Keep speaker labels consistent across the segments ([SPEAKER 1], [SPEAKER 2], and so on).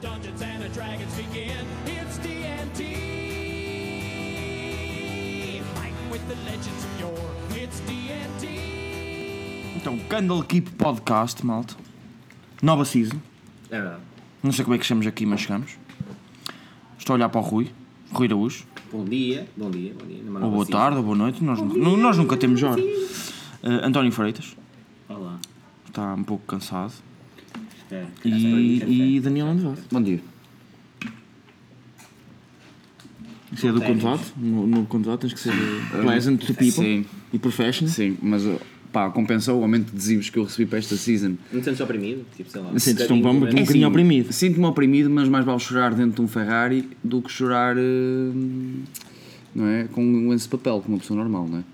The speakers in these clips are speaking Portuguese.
[SPEAKER 1] Dungeons and the Dragons begin. It's D&D. Fighting with the legends of yore. It's D&D.
[SPEAKER 2] Então, Candle Keep Podcast, malta. Nova season.
[SPEAKER 3] É verdade.
[SPEAKER 2] Não sei como é que chegamos aqui, mas chegamos. Estou a olhar para o Rui. Rui Araújo.
[SPEAKER 3] Bom dia, bom dia, assim. bom dia.
[SPEAKER 2] Ou boa tarde, ou boa noite. Nós, nunca- nu- nós nunca temos hora. Eh, António Freitas.
[SPEAKER 3] Olá.
[SPEAKER 2] Está um pouco cansado.
[SPEAKER 3] É,
[SPEAKER 2] E,
[SPEAKER 3] e,
[SPEAKER 2] e Daniel Andrade. Bom dia. Isso é do
[SPEAKER 3] Técnicos.
[SPEAKER 2] contrato? No, no contrato tens que ser pleasant to people
[SPEAKER 4] Eh, sim.
[SPEAKER 2] e professional.
[SPEAKER 4] Sim, mas uh, pá, compensou o aumento de adesivos que eu recebi para esta season. É assim,
[SPEAKER 3] Não te sentes oprimido? Tipo, sei lá.
[SPEAKER 2] Sentes-te um bomba, um
[SPEAKER 3] bocadinho,
[SPEAKER 2] bocadinho oprimido.
[SPEAKER 4] Sinto-me oprimido, mas mais vale chorar dentro de um Ferrari do que chorar hum, não é? com um lenço de papel, como uma pessoa normal, não é?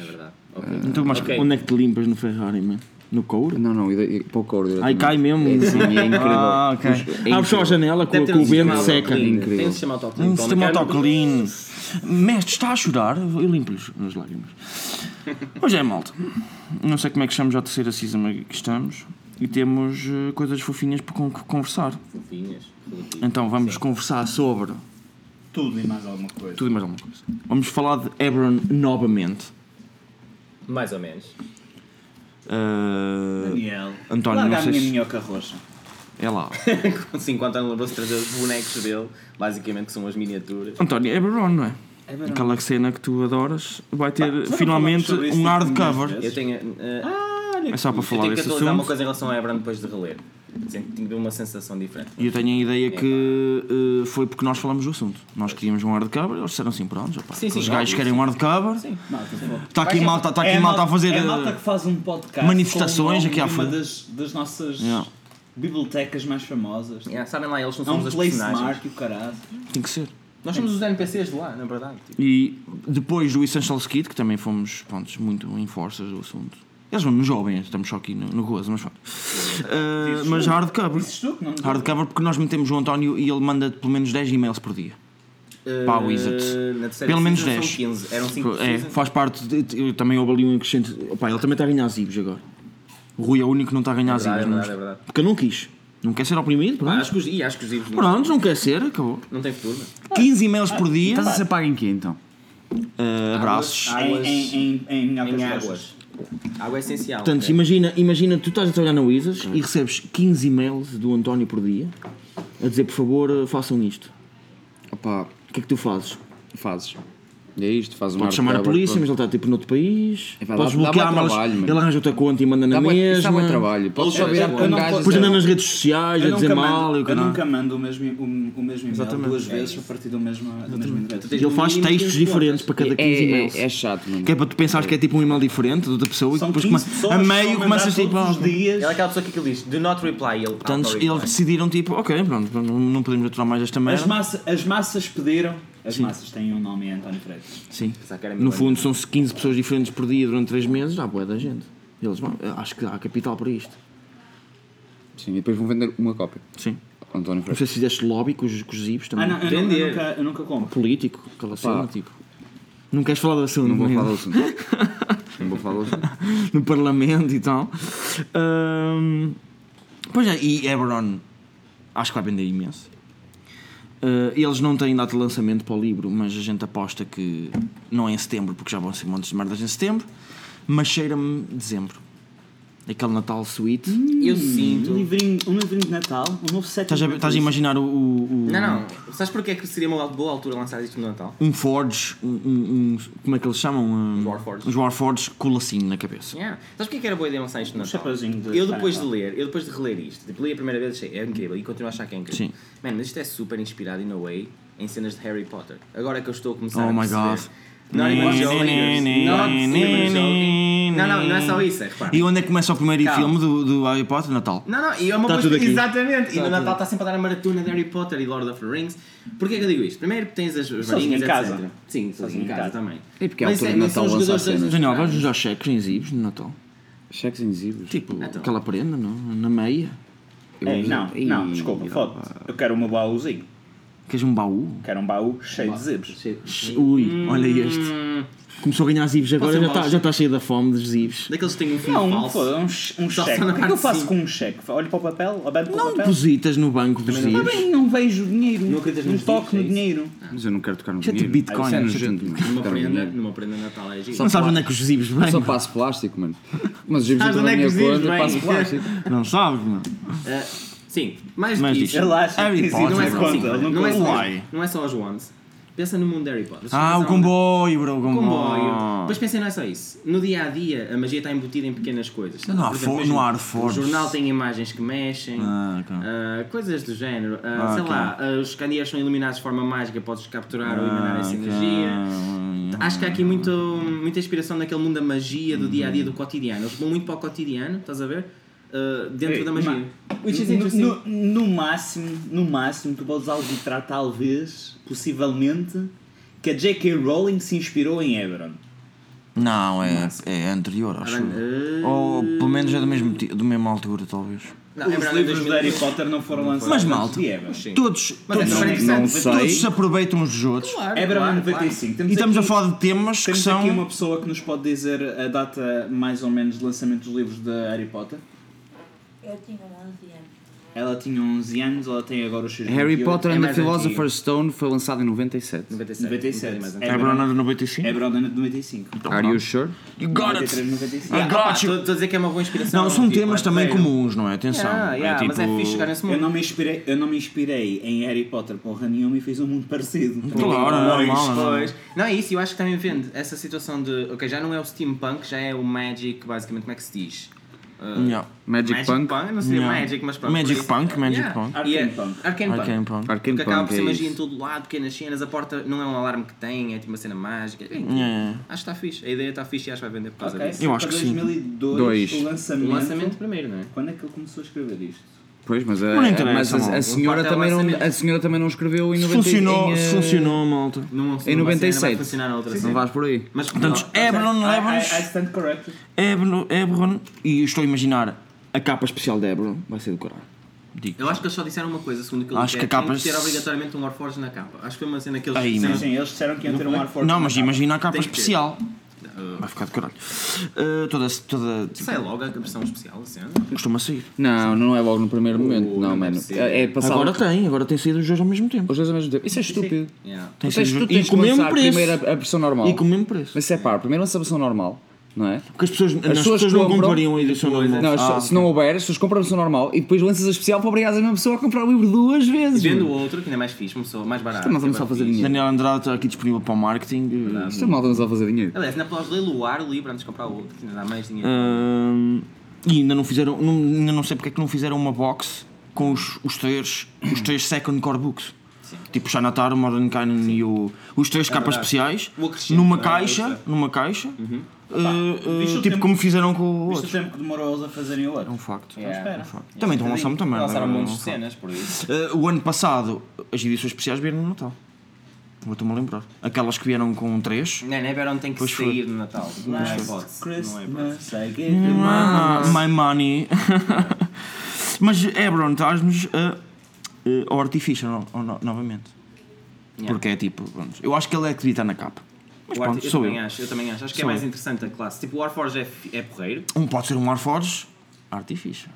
[SPEAKER 3] É verdade. Ok.
[SPEAKER 2] Então, mas
[SPEAKER 3] Ok.
[SPEAKER 2] onde é que te limpas no Ferrari, mano? No couro?
[SPEAKER 4] Não, não, e daí- para o couro
[SPEAKER 2] Ai,
[SPEAKER 4] diretamente.
[SPEAKER 2] cai mesmo.
[SPEAKER 4] É, sim, é incrível.
[SPEAKER 2] Ah, ok.
[SPEAKER 4] Mas é incrível.
[SPEAKER 2] Abres só a janela com,
[SPEAKER 3] Deve ter
[SPEAKER 2] com
[SPEAKER 3] um
[SPEAKER 2] o vento
[SPEAKER 3] sistema
[SPEAKER 2] seca.
[SPEAKER 3] autoclean.
[SPEAKER 4] Incrível.
[SPEAKER 3] Tem um sistema autoclean.
[SPEAKER 2] Um
[SPEAKER 3] Então,
[SPEAKER 2] sistema
[SPEAKER 3] naquela-
[SPEAKER 2] autoclean. Mestre, está a chorar? Eu limpo-lhes as lágrimas. Hoje é malta. Não sei como é que chamamos à terceira season que estamos. E temos eh, coisas fofinhas para con- conversar.
[SPEAKER 3] Fofinhas, relativo.
[SPEAKER 2] Então vamos conversar sobre
[SPEAKER 5] Tudo e mais alguma coisa.
[SPEAKER 2] tudo e mais alguma coisa. Vamos falar de Ebron novamente.
[SPEAKER 3] Mais ou menos.
[SPEAKER 2] Eh,
[SPEAKER 5] Daniel.
[SPEAKER 2] António,
[SPEAKER 5] larga
[SPEAKER 2] não sei
[SPEAKER 5] a minha
[SPEAKER 2] se-
[SPEAKER 5] minhoca roxa.
[SPEAKER 2] é lá.
[SPEAKER 3] Com 50 anos lembrou-se de trazer os bonecos dele, basicamente, que são as miniaturas.
[SPEAKER 2] António, Ebron, não é? Aquela cena que tu adoras vai ter
[SPEAKER 5] não falamos
[SPEAKER 2] finalmente
[SPEAKER 5] sobre isso
[SPEAKER 2] um
[SPEAKER 5] tipo
[SPEAKER 2] hardcover.
[SPEAKER 5] milhões de
[SPEAKER 3] Eu tenho. eh, ah, olha
[SPEAKER 2] É só para falar
[SPEAKER 3] que fixe. Eu tenho que
[SPEAKER 2] desse
[SPEAKER 3] atualizar
[SPEAKER 2] assunto.
[SPEAKER 3] uma coisa em relação a Ebron depois de reler. Sempre tive uma sensação diferente.
[SPEAKER 2] E eu tenho a ideia que eh, foi porque nós falamos do assunto. Nós queríamos um hardcover, eles disseram assim: pronto, rapaz,
[SPEAKER 3] Sim, sim,
[SPEAKER 2] os
[SPEAKER 3] claro,
[SPEAKER 2] gajos
[SPEAKER 3] sim.
[SPEAKER 2] querem um hardcover.
[SPEAKER 5] Não, tá bom.
[SPEAKER 2] Está aqui malta, está aqui
[SPEAKER 5] É
[SPEAKER 2] malta a fazer.
[SPEAKER 5] É
[SPEAKER 2] eh,
[SPEAKER 5] malta que faz um podcast.
[SPEAKER 2] manifestações
[SPEAKER 5] com o nome
[SPEAKER 2] aqui à
[SPEAKER 5] de uma
[SPEAKER 2] frente.
[SPEAKER 5] das, das nossas
[SPEAKER 2] Yeah.
[SPEAKER 5] bibliotecas mais famosas.
[SPEAKER 3] Yeah, sabem lá, eles não
[SPEAKER 5] Há
[SPEAKER 2] É
[SPEAKER 3] somos
[SPEAKER 5] um
[SPEAKER 3] as
[SPEAKER 5] Play
[SPEAKER 3] personagens.
[SPEAKER 5] Smart e o caralho.
[SPEAKER 2] Tem que ser.
[SPEAKER 3] Nós somos os NPCs de lá, na verdade. Tipo,
[SPEAKER 2] E depois do Essentials Kit, que também fomos prontos, muito em forças do assunto. Eles vão nos jovens, estamos só aqui no, no gozo, mas pronto. Eh, mas hardcover.
[SPEAKER 5] Dizes tu que não
[SPEAKER 2] Hardcover porque nós metemos o António e ele manda pelo menos 10 e-mails por dia. Pá, Wizards.
[SPEAKER 3] eh, na terceira
[SPEAKER 2] Pelo menos
[SPEAKER 3] season
[SPEAKER 2] 10.
[SPEAKER 3] são 15. Eram 5
[SPEAKER 2] É, faz parte. de- eu também houve ali um crescente. Opá, ele também está a ganhar zibos agora. O Rui é o único que não está a ganhar
[SPEAKER 3] verdade,
[SPEAKER 2] zibos.
[SPEAKER 3] é
[SPEAKER 2] não
[SPEAKER 3] verdade, é verdade.
[SPEAKER 2] Porque eu não quis. Não quer ser oprimido,
[SPEAKER 3] Pá,
[SPEAKER 2] pronto.
[SPEAKER 3] acho que os, Ah, e acho que os livros não, é?
[SPEAKER 2] Pronto, não quer ser, acabou.
[SPEAKER 3] não têm futuro.
[SPEAKER 2] 15 e-mails por dia.
[SPEAKER 4] Estás a ser pago em quê então?
[SPEAKER 2] eh, abraços.
[SPEAKER 3] Águas,
[SPEAKER 5] Em, em, em, em minhocas
[SPEAKER 3] em
[SPEAKER 5] roxas.
[SPEAKER 3] águas. Água é essencial.
[SPEAKER 2] Portanto, imagina, imagina, tu estás a trabalhar na Wizards e recebes 15 e-mails do António por dia a dizer, por favor, eh, façam isto.
[SPEAKER 4] Opa,
[SPEAKER 2] O que é que tu fazes?
[SPEAKER 4] fazes. E é isto, fazes um
[SPEAKER 2] Podes chamar a
[SPEAKER 4] hardcover,
[SPEAKER 2] polícia,
[SPEAKER 4] pá.
[SPEAKER 2] mas ele está tipo noutro país.
[SPEAKER 4] É, vai,
[SPEAKER 2] Podes
[SPEAKER 4] dá- dá
[SPEAKER 2] bloquear,
[SPEAKER 4] bué
[SPEAKER 2] mas
[SPEAKER 4] trabalho,
[SPEAKER 2] ele
[SPEAKER 4] mano.
[SPEAKER 2] arranja outra conta e manda na
[SPEAKER 4] Dá bué-
[SPEAKER 2] mesma.
[SPEAKER 4] Isto dá bué trabalho. Podes só virar para
[SPEAKER 5] eu
[SPEAKER 4] um
[SPEAKER 5] não
[SPEAKER 4] gajo.
[SPEAKER 5] posso-
[SPEAKER 4] e
[SPEAKER 2] Depois
[SPEAKER 4] dizer,
[SPEAKER 2] anda nas redes sociais a
[SPEAKER 5] Eu
[SPEAKER 2] dizer
[SPEAKER 5] nunca,
[SPEAKER 2] mal e o
[SPEAKER 5] mando, eu
[SPEAKER 2] caralho.
[SPEAKER 5] nunca mando o mesmo, o, o mesmo e-mail
[SPEAKER 3] Exatamente.
[SPEAKER 5] duas
[SPEAKER 3] É
[SPEAKER 5] vezes
[SPEAKER 3] isso.
[SPEAKER 5] a partir do mesmo, do mesmo endereço.
[SPEAKER 2] Ele faz
[SPEAKER 3] Mínimo
[SPEAKER 2] textos
[SPEAKER 3] 15
[SPEAKER 2] diferentes para cada 15 e-mails.
[SPEAKER 4] é, é, é chato, mano.
[SPEAKER 2] Que é para tu pensares que é tipo um e-mail diferente de outra pessoa
[SPEAKER 5] São
[SPEAKER 2] e depois
[SPEAKER 5] 15
[SPEAKER 2] começa,
[SPEAKER 5] pessoas
[SPEAKER 2] a
[SPEAKER 5] que
[SPEAKER 2] meio
[SPEAKER 5] são
[SPEAKER 2] começas
[SPEAKER 5] mandadas
[SPEAKER 2] tipo. ah,
[SPEAKER 5] todos os
[SPEAKER 2] ok.
[SPEAKER 5] dias. Tá
[SPEAKER 3] Ele é aquela pessoa que aquilo diz, do not reply. Ele, "Ah,
[SPEAKER 2] Portanto,
[SPEAKER 3] auto-reply.
[SPEAKER 2] eles decidiram tipo, ok, pronto, não não podemos aturar mais esta
[SPEAKER 5] As,
[SPEAKER 2] merda.
[SPEAKER 5] massa, as massas pediram. As massas têm um nome, é António
[SPEAKER 3] Hum.
[SPEAKER 5] Freitas.
[SPEAKER 2] Sim.
[SPEAKER 3] Pensava
[SPEAKER 5] é
[SPEAKER 3] que era
[SPEAKER 2] No
[SPEAKER 3] meu
[SPEAKER 2] fundo são 15 pessoas diferentes por dia durante 3 meses, há boa da gente. Eles vão, eh, acho que há capital para isto.
[SPEAKER 4] Sim, e depois vão vender uma cópia.
[SPEAKER 2] Sim.
[SPEAKER 4] António
[SPEAKER 2] Não
[SPEAKER 4] Freitas.
[SPEAKER 2] sei se fizeste lobby com os, com os zibos também.
[SPEAKER 5] Ah, não, eu, não, eu,
[SPEAKER 3] Vender.
[SPEAKER 5] nunca, eu nunca compro.
[SPEAKER 2] Político, aquela cena, tipo. Não queres falar do assunto,
[SPEAKER 4] Não vou
[SPEAKER 2] né?
[SPEAKER 4] falar do assunto. Não vou falar do assunto.
[SPEAKER 2] no Parlamento e tal. Ahm, pois é, e Ebron acho que vai vender imenso. Ah, eles não têm data de lançamento para o livro, mas a gente aposta que não é em setembro, porque já vão ser montes de merdas em setembro, mas cheira-me dezembro. Aquele Natal sweet.
[SPEAKER 3] Eu
[SPEAKER 5] Um
[SPEAKER 3] sinto.
[SPEAKER 5] livrinho, um livrinho de Natal, um novo set.
[SPEAKER 2] Estás a, estás a imaginar o, o- o-
[SPEAKER 3] Não, não. Sabes porquê é que seria uma boa altura lançar isto no Natal?
[SPEAKER 2] um Forge, um, um- um- como é que eles chamam? Um,
[SPEAKER 3] Os Warforges.
[SPEAKER 2] Os Warforges com o lacinho na cabeça.
[SPEAKER 3] Yeah. Sabes porquê que era boa ideia lançar
[SPEAKER 2] Um
[SPEAKER 3] isto no Natal?
[SPEAKER 5] chapeuzinho de-
[SPEAKER 3] eu depois
[SPEAKER 5] Ah,
[SPEAKER 3] de ler, eu depois de reler isto, tipo, li a primeira vez achei, é incrível e continuo a achar que é incrível.
[SPEAKER 2] Sim.
[SPEAKER 3] Mano, mas isto é super inspirado, in a way, em cenas de Harry Potter. Agora é que eu estou a começar
[SPEAKER 2] Oh
[SPEAKER 3] a
[SPEAKER 2] my
[SPEAKER 3] perceber.
[SPEAKER 2] God.
[SPEAKER 3] Not even
[SPEAKER 2] Né,
[SPEAKER 3] joking.
[SPEAKER 2] né, né,
[SPEAKER 3] Not
[SPEAKER 2] né,
[SPEAKER 3] even
[SPEAKER 2] né,
[SPEAKER 3] é joking. Não, não, e não é só isso, é, repara.
[SPEAKER 2] E onde é que começa o primeiro
[SPEAKER 3] Calma.
[SPEAKER 2] filme do, do Harry Potter? Natal.
[SPEAKER 3] Não, não, e é uma
[SPEAKER 2] Tá
[SPEAKER 3] coisa.
[SPEAKER 2] tudo aqui.
[SPEAKER 3] Exatamente. e no Natal está sempre a dar a maratona de Harry Potter e Lord of the Rings. Porquê que eu digo isto? Primeiro tens as, as
[SPEAKER 5] Sozinho
[SPEAKER 3] varinhas,
[SPEAKER 5] em casa.
[SPEAKER 3] etc. Sim, sozinho em casa também.
[SPEAKER 4] E porque é a
[SPEAKER 3] Mas
[SPEAKER 4] altura
[SPEAKER 3] é-
[SPEAKER 4] de
[SPEAKER 3] mas são
[SPEAKER 4] Natal
[SPEAKER 3] os
[SPEAKER 4] lançar
[SPEAKER 3] jogadores das-
[SPEAKER 4] cenas.
[SPEAKER 2] Daniel, vais usar cheques em zibos no Natal?
[SPEAKER 4] Cheques invisíveis.
[SPEAKER 2] Tipo,
[SPEAKER 3] Então.
[SPEAKER 2] aquela prenda, não? Na meia?
[SPEAKER 5] É, Ei, não, não, desculpa, foda-te. Eu quero o meu baúzinho.
[SPEAKER 2] Queres um baú?
[SPEAKER 5] Que era um baú cheio de zibs.
[SPEAKER 3] Cheio.
[SPEAKER 2] Ui, olha este.
[SPEAKER 3] Hum,
[SPEAKER 2] Começou a ganhar zibs agora,
[SPEAKER 3] ser
[SPEAKER 2] já
[SPEAKER 3] um
[SPEAKER 2] está
[SPEAKER 3] bosta.
[SPEAKER 2] já tá cheio da fome dos zibs.
[SPEAKER 3] daqueles que têm um fim
[SPEAKER 5] Não, um,
[SPEAKER 3] falso.
[SPEAKER 5] um, che- um
[SPEAKER 3] Só
[SPEAKER 5] cheque.
[SPEAKER 3] na
[SPEAKER 5] O que é que eu
[SPEAKER 3] parte
[SPEAKER 5] faço
[SPEAKER 3] sim.
[SPEAKER 5] com um cheque? Olho para o papel, aberto para o
[SPEAKER 2] Não
[SPEAKER 5] papel.
[SPEAKER 2] depositas no banco dos
[SPEAKER 5] Está
[SPEAKER 2] zibs.
[SPEAKER 5] bem, não vejo dinheiro.
[SPEAKER 3] Não acreditas
[SPEAKER 5] não
[SPEAKER 3] nos
[SPEAKER 5] toco
[SPEAKER 3] zibs,
[SPEAKER 5] no
[SPEAKER 3] é isso?
[SPEAKER 5] dinheiro.
[SPEAKER 4] Mas eu não quero tocar no
[SPEAKER 2] Isso é
[SPEAKER 4] dinheiro.
[SPEAKER 2] tipo Bitcoin,
[SPEAKER 4] Isso é
[SPEAKER 2] isso é
[SPEAKER 4] nojento, mano.
[SPEAKER 3] Numa
[SPEAKER 4] Tocar no
[SPEAKER 3] prenda,
[SPEAKER 4] dinheiro.
[SPEAKER 3] numa prenda de Natal é giro.
[SPEAKER 2] Não sabes onde é que os zibs vêm?
[SPEAKER 4] Só passo plástico, mano. Mas os giros
[SPEAKER 3] Sabes onde
[SPEAKER 4] estão
[SPEAKER 3] é
[SPEAKER 4] na
[SPEAKER 3] que
[SPEAKER 4] minha
[SPEAKER 3] os giros
[SPEAKER 4] conta,
[SPEAKER 3] vêm?
[SPEAKER 4] passo plástico.
[SPEAKER 2] Não sabes, mano.
[SPEAKER 3] Ah, sim, mais do
[SPEAKER 2] Mas
[SPEAKER 3] que
[SPEAKER 2] diz.
[SPEAKER 3] isso.
[SPEAKER 5] Relaxa.
[SPEAKER 2] Harry
[SPEAKER 5] que isso
[SPEAKER 2] Potter,
[SPEAKER 3] Não é,
[SPEAKER 2] não
[SPEAKER 3] só, sim,
[SPEAKER 5] conta, não
[SPEAKER 3] não, é
[SPEAKER 5] conta.
[SPEAKER 3] só,
[SPEAKER 2] Why?
[SPEAKER 3] não é só os ones. Pensa no mundo de Harry Potter.
[SPEAKER 2] Ah,
[SPEAKER 3] Pensa
[SPEAKER 2] o
[SPEAKER 3] no-
[SPEAKER 2] comboio, bro, o
[SPEAKER 3] comboio. Depois
[SPEAKER 2] comboio.
[SPEAKER 3] pensem, não é só isso. No dia a dia, a magia está embutida em pequenas coisas.
[SPEAKER 2] Não há
[SPEAKER 3] Por exemplo,
[SPEAKER 2] fo-
[SPEAKER 3] imagina,
[SPEAKER 2] não há reforços.
[SPEAKER 3] O jornal tem imagens que mexem.
[SPEAKER 2] Ah, ok.
[SPEAKER 3] ah, coisas do género. Ah,
[SPEAKER 2] Ah,
[SPEAKER 3] sei
[SPEAKER 2] ok.
[SPEAKER 3] lá, ah, os candeeiros são iluminados de forma mágica, podes capturar ou emanar essa
[SPEAKER 2] Ah,
[SPEAKER 3] energia.
[SPEAKER 2] ok.
[SPEAKER 3] Acho que há aqui muito, muita inspiração naquele mundo da magia, do dia a dia,
[SPEAKER 2] Uhum.
[SPEAKER 3] do cotidiano. Eles vão muito para o cotidiano, estás a ver? Ah, dentro
[SPEAKER 5] Ei,
[SPEAKER 3] da magia.
[SPEAKER 5] ma-
[SPEAKER 3] Which is
[SPEAKER 5] no-
[SPEAKER 3] interesting.
[SPEAKER 5] no, no máximo, no máximo, tu podes arbitrar talvez, possivelmente, que a J.K. Rowling se inspirou em Eberron.
[SPEAKER 2] Não, é, eh, é anterior, acho. eu.
[SPEAKER 3] eh,
[SPEAKER 2] Ou pelo menos é do mesmo, ti- do mesmo altura, talvez.
[SPEAKER 3] Não, é
[SPEAKER 5] Os
[SPEAKER 3] verdade,
[SPEAKER 5] livros de Harry
[SPEAKER 3] 2002.
[SPEAKER 5] Potter não foram lançados
[SPEAKER 2] Mas,
[SPEAKER 5] antes
[SPEAKER 2] malta,
[SPEAKER 5] de Eberron.
[SPEAKER 2] Todos,
[SPEAKER 3] Mas é
[SPEAKER 2] todos,
[SPEAKER 3] super
[SPEAKER 4] não
[SPEAKER 3] interessante.
[SPEAKER 4] sei.
[SPEAKER 2] todos se aproveitam uns dos outros.
[SPEAKER 5] Eberron é
[SPEAKER 3] Claro, claro.
[SPEAKER 5] 95.
[SPEAKER 2] E estamos a
[SPEAKER 5] aqui-
[SPEAKER 2] falar de temas que
[SPEAKER 5] Temos
[SPEAKER 2] são.
[SPEAKER 5] aqui uma pessoa que nos pode dizer a data mais ou menos de lançamento dos livros de Harry Potter.
[SPEAKER 6] Eu tinha 11 anos.
[SPEAKER 5] Ela tinha 11 anos, ela tem agora os seus
[SPEAKER 4] Harry
[SPEAKER 5] 28.
[SPEAKER 4] Potter and the
[SPEAKER 3] mais antigo.
[SPEAKER 4] Philosopher's Stone foi lançado em 97.
[SPEAKER 5] 97.
[SPEAKER 3] 97.
[SPEAKER 2] É Brona de 95?
[SPEAKER 5] Eberron é de 95.
[SPEAKER 3] Então.
[SPEAKER 4] Are you sure?
[SPEAKER 2] You got it!
[SPEAKER 5] 93, 95.
[SPEAKER 2] I Ah, got you!
[SPEAKER 3] Estou a dizer que é uma boa inspiração.
[SPEAKER 2] Não, são temas também
[SPEAKER 3] comuns.
[SPEAKER 2] comuns, não é? Atenção.
[SPEAKER 3] yeah,
[SPEAKER 2] é
[SPEAKER 3] mas é fixe
[SPEAKER 2] tipo.
[SPEAKER 3] chegar nesse
[SPEAKER 5] Eu
[SPEAKER 3] mundo.
[SPEAKER 5] não, me inspirei, eu não me inspirei em Harry Potter porra nenhuma e fiz um mundo parecido.
[SPEAKER 2] Claro, é normal, não é?
[SPEAKER 3] Pois. Não é isso, eu acho que também vende essa situação de. Ok, já não é o steampunk, já é o magic, basicamente, como é que se diz? Uh,
[SPEAKER 2] Yeah.
[SPEAKER 4] Magic, Punk,
[SPEAKER 3] Não seria
[SPEAKER 2] Yeah.
[SPEAKER 3] magic, mas pronto.
[SPEAKER 2] Magic
[SPEAKER 3] por isso.
[SPEAKER 2] punk, magic punk.
[SPEAKER 3] E é-
[SPEAKER 5] Arcane punk.
[SPEAKER 3] Arcane punk.
[SPEAKER 2] Arcane Punk.
[SPEAKER 4] Arcane
[SPEAKER 3] Porque acaba por
[SPEAKER 4] Punk
[SPEAKER 3] ser
[SPEAKER 4] é
[SPEAKER 3] magia em
[SPEAKER 4] isso.
[SPEAKER 3] todo lado, pequenas cenas, a porta não é um alarme que tem, é tipo uma cena mágica. Bem,
[SPEAKER 2] Yeah.
[SPEAKER 3] Acho que está fixe, a ideia está fixe e acho que vai vender por causa
[SPEAKER 5] Ok,
[SPEAKER 3] disso.
[SPEAKER 2] Eu acho
[SPEAKER 5] para
[SPEAKER 2] que sim.
[SPEAKER 5] 2002,
[SPEAKER 4] Dois.
[SPEAKER 5] O
[SPEAKER 3] O
[SPEAKER 5] lançamento.
[SPEAKER 3] lançamento primeiro, não é?
[SPEAKER 5] Quando é que ele começou a escrever isto?
[SPEAKER 4] Pois, mas a,
[SPEAKER 2] Mas não interessa,
[SPEAKER 4] mas a-
[SPEAKER 2] mal.
[SPEAKER 4] a,
[SPEAKER 2] O
[SPEAKER 4] senhora
[SPEAKER 3] quarto é o
[SPEAKER 4] também não,
[SPEAKER 3] lançamento.
[SPEAKER 4] a senhora também não escreveu em
[SPEAKER 2] Se
[SPEAKER 4] 90
[SPEAKER 2] funcionou,
[SPEAKER 4] em, eh,
[SPEAKER 2] se funcionou, malta.
[SPEAKER 3] Não, não vai
[SPEAKER 4] Em
[SPEAKER 3] Ser, não vai
[SPEAKER 4] 97.
[SPEAKER 3] funcionar na outra.
[SPEAKER 4] Não
[SPEAKER 3] sim.
[SPEAKER 4] vais por aí.
[SPEAKER 3] Mas, é,
[SPEAKER 2] Portanto,
[SPEAKER 5] é-
[SPEAKER 2] Ebron,
[SPEAKER 5] I, I, I
[SPEAKER 2] Lebron,
[SPEAKER 5] stand corrected.
[SPEAKER 2] Ebron, Ebron, e eu estou a imaginar a capa especial de Ebron vai ser do caralho. Digo.
[SPEAKER 3] Eu acho que eles só disseram uma coisa, segundo o que eu li,
[SPEAKER 2] Acho
[SPEAKER 3] é
[SPEAKER 2] que a capa-
[SPEAKER 3] tem que ter obrigatoriamente um Orforge na capa. Acho que foi uma cena que eles
[SPEAKER 2] Aí, né?
[SPEAKER 3] disseram.
[SPEAKER 2] mano.
[SPEAKER 5] Sim, eles disseram que iam ter um ar forte.
[SPEAKER 2] Não, mas imagina a capa
[SPEAKER 3] Tem que ter.
[SPEAKER 2] especial. Vai ficar do caralho. Uh, toda. toda tipo,
[SPEAKER 3] Sai logo a versão especial, assim. não?
[SPEAKER 2] costuma sair.
[SPEAKER 4] Não, não é logo no primeiro momento, não,
[SPEAKER 3] não
[SPEAKER 4] mano.
[SPEAKER 3] deve ser.
[SPEAKER 4] É, é passado
[SPEAKER 2] Agora tá- tem, agora tem saído os dois ao mesmo tempo.
[SPEAKER 4] os dois ao mesmo tempo. Isso é estúpido.
[SPEAKER 3] Yeah.
[SPEAKER 4] Tu
[SPEAKER 2] Tem
[SPEAKER 4] tens,
[SPEAKER 2] saído-
[SPEAKER 4] tu tens
[SPEAKER 2] e
[SPEAKER 4] que
[SPEAKER 2] com o mesmo
[SPEAKER 4] lançar
[SPEAKER 2] preço.
[SPEAKER 4] primeiro a, a versão normal.
[SPEAKER 2] E com o mesmo preço.
[SPEAKER 4] Mas isso é par, primeiro lança a versão normal, não é?
[SPEAKER 2] Porque as pessoas, as
[SPEAKER 4] pessoas
[SPEAKER 2] pessoas, não
[SPEAKER 4] compram-
[SPEAKER 2] comprariam a edição normal. Ah,
[SPEAKER 4] Não, as pessoas- se não houver, as pessoas compram a versão normal e depois lanças a especial para obrigar a mesma pessoa a comprar o livro duas vezes.
[SPEAKER 3] Vendo o
[SPEAKER 4] mano.
[SPEAKER 3] outro, que ainda é mais fixe, uma pessoa mais barata.
[SPEAKER 4] Nós vamos
[SPEAKER 3] que é
[SPEAKER 4] só
[SPEAKER 3] mais
[SPEAKER 4] fazer
[SPEAKER 3] fixe.
[SPEAKER 4] dinheiro.
[SPEAKER 2] Daniel Andrade está aqui disponível para o marketing.
[SPEAKER 4] Isto é mal, estamos a fazer dinheiro.
[SPEAKER 3] Aliás, ainda podes leiloar o livro antes de comprar o outro, que ainda dá mais dinheiro.
[SPEAKER 2] Ah, Ahm, e ainda não fizeram, não- ainda não sei porque é que não fizeram uma box com os, os três, os três second core books. Tipo Xanatar, o Modern Canon e o, os três capas
[SPEAKER 3] verdade.
[SPEAKER 2] especiais
[SPEAKER 3] Vou acrescentar,
[SPEAKER 2] numa
[SPEAKER 3] é,
[SPEAKER 2] caixa,
[SPEAKER 3] isso
[SPEAKER 2] numa caixa, ah, ah,
[SPEAKER 5] Uhum. visto
[SPEAKER 2] tipo
[SPEAKER 5] o tempo-
[SPEAKER 2] como fizeram com o
[SPEAKER 5] Visto
[SPEAKER 2] outro.
[SPEAKER 5] o tempo que demorou eles a fazerem o outro.
[SPEAKER 2] É um facto.
[SPEAKER 3] Então
[SPEAKER 5] Yeah.
[SPEAKER 2] É um facto. Também estão a lançar muita merda.
[SPEAKER 3] Lançaram
[SPEAKER 2] agora,
[SPEAKER 3] montes
[SPEAKER 2] é um
[SPEAKER 3] de
[SPEAKER 2] facto.
[SPEAKER 3] cenas, por isso.
[SPEAKER 2] Ah, o ano passado, as edições especiais vieram no Natal. Vou-te-me a lembrar. Aquelas que vieram com três.
[SPEAKER 3] Não, não é Verão tem que
[SPEAKER 2] Pois foi.
[SPEAKER 3] sair no Natal. Não é hipótese. Não é hipótese.
[SPEAKER 5] Christmas, I gave you
[SPEAKER 2] Ah, My
[SPEAKER 5] my
[SPEAKER 2] money. Mas Ebron traz-nos a, a Artificial no- no- novamente.
[SPEAKER 3] Yeah.
[SPEAKER 2] Porque é tipo, pronto, eu acho que ele é que devia estar na capa. Mas
[SPEAKER 3] O arte-
[SPEAKER 2] pronto,
[SPEAKER 3] Eu
[SPEAKER 2] sou
[SPEAKER 3] também
[SPEAKER 2] eu.
[SPEAKER 3] acho, eu também acho. Acho que é
[SPEAKER 2] Sou
[SPEAKER 3] mais
[SPEAKER 2] eu.
[SPEAKER 3] interessante a classe. Tipo, o Warforge é, fi- é porreiro.
[SPEAKER 2] Um pode ser um Warforge, Artificial.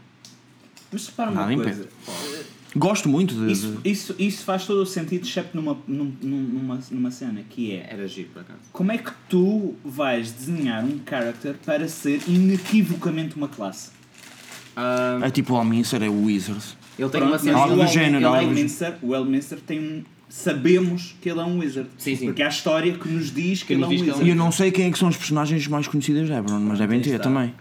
[SPEAKER 5] Mas repara uma
[SPEAKER 2] Nada
[SPEAKER 5] coisa.
[SPEAKER 2] impede. Gosto muito de.
[SPEAKER 5] Isso,
[SPEAKER 2] de-
[SPEAKER 5] isso, isso faz todo o sentido, excepto numa, num- num- numa, numa cena que é
[SPEAKER 3] Era giro, por acaso.
[SPEAKER 5] como é que tu vais desenhar um character para ser inequivocamente uma classe?
[SPEAKER 3] Ah,
[SPEAKER 2] É tipo o Alminster, é o Wizard.
[SPEAKER 3] ele tem
[SPEAKER 5] Pronto,
[SPEAKER 3] uma
[SPEAKER 5] mas
[SPEAKER 3] cena.
[SPEAKER 2] algo
[SPEAKER 5] o
[SPEAKER 2] do
[SPEAKER 5] El-
[SPEAKER 2] género,
[SPEAKER 5] o
[SPEAKER 2] algo do
[SPEAKER 5] Elminster, o Elminster tem um. Sabemos que ele é um wizard.
[SPEAKER 3] Sim, sim.
[SPEAKER 5] Porque há a história que nos diz que,
[SPEAKER 3] Que
[SPEAKER 5] ele é
[SPEAKER 3] nos
[SPEAKER 5] um
[SPEAKER 3] diz que é um
[SPEAKER 5] wizard.
[SPEAKER 2] E eu não sei quem é que são os personagens mais conhecidas de Ebron, mas devem ter
[SPEAKER 3] está.
[SPEAKER 2] também.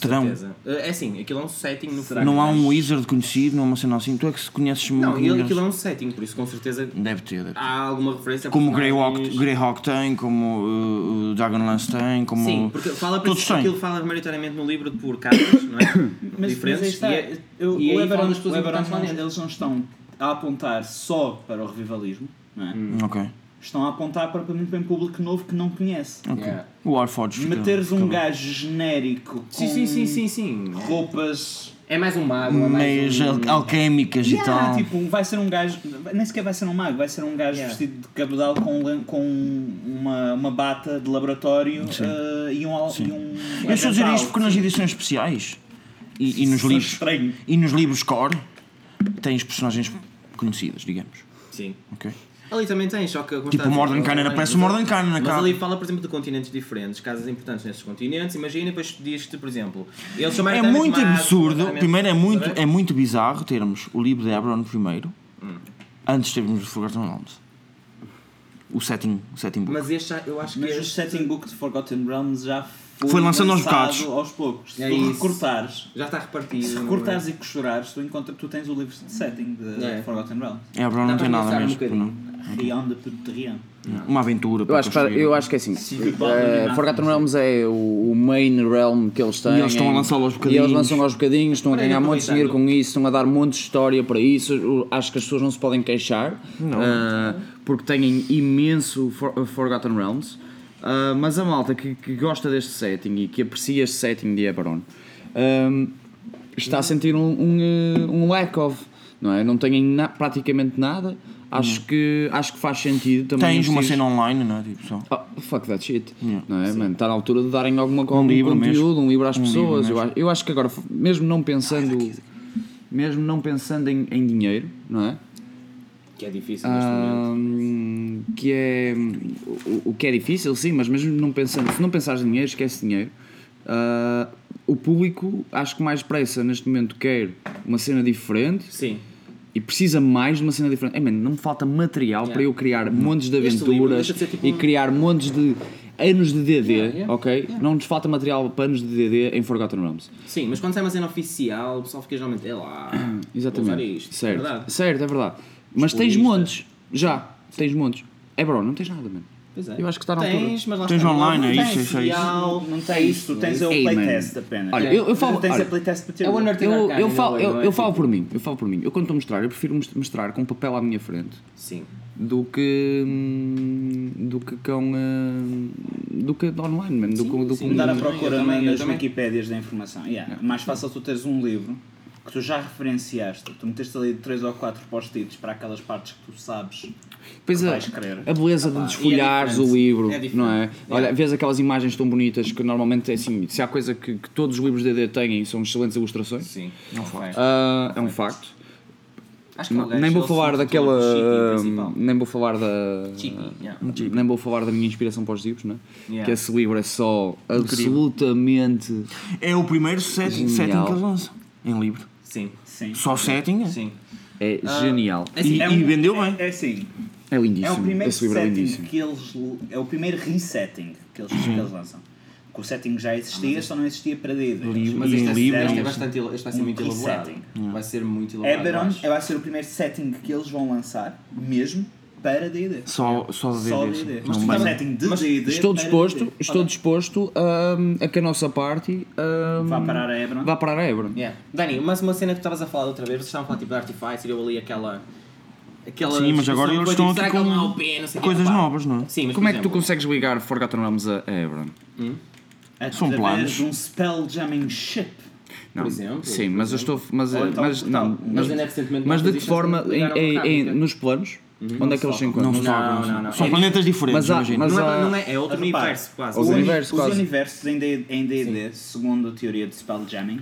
[SPEAKER 2] Terão.
[SPEAKER 3] Certeza. Ah, É assim, aquilo é um setting no fundo.
[SPEAKER 2] Não há um Wizard conhecido, não há uma cena assim. Tu é que se conheces
[SPEAKER 3] Não,
[SPEAKER 2] muito.
[SPEAKER 3] ele, aquilo é um setting, por isso com certeza
[SPEAKER 2] Deve ter, deve ter.
[SPEAKER 3] há alguma referência. a
[SPEAKER 2] Como o
[SPEAKER 3] personagens.
[SPEAKER 2] Greyhawk, Greyhawk tem, como uh, o Dragonlance tem, como.
[SPEAKER 3] Sim, porque fala
[SPEAKER 2] todos têm.
[SPEAKER 3] aquilo fala maioritariamente no livro de por caras, não é?
[SPEAKER 5] mas,
[SPEAKER 3] Diferentes.
[SPEAKER 5] mas aí está,
[SPEAKER 3] e é-
[SPEAKER 5] eu,
[SPEAKER 3] e aí
[SPEAKER 5] o
[SPEAKER 3] falam
[SPEAKER 5] Everon,
[SPEAKER 3] das pessoas
[SPEAKER 5] o Everon
[SPEAKER 3] importantes lá
[SPEAKER 5] não-
[SPEAKER 3] dentro.
[SPEAKER 2] Hum.
[SPEAKER 5] eles não estão a apontar só para o revivalismo, não é?
[SPEAKER 2] Ok.
[SPEAKER 5] estão a apontar propriamente para um público novo que não conhece.
[SPEAKER 2] Ok.
[SPEAKER 4] Yeah.
[SPEAKER 2] O Warforge fica-
[SPEAKER 5] Meteres um
[SPEAKER 2] fica bem.
[SPEAKER 5] gajo genérico com
[SPEAKER 3] Sim, sim, sim, sim, sim.
[SPEAKER 5] roupas.
[SPEAKER 3] É mais um mago, é mais
[SPEAKER 2] meias
[SPEAKER 3] um...
[SPEAKER 2] al- alquémicas e
[SPEAKER 5] Yeah,
[SPEAKER 2] tal.
[SPEAKER 5] tipo, vai ser um gajo. Nem sequer vai ser um mago, vai ser um gajo
[SPEAKER 3] Yeah.
[SPEAKER 5] vestido de cabedal com, um lan- com uma, uma bata de laboratório eh, e um. al-
[SPEAKER 2] Sim.
[SPEAKER 5] E um
[SPEAKER 2] Eu estou a dizer
[SPEAKER 5] avental.
[SPEAKER 2] isto porque nas edições especiais e, e nos
[SPEAKER 5] Sou
[SPEAKER 2] livros
[SPEAKER 5] estranho.
[SPEAKER 2] e nos livros core tens personagens conhecidas, digamos.
[SPEAKER 3] Sim.
[SPEAKER 2] ok? É
[SPEAKER 3] Ali também tem, só que... como
[SPEAKER 2] Tipo
[SPEAKER 3] está a
[SPEAKER 2] o
[SPEAKER 3] dizer,
[SPEAKER 2] Morden Cannon,
[SPEAKER 3] mas-
[SPEAKER 2] aparece o Morden Cannon na
[SPEAKER 3] Mas
[SPEAKER 2] capa.
[SPEAKER 3] ali fala, por exemplo, de continentes diferentes, casas importantes nesses continentes. Imagina, depois diz-te, por exemplo... Eles chamaram
[SPEAKER 2] É
[SPEAKER 3] também de
[SPEAKER 2] muito
[SPEAKER 3] magos,
[SPEAKER 2] absurdo.
[SPEAKER 3] claramente,
[SPEAKER 2] Primeiro é muito,
[SPEAKER 3] sabe?
[SPEAKER 2] é muito bizarro termos o livro de Hebron primeiro.
[SPEAKER 3] Hum.
[SPEAKER 2] Antes termos o Forgotten Realms. O setting, o setting book.
[SPEAKER 3] Mas este eu acho que é
[SPEAKER 5] Mas o
[SPEAKER 3] este
[SPEAKER 5] setting book de Forgotten Realms já foi,
[SPEAKER 2] Foi lançando aos
[SPEAKER 5] lançado
[SPEAKER 2] bocados.
[SPEAKER 5] aos poucos. Se
[SPEAKER 3] É
[SPEAKER 5] tu
[SPEAKER 3] isso.
[SPEAKER 5] recortares,
[SPEAKER 3] já está repartido.
[SPEAKER 5] se
[SPEAKER 3] não é?
[SPEAKER 5] recortares e costurares, tu, encontra, tu tens o livro de setting de
[SPEAKER 3] É.
[SPEAKER 5] Forgotten Realms.
[SPEAKER 2] Hebron
[SPEAKER 3] dá
[SPEAKER 2] não
[SPEAKER 3] para
[SPEAKER 2] tem nada
[SPEAKER 3] pensar um
[SPEAKER 2] mesmo.
[SPEAKER 3] bocadinho.
[SPEAKER 5] Rion de Puterrion.
[SPEAKER 2] não. Uma aventura.
[SPEAKER 4] Eu
[SPEAKER 2] para
[SPEAKER 4] acho, que-
[SPEAKER 2] construir.
[SPEAKER 4] eu acho que é assim.
[SPEAKER 5] Civil
[SPEAKER 4] eh,
[SPEAKER 5] War,
[SPEAKER 4] Forgotten Realms é o, o main realm que eles têm.
[SPEAKER 2] né? E eles estão a lançá-lo aos
[SPEAKER 4] E eles
[SPEAKER 2] bocadinhos.
[SPEAKER 4] lançam aos bocadinhos, estão a
[SPEAKER 3] Olha,
[SPEAKER 4] ganhar
[SPEAKER 3] ainda
[SPEAKER 4] montes de dinheiro com
[SPEAKER 3] aproveitando.
[SPEAKER 4] isso, estão a dar montes de história para isso. Eu Acho que as pessoas não se podem queixar. eh, porque têm imenso For- eh, Forgotten Realms. Ah, mas a malta que, que gosta deste setting e que aprecia este setting de Eberron ahm, está a sentir um, um, eh, um lack of. Não, é? não têm na- praticamente nada. Acho, que, acho que faz sentido também.
[SPEAKER 2] Hum. Tens uma
[SPEAKER 4] investir-
[SPEAKER 2] cena online, não é? Tipo, só.
[SPEAKER 4] Oh, fuck that shit.
[SPEAKER 2] Yeah.
[SPEAKER 4] Não é, mano? Está na altura de darem alguma algum
[SPEAKER 2] livro
[SPEAKER 4] conteúdo,
[SPEAKER 2] mesmo.
[SPEAKER 4] um livro às
[SPEAKER 2] Um
[SPEAKER 4] pessoas.
[SPEAKER 2] livro
[SPEAKER 4] eu, acho, eu acho que agora, mesmo não pensando, mesmo não pensando em, em dinheiro, não é?
[SPEAKER 3] Que é difícil neste momento.
[SPEAKER 4] Ahm, que é o, o que é difícil, sim, mas mesmo não pensando, se não pensares em dinheiro, esquece dinheiro. Ah, o público, acho que mais pressa neste momento quer uma cena diferente
[SPEAKER 3] Sim.
[SPEAKER 4] e precisa mais de uma cena diferente. Ei, mano, não me falta material
[SPEAKER 3] Yeah.
[SPEAKER 4] para eu criar montes de
[SPEAKER 3] Este livro
[SPEAKER 4] aventuras
[SPEAKER 3] deixa de ser tipo
[SPEAKER 4] e
[SPEAKER 3] um-
[SPEAKER 4] criar montes de anos de DD,
[SPEAKER 3] Yeah, yeah,
[SPEAKER 4] ok? Não nos falta material para anos de DD em Forgotten Realms.
[SPEAKER 3] Sim, mas quando sai uma cena oficial, o pessoal fica geralmente. É lá.
[SPEAKER 4] Exatamente.
[SPEAKER 3] vou usar isto.
[SPEAKER 4] Certo.
[SPEAKER 3] É verdade. Tipo
[SPEAKER 4] certo, é verdade. Mas tens
[SPEAKER 3] Explorista.
[SPEAKER 4] montes, já, tens montes. É bro, não tens nada, mano.
[SPEAKER 3] Pois é.
[SPEAKER 4] Eu acho que está na altura.
[SPEAKER 3] Tens, mas lá
[SPEAKER 2] Tens
[SPEAKER 3] está,
[SPEAKER 2] online,
[SPEAKER 3] não
[SPEAKER 2] é
[SPEAKER 3] tens
[SPEAKER 2] isso, é isso, é isso.
[SPEAKER 3] oficial,
[SPEAKER 5] Não tens isso, tu tens é o
[SPEAKER 4] Ei,
[SPEAKER 5] playtest
[SPEAKER 4] mano.
[SPEAKER 5] apenas.
[SPEAKER 4] Olha, eu, eu falo.
[SPEAKER 5] tu tens
[SPEAKER 4] olha,
[SPEAKER 5] a playtest para ter.
[SPEAKER 3] É o Undertale.
[SPEAKER 4] eu, eu,
[SPEAKER 3] Arcane,
[SPEAKER 4] falo,
[SPEAKER 3] não é,
[SPEAKER 4] eu,
[SPEAKER 3] não é?
[SPEAKER 4] eu falo por mim, eu falo por mim. Eu quando estou a mostrar, eu prefiro mos- mostrar com papel à minha frente
[SPEAKER 3] Sim.
[SPEAKER 4] do que hum, do que com hum, do que online, mano, do que do que
[SPEAKER 3] sim.
[SPEAKER 5] um, Andar à
[SPEAKER 3] Eu
[SPEAKER 5] procura
[SPEAKER 3] também, eu
[SPEAKER 5] nas
[SPEAKER 3] também.
[SPEAKER 5] Wikipédias da informação. Yeah. Mais fácil tu teres um livro que tu já referenciaste, tu meteste ali 3 ou 4 post-its para aquelas partes que tu sabes
[SPEAKER 4] Pois
[SPEAKER 5] que
[SPEAKER 4] é,
[SPEAKER 5] vais querer.
[SPEAKER 4] a beleza
[SPEAKER 3] Epá,
[SPEAKER 4] de
[SPEAKER 3] e
[SPEAKER 4] desfolhares
[SPEAKER 3] é
[SPEAKER 4] o
[SPEAKER 3] diferente.
[SPEAKER 4] livro,
[SPEAKER 3] É diferente.
[SPEAKER 4] não é?
[SPEAKER 3] É.
[SPEAKER 4] Olha, vês aquelas imagens tão bonitas que normalmente é assim, se há coisa que, que todos os livros de DD têm são excelentes ilustrações.
[SPEAKER 3] Sim. Não faz.
[SPEAKER 4] Ah, é um facto.
[SPEAKER 3] Acho que é um gajo,
[SPEAKER 4] nem vou
[SPEAKER 3] ele
[SPEAKER 4] falar
[SPEAKER 3] se
[SPEAKER 4] daquela. hum,
[SPEAKER 3] torna chique, principal. Hum,
[SPEAKER 4] Nem vou falar da.
[SPEAKER 3] Chique, yeah.
[SPEAKER 4] Nem vou falar da minha inspiração para os livros, não é?
[SPEAKER 3] Yeah.
[SPEAKER 4] Que esse livro é só absolutamente.
[SPEAKER 2] É o primeiro setting, setting
[SPEAKER 4] Genial.
[SPEAKER 2] que eles lançam em livro.
[SPEAKER 3] Sim.
[SPEAKER 5] Sim.
[SPEAKER 2] Só setting? é? um-
[SPEAKER 3] Sim.
[SPEAKER 4] É genial.
[SPEAKER 3] É assim,
[SPEAKER 2] E-
[SPEAKER 3] é
[SPEAKER 2] e vendeu bem.
[SPEAKER 5] É, é assim,
[SPEAKER 4] É lindíssimo.
[SPEAKER 5] é o primeiro
[SPEAKER 4] esse livro é
[SPEAKER 5] setting
[SPEAKER 4] lindíssimo.
[SPEAKER 5] que eles. É o primeiro resetting que eles, que eles lançam. Que o setting já existia, só não existia para DD.
[SPEAKER 2] Livro,
[SPEAKER 3] Mas
[SPEAKER 2] e
[SPEAKER 3] este,
[SPEAKER 2] em
[SPEAKER 3] é-
[SPEAKER 2] livro,
[SPEAKER 3] este é
[SPEAKER 2] e-
[SPEAKER 3] bastante, este vai ser
[SPEAKER 5] um
[SPEAKER 3] muito elaborado.
[SPEAKER 5] resetting.
[SPEAKER 3] Vai ser muito elaborado.
[SPEAKER 5] Eberron
[SPEAKER 3] eu acho.
[SPEAKER 5] vai ser o primeiro setting que eles vão lançar, mesmo para DD.
[SPEAKER 2] Só, só de
[SPEAKER 5] Só
[SPEAKER 2] DD.
[SPEAKER 5] DD.
[SPEAKER 2] Não
[SPEAKER 5] Mas
[SPEAKER 2] vai-
[SPEAKER 5] um setting de DD.
[SPEAKER 4] Estou
[SPEAKER 5] para
[SPEAKER 4] disposto,
[SPEAKER 5] DD.
[SPEAKER 4] estou disposto hum, a que a nossa party hum,
[SPEAKER 5] Vá parar a Eberron.
[SPEAKER 4] vá parar a Ebron.
[SPEAKER 3] Yeah. Dani, mas uma cena que estavas a falar da outra vez, vocês estavam a falar tipo de Artificer, eu ali aquela. aquela
[SPEAKER 2] Sim, mas agora eles
[SPEAKER 3] discussão,
[SPEAKER 2] estão
[SPEAKER 3] tipo,
[SPEAKER 2] aqui
[SPEAKER 3] será que ele não é
[SPEAKER 2] com
[SPEAKER 3] o P, não sei o quê,
[SPEAKER 2] coisas
[SPEAKER 3] pá.
[SPEAKER 2] novas, não é?
[SPEAKER 3] Sim, mas
[SPEAKER 4] Como
[SPEAKER 3] por
[SPEAKER 4] é que tu
[SPEAKER 3] exemplo,
[SPEAKER 4] consegues ligar Forgotten Realms a a Ebron?
[SPEAKER 2] São
[SPEAKER 5] através
[SPEAKER 2] planos.
[SPEAKER 5] de um spell jamming ship.
[SPEAKER 4] Não.
[SPEAKER 3] Por exemplo,
[SPEAKER 4] Sim,
[SPEAKER 3] por
[SPEAKER 4] mas eu estou. Mas,
[SPEAKER 5] Ou então,
[SPEAKER 4] mas, não,
[SPEAKER 5] portanto,
[SPEAKER 4] mas,
[SPEAKER 3] eles ainda recentemente
[SPEAKER 4] mas de que
[SPEAKER 3] não
[SPEAKER 4] forma? Em,
[SPEAKER 3] fizeram
[SPEAKER 4] em-
[SPEAKER 3] uma
[SPEAKER 4] em-
[SPEAKER 3] gráfica.
[SPEAKER 4] nos planos? Onde é que eles se encontram?
[SPEAKER 2] Não, se fala,
[SPEAKER 3] Não,
[SPEAKER 2] não se-
[SPEAKER 3] não, não.
[SPEAKER 2] São
[SPEAKER 3] É-
[SPEAKER 2] planetas diferentes,
[SPEAKER 4] mas há-
[SPEAKER 2] imagina.
[SPEAKER 4] mas
[SPEAKER 3] Não
[SPEAKER 4] há-
[SPEAKER 3] é, não é, é outro
[SPEAKER 5] Repara,
[SPEAKER 3] universo quase.
[SPEAKER 5] Os,
[SPEAKER 4] Os
[SPEAKER 5] uni-
[SPEAKER 4] universos,
[SPEAKER 5] os
[SPEAKER 4] quase.
[SPEAKER 5] universos em D- em D&D, segundo a teoria de spell jamming,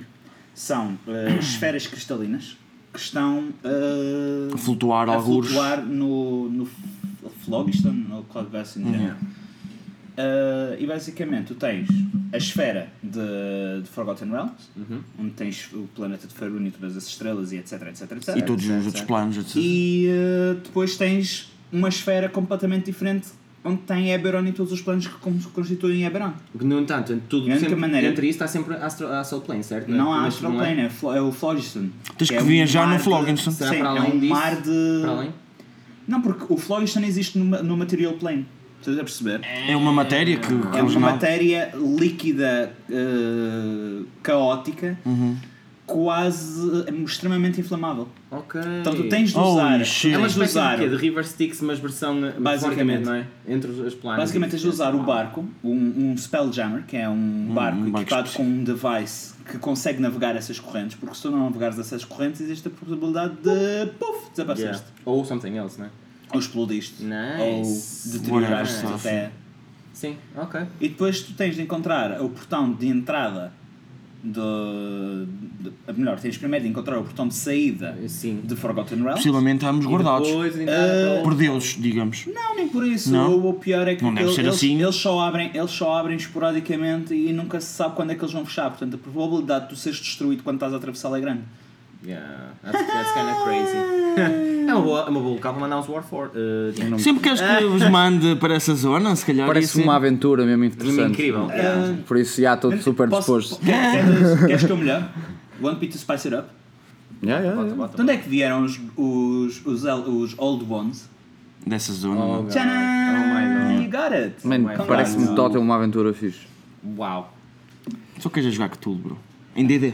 [SPEAKER 5] são eh, esferas cristalinas que estão eh,
[SPEAKER 2] A flutuar
[SPEAKER 5] a
[SPEAKER 2] algures.
[SPEAKER 5] flutuar no, no Flogiston, no Cloud Basin Uh, E basicamente tu tens a esfera de, de Forgotten Realms,
[SPEAKER 2] Uhum.
[SPEAKER 5] onde tens o planeta de Faruni, todas as estrelas e etc, etc, etc.
[SPEAKER 2] E todos os outros planos, assim. etc.
[SPEAKER 5] E eh, depois tens uma esfera completamente diferente onde tem Eberron e todos os planos que con- constituem Eberron.
[SPEAKER 3] No entanto, entre tudo
[SPEAKER 5] A única
[SPEAKER 3] sempre,
[SPEAKER 5] maneira-
[SPEAKER 3] entre isso está sempre a Astro, Astral Plane, certo?
[SPEAKER 5] Não há
[SPEAKER 3] Mas
[SPEAKER 5] Astroplane, é, Flo- é o Flogiston.
[SPEAKER 2] Tens que
[SPEAKER 5] é um
[SPEAKER 2] viajar no
[SPEAKER 5] mar de-
[SPEAKER 2] Flogiston.
[SPEAKER 5] Sim,
[SPEAKER 3] Será para
[SPEAKER 5] é
[SPEAKER 3] além
[SPEAKER 5] um
[SPEAKER 3] disso?
[SPEAKER 5] mar de...
[SPEAKER 3] Para além?
[SPEAKER 5] Não, porque o Flogiston existe no, ma- no Material Plane. Estás a perceber?
[SPEAKER 2] É uma matéria que, que
[SPEAKER 5] É
[SPEAKER 2] eles não. Uhum.
[SPEAKER 5] uma matéria líquida, eh, caótica, quase é extremamente inflamável.
[SPEAKER 3] Ok.
[SPEAKER 5] Então tu tens de
[SPEAKER 2] Holy
[SPEAKER 5] usar,
[SPEAKER 2] shit.
[SPEAKER 5] tu
[SPEAKER 3] É uma
[SPEAKER 5] tens de
[SPEAKER 3] espécie de,
[SPEAKER 5] usar,
[SPEAKER 3] quê? de River Sticks, mas versão eh,
[SPEAKER 5] Basicamente.
[SPEAKER 3] fortemente, não é? Entre os- as planas. Ah,
[SPEAKER 5] basicamente tens de usar o barco, um, um spelljammer, que é um barco
[SPEAKER 2] Uhum, barco
[SPEAKER 5] equipado com um device que consegue navegar essas correntes, porque se tu não navegares essas correntes existe a probabilidade de puf, desapareceste.
[SPEAKER 3] Yeah. Ou something else, não é?
[SPEAKER 5] Ou explodiste.
[SPEAKER 3] Nice.
[SPEAKER 5] Ou deterioraste
[SPEAKER 3] Whatever.
[SPEAKER 5] até.
[SPEAKER 3] Sim, ok.
[SPEAKER 5] E depois tu tens de encontrar o portão de entrada do. de- a melhor, tens primeiro de encontrar o portão de saída
[SPEAKER 3] Eh, Sim.
[SPEAKER 5] de Forgotten Realms.
[SPEAKER 2] Possivelmente ambos guardados.
[SPEAKER 3] Depois, ainda
[SPEAKER 5] Ah,
[SPEAKER 2] Por deuses, digamos.
[SPEAKER 5] Não, nem por isso.
[SPEAKER 2] Não?
[SPEAKER 5] O, o pior é que
[SPEAKER 2] Não deve
[SPEAKER 5] ele-
[SPEAKER 2] ser
[SPEAKER 5] eles,
[SPEAKER 2] assim.
[SPEAKER 5] eles só abrem, eles só abrem esporadicamente e nunca se sabe quando é que eles vão fechar. Portanto, a probabilidade de tu seres destruído quando estás a atravessá-la é grande.
[SPEAKER 3] Yeah, that's, that's kind of crazy. é uma boa, é uma boa local para mandar uns War for. Uh, dinheiro.
[SPEAKER 2] Sempre queres que vos mande para essa zona, se calhar.
[SPEAKER 4] Parece
[SPEAKER 2] ia ser-
[SPEAKER 4] uma aventura mesmo interessante.
[SPEAKER 3] é incrível.
[SPEAKER 5] Ah,
[SPEAKER 4] Por isso, já estou super
[SPEAKER 5] posso-
[SPEAKER 4] disposto.
[SPEAKER 5] Queres queres que eu melhor? Want me to spice it up?
[SPEAKER 4] Yeah, yeah, yeah.
[SPEAKER 5] De onde é que vieram os, os, os, el- os Old Ones?
[SPEAKER 2] Dessa zona.
[SPEAKER 3] Oh,
[SPEAKER 2] não. é?
[SPEAKER 3] God.
[SPEAKER 5] Tcharam!
[SPEAKER 3] Oh
[SPEAKER 5] you
[SPEAKER 3] my
[SPEAKER 5] got it!
[SPEAKER 4] Man,
[SPEAKER 3] Come
[SPEAKER 4] parece-me
[SPEAKER 5] on.
[SPEAKER 4] total uma aventura fixe.
[SPEAKER 3] god. Uau.
[SPEAKER 2] Só queres jogar Cthulhu, bro. Em DD.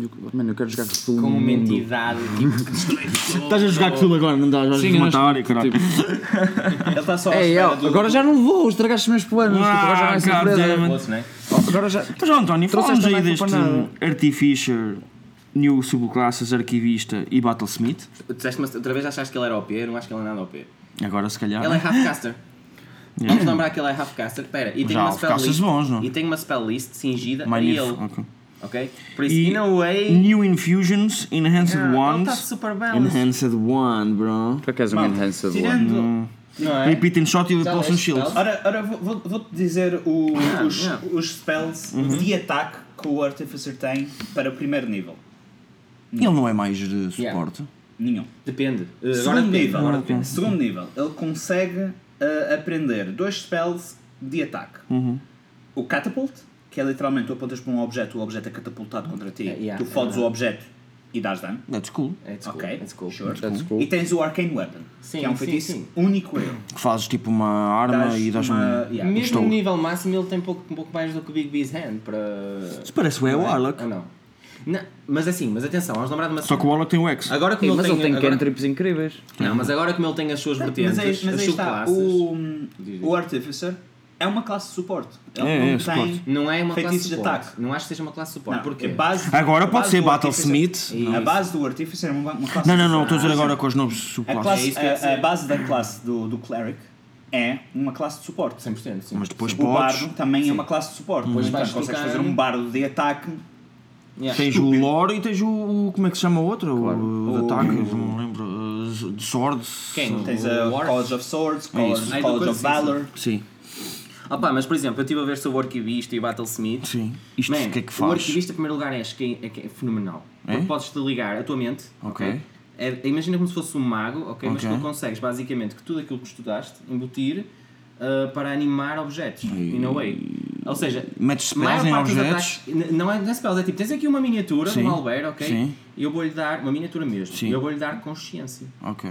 [SPEAKER 4] Eu, mano, eu quero jogar com um todo
[SPEAKER 3] Como uma
[SPEAKER 4] mundo.
[SPEAKER 3] entidade tipo que destrói tudo.
[SPEAKER 2] Estás a jogar Cthulhu agora, não estás? Vais
[SPEAKER 4] Sim, tipo, eu
[SPEAKER 2] matar
[SPEAKER 4] não-
[SPEAKER 2] e caralho.
[SPEAKER 5] Ele está
[SPEAKER 3] É,
[SPEAKER 5] só à
[SPEAKER 4] Ei,
[SPEAKER 5] espera
[SPEAKER 4] eu,
[SPEAKER 5] do-
[SPEAKER 4] agora já não vou, estragaste os meus planos. tipo, agora já não é
[SPEAKER 2] Ah,
[SPEAKER 4] surpresa.
[SPEAKER 2] goddamn.
[SPEAKER 3] Poço, não é?
[SPEAKER 4] Agora já.
[SPEAKER 2] Mas, ó, António, falamos
[SPEAKER 4] Trouxeste
[SPEAKER 2] aí
[SPEAKER 4] também
[SPEAKER 2] deste
[SPEAKER 4] para nada.
[SPEAKER 2] Artificer, New Subclasses, Arquivista e Battlesmith.
[SPEAKER 3] Disseste uma- outra vez achaste que ele era OP, eu não acho que ele é nada OP.
[SPEAKER 2] Agora, se calhar.
[SPEAKER 3] Ele é half-caster. Vamos lembrar que ele é half-caster. Espera, e tem
[SPEAKER 2] Já,
[SPEAKER 3] uma spell
[SPEAKER 2] half-casters
[SPEAKER 3] list.
[SPEAKER 2] bons, não?
[SPEAKER 3] E tem uma spell list cingida a
[SPEAKER 2] Minif-
[SPEAKER 3] ele.
[SPEAKER 2] ok.
[SPEAKER 3] Ok? Por isso,
[SPEAKER 2] E-
[SPEAKER 3] in a way.
[SPEAKER 2] New Infusions, Enhanced
[SPEAKER 3] Yeah, ele está
[SPEAKER 2] Wands.
[SPEAKER 3] super balanced.
[SPEAKER 2] Enhanced Wand, bro.
[SPEAKER 4] Tu é que és um
[SPEAKER 5] Mano,
[SPEAKER 4] enhanced one.
[SPEAKER 5] Tirando.
[SPEAKER 3] Não é?
[SPEAKER 2] Repeat and Shot e o Possum
[SPEAKER 3] leste
[SPEAKER 2] Shield.
[SPEAKER 3] spells?
[SPEAKER 5] Ora, ora vou- vou- vou-te dizer o-
[SPEAKER 3] Ah,
[SPEAKER 5] os,
[SPEAKER 3] yeah. Uhum.
[SPEAKER 5] os spells de ataque que o Artificer tem para o primeiro nível.
[SPEAKER 2] Ele não é mais de suporte.
[SPEAKER 5] Nenhum.
[SPEAKER 3] Depende. Uh, Agora
[SPEAKER 5] Segundo
[SPEAKER 3] depende.
[SPEAKER 5] nível.
[SPEAKER 2] agora depende.
[SPEAKER 5] Segundo nível. Ele consegue ah, aprender dois spells de ataque.
[SPEAKER 3] Uhum.
[SPEAKER 5] O Catapult, que é literalmente tu apontas para um objeto, o objeto é catapultado contra ti.
[SPEAKER 3] Eh, yeah,
[SPEAKER 5] tu
[SPEAKER 3] é
[SPEAKER 5] fodes o
[SPEAKER 3] verdade.
[SPEAKER 5] objeto e dás dano.
[SPEAKER 2] That's cool.
[SPEAKER 3] It's cool.
[SPEAKER 5] Ok,
[SPEAKER 3] It's cool.
[SPEAKER 5] sure.
[SPEAKER 4] That's cool.
[SPEAKER 5] E tens o Arcane Weapon,
[SPEAKER 3] Uhum. Sim,
[SPEAKER 5] que é um
[SPEAKER 3] sim,
[SPEAKER 5] feitiço
[SPEAKER 3] sim.
[SPEAKER 5] único a ele.
[SPEAKER 2] Que fazes tipo uma arma
[SPEAKER 5] Dás
[SPEAKER 2] e dás
[SPEAKER 5] uma-
[SPEAKER 2] um.
[SPEAKER 5] yeah.
[SPEAKER 3] Mesmo
[SPEAKER 2] Estou.
[SPEAKER 3] no nível máximo, ele tem pouco, um pouco mais do que o Big B's Hand para.
[SPEAKER 2] Isso parece o é o Warlock.
[SPEAKER 3] Ou não? Não, Mas assim, mas atenção, vamos lembrar de uma
[SPEAKER 2] Só que o Warlock tem o X.
[SPEAKER 3] Agora
[SPEAKER 4] Ei,
[SPEAKER 3] como
[SPEAKER 4] mas
[SPEAKER 3] ele
[SPEAKER 4] ele
[SPEAKER 3] tem.
[SPEAKER 4] tem
[SPEAKER 3] agora-
[SPEAKER 4] cantrips incríveis.
[SPEAKER 3] Não, mas agora como ele tem as suas vertentes,
[SPEAKER 5] Mas aí, mas
[SPEAKER 3] as
[SPEAKER 5] aí
[SPEAKER 3] suas
[SPEAKER 5] está,
[SPEAKER 3] classes.
[SPEAKER 5] o,
[SPEAKER 3] Diz, diz.
[SPEAKER 5] o Artificer é uma classe de suporte. Ele
[SPEAKER 2] É,
[SPEAKER 5] não
[SPEAKER 2] é,
[SPEAKER 5] tem...
[SPEAKER 2] suporte.
[SPEAKER 3] Não é uma classe
[SPEAKER 5] Feitiços de
[SPEAKER 3] de suporte.
[SPEAKER 5] ataque.
[SPEAKER 3] Não acho que seja uma classe de suporte.
[SPEAKER 5] Não,
[SPEAKER 3] Porquê?
[SPEAKER 5] a base-
[SPEAKER 2] Agora
[SPEAKER 5] a
[SPEAKER 2] pode
[SPEAKER 5] base
[SPEAKER 2] ser
[SPEAKER 5] do
[SPEAKER 2] Battlesmith.
[SPEAKER 5] Artificer- A base do Artificer é uma, uma classe
[SPEAKER 2] Não, não,
[SPEAKER 5] de
[SPEAKER 2] não, estou a
[SPEAKER 5] suporte.
[SPEAKER 2] dizer agora com os novos
[SPEAKER 5] A,
[SPEAKER 2] subclasses.
[SPEAKER 5] classe,
[SPEAKER 3] É isso que eu ia
[SPEAKER 5] a- a,
[SPEAKER 3] dizer.
[SPEAKER 5] base da classe do, do Cleric é uma classe de suporte.
[SPEAKER 3] 100%, sim.
[SPEAKER 2] Mas depois
[SPEAKER 5] O
[SPEAKER 2] podes.
[SPEAKER 5] bardo também é uma classe de suporte. Pois
[SPEAKER 3] vais
[SPEAKER 5] consegues
[SPEAKER 3] tocar-
[SPEAKER 5] fazer um bardo de ataque.
[SPEAKER 3] Yeah.
[SPEAKER 2] Tens o lore e tens o. o- Como é que se chama o outro? O de
[SPEAKER 5] O-
[SPEAKER 2] ataque, não me lembro. uh, De Swords.
[SPEAKER 3] Quem?
[SPEAKER 2] uh,
[SPEAKER 5] Tens
[SPEAKER 3] O
[SPEAKER 5] a
[SPEAKER 3] War-
[SPEAKER 5] College of Swords, College,
[SPEAKER 2] É isso.
[SPEAKER 3] Ai, do
[SPEAKER 5] College
[SPEAKER 3] coisa,
[SPEAKER 5] of
[SPEAKER 3] sim, sim.
[SPEAKER 5] Valor.
[SPEAKER 2] Sim,
[SPEAKER 3] Opa, mas por exemplo, eu estive a ver sobre o Arquivista e o Battlesmith.
[SPEAKER 2] sim. Isto
[SPEAKER 3] Man,
[SPEAKER 2] o que é que
[SPEAKER 3] O
[SPEAKER 2] faz?
[SPEAKER 3] arquivista, em primeiro lugar, acho que é, é que é fenomenal.
[SPEAKER 2] É?
[SPEAKER 3] Porque podes-te ligar a tua mente.
[SPEAKER 2] Ok.
[SPEAKER 3] Ok. É- imagina como se fosse um mago, ok? Mas
[SPEAKER 2] Ok.
[SPEAKER 3] tu consegues, basicamente, que tudo aquilo que estudaste, embutir ah, para animar objetos. In a way. Ou seja,
[SPEAKER 2] Metes
[SPEAKER 3] a maior
[SPEAKER 2] spells em
[SPEAKER 3] parte dos
[SPEAKER 2] objetos.
[SPEAKER 3] ataques- n- não é não é spells, é tipo, tens aqui uma miniatura
[SPEAKER 2] Sim.
[SPEAKER 3] de um alber, ok?
[SPEAKER 2] Sim.
[SPEAKER 3] E eu vou-lhe dar, uma miniatura mesmo,
[SPEAKER 2] Sim.
[SPEAKER 3] e eu vou-lhe dar consciência.
[SPEAKER 2] Ok.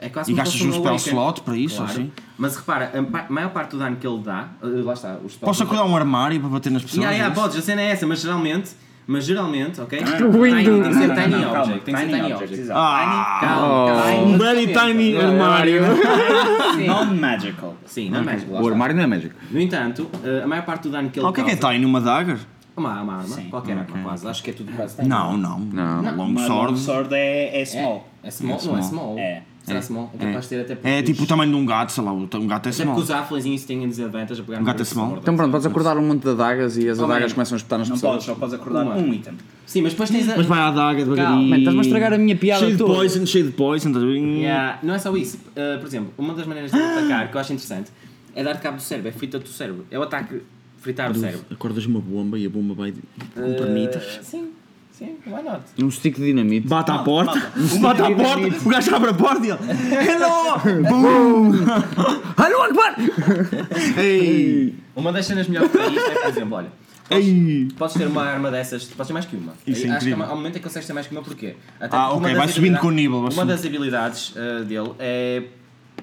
[SPEAKER 3] É quase
[SPEAKER 2] E
[SPEAKER 3] como
[SPEAKER 2] gastas
[SPEAKER 3] se fosse
[SPEAKER 2] um spell
[SPEAKER 3] awaken.
[SPEAKER 2] slot para isso,
[SPEAKER 3] Claro.
[SPEAKER 2] assim?
[SPEAKER 3] Mas repara, a pa- maior parte do dano que ele dá, ah, lá está, os spells.
[SPEAKER 2] Posso acordar um armário para bater nas pessoas?
[SPEAKER 3] Yeah, yeah,
[SPEAKER 2] é isso?
[SPEAKER 3] podes, a cena é essa, mas geralmente, mas geralmente, ok? Tiny,
[SPEAKER 4] Window.
[SPEAKER 3] tem que ser tiny
[SPEAKER 5] Não, calma,
[SPEAKER 3] object, tem que ser tiny object.
[SPEAKER 5] exato.
[SPEAKER 2] Ah,
[SPEAKER 3] Calma, calma.
[SPEAKER 2] um very tiny armário.
[SPEAKER 5] Tiny- Non-magical.
[SPEAKER 3] Sim, não é mágico, lá
[SPEAKER 4] O
[SPEAKER 3] está.
[SPEAKER 4] armário não é mágico.
[SPEAKER 3] No entanto, eh, a maior parte do dano que ele
[SPEAKER 2] O que é que é
[SPEAKER 3] causa-
[SPEAKER 2] tiny? Uma dagger?
[SPEAKER 3] Uma, uma arma,
[SPEAKER 5] Sim.
[SPEAKER 3] qualquer arma quase, acho que é tudo quase tiny.
[SPEAKER 2] Não, não. Não. Long
[SPEAKER 5] Uma long
[SPEAKER 2] sword.
[SPEAKER 5] sword é, é small.
[SPEAKER 3] É, é small, não é small.
[SPEAKER 5] É.
[SPEAKER 3] Será small? É capaz de ter até porque
[SPEAKER 2] É
[SPEAKER 3] os-
[SPEAKER 2] tipo o tamanho de um gato, sei lá, um gato é
[SPEAKER 3] Até porque
[SPEAKER 2] small.
[SPEAKER 3] os afflins e isso têm desadvantage a pegar
[SPEAKER 2] Um gato
[SPEAKER 3] no
[SPEAKER 2] é small.
[SPEAKER 4] Então pronto, podes acordar um monte de adagas e as
[SPEAKER 3] Oh,
[SPEAKER 4] adagas
[SPEAKER 3] man.
[SPEAKER 4] começam a espetar nas
[SPEAKER 5] Não
[SPEAKER 4] pessoas.
[SPEAKER 5] podes, só podes acordar
[SPEAKER 3] Uma.
[SPEAKER 5] um item.
[SPEAKER 3] Sim, mas depois tens a...
[SPEAKER 2] Então, Mas vai à daga devagarinho.
[SPEAKER 3] Calma,
[SPEAKER 4] man, estás-me a estragar a minha piada
[SPEAKER 2] Cheio de
[SPEAKER 4] toda.
[SPEAKER 2] poison, cheio de poison. estás a ver?
[SPEAKER 3] Yeah, Não é só isso. Uh, por exemplo, uma das maneiras de
[SPEAKER 2] Ah!
[SPEAKER 3] atacar que eu acho interessante é dar cabo do cérebro, é fritar do cérebro. É o ataque fritar do cérebro. Uh,
[SPEAKER 2] Acordas uma bomba e a bomba vai com pernitas.
[SPEAKER 3] Sim, sim, why not?
[SPEAKER 4] Um stick de dinamite. Ah.
[SPEAKER 2] Bate à
[SPEAKER 5] Malta,
[SPEAKER 2] porta,
[SPEAKER 5] malta.
[SPEAKER 2] bate à porta, o gajo abre a porta e ele. Hello! Boom! Hello, Akbar! Ei!
[SPEAKER 3] Uma das cenas melhores para isto é, por exemplo, olha,
[SPEAKER 2] Ei!
[SPEAKER 3] podes ter uma arma dessas, podes ter mais que uma.
[SPEAKER 2] Isso é
[SPEAKER 3] Acho que
[SPEAKER 2] incrível.
[SPEAKER 3] há- há um momento em que consegues ter mais que uma, porquê? Até
[SPEAKER 2] Ah,
[SPEAKER 3] porque uma
[SPEAKER 2] ok,
[SPEAKER 3] das
[SPEAKER 2] vai subindo
[SPEAKER 3] habilidades-
[SPEAKER 2] com o nível, vai
[SPEAKER 3] Uma
[SPEAKER 2] subindo.
[SPEAKER 3] das habilidades eh, uh, dele é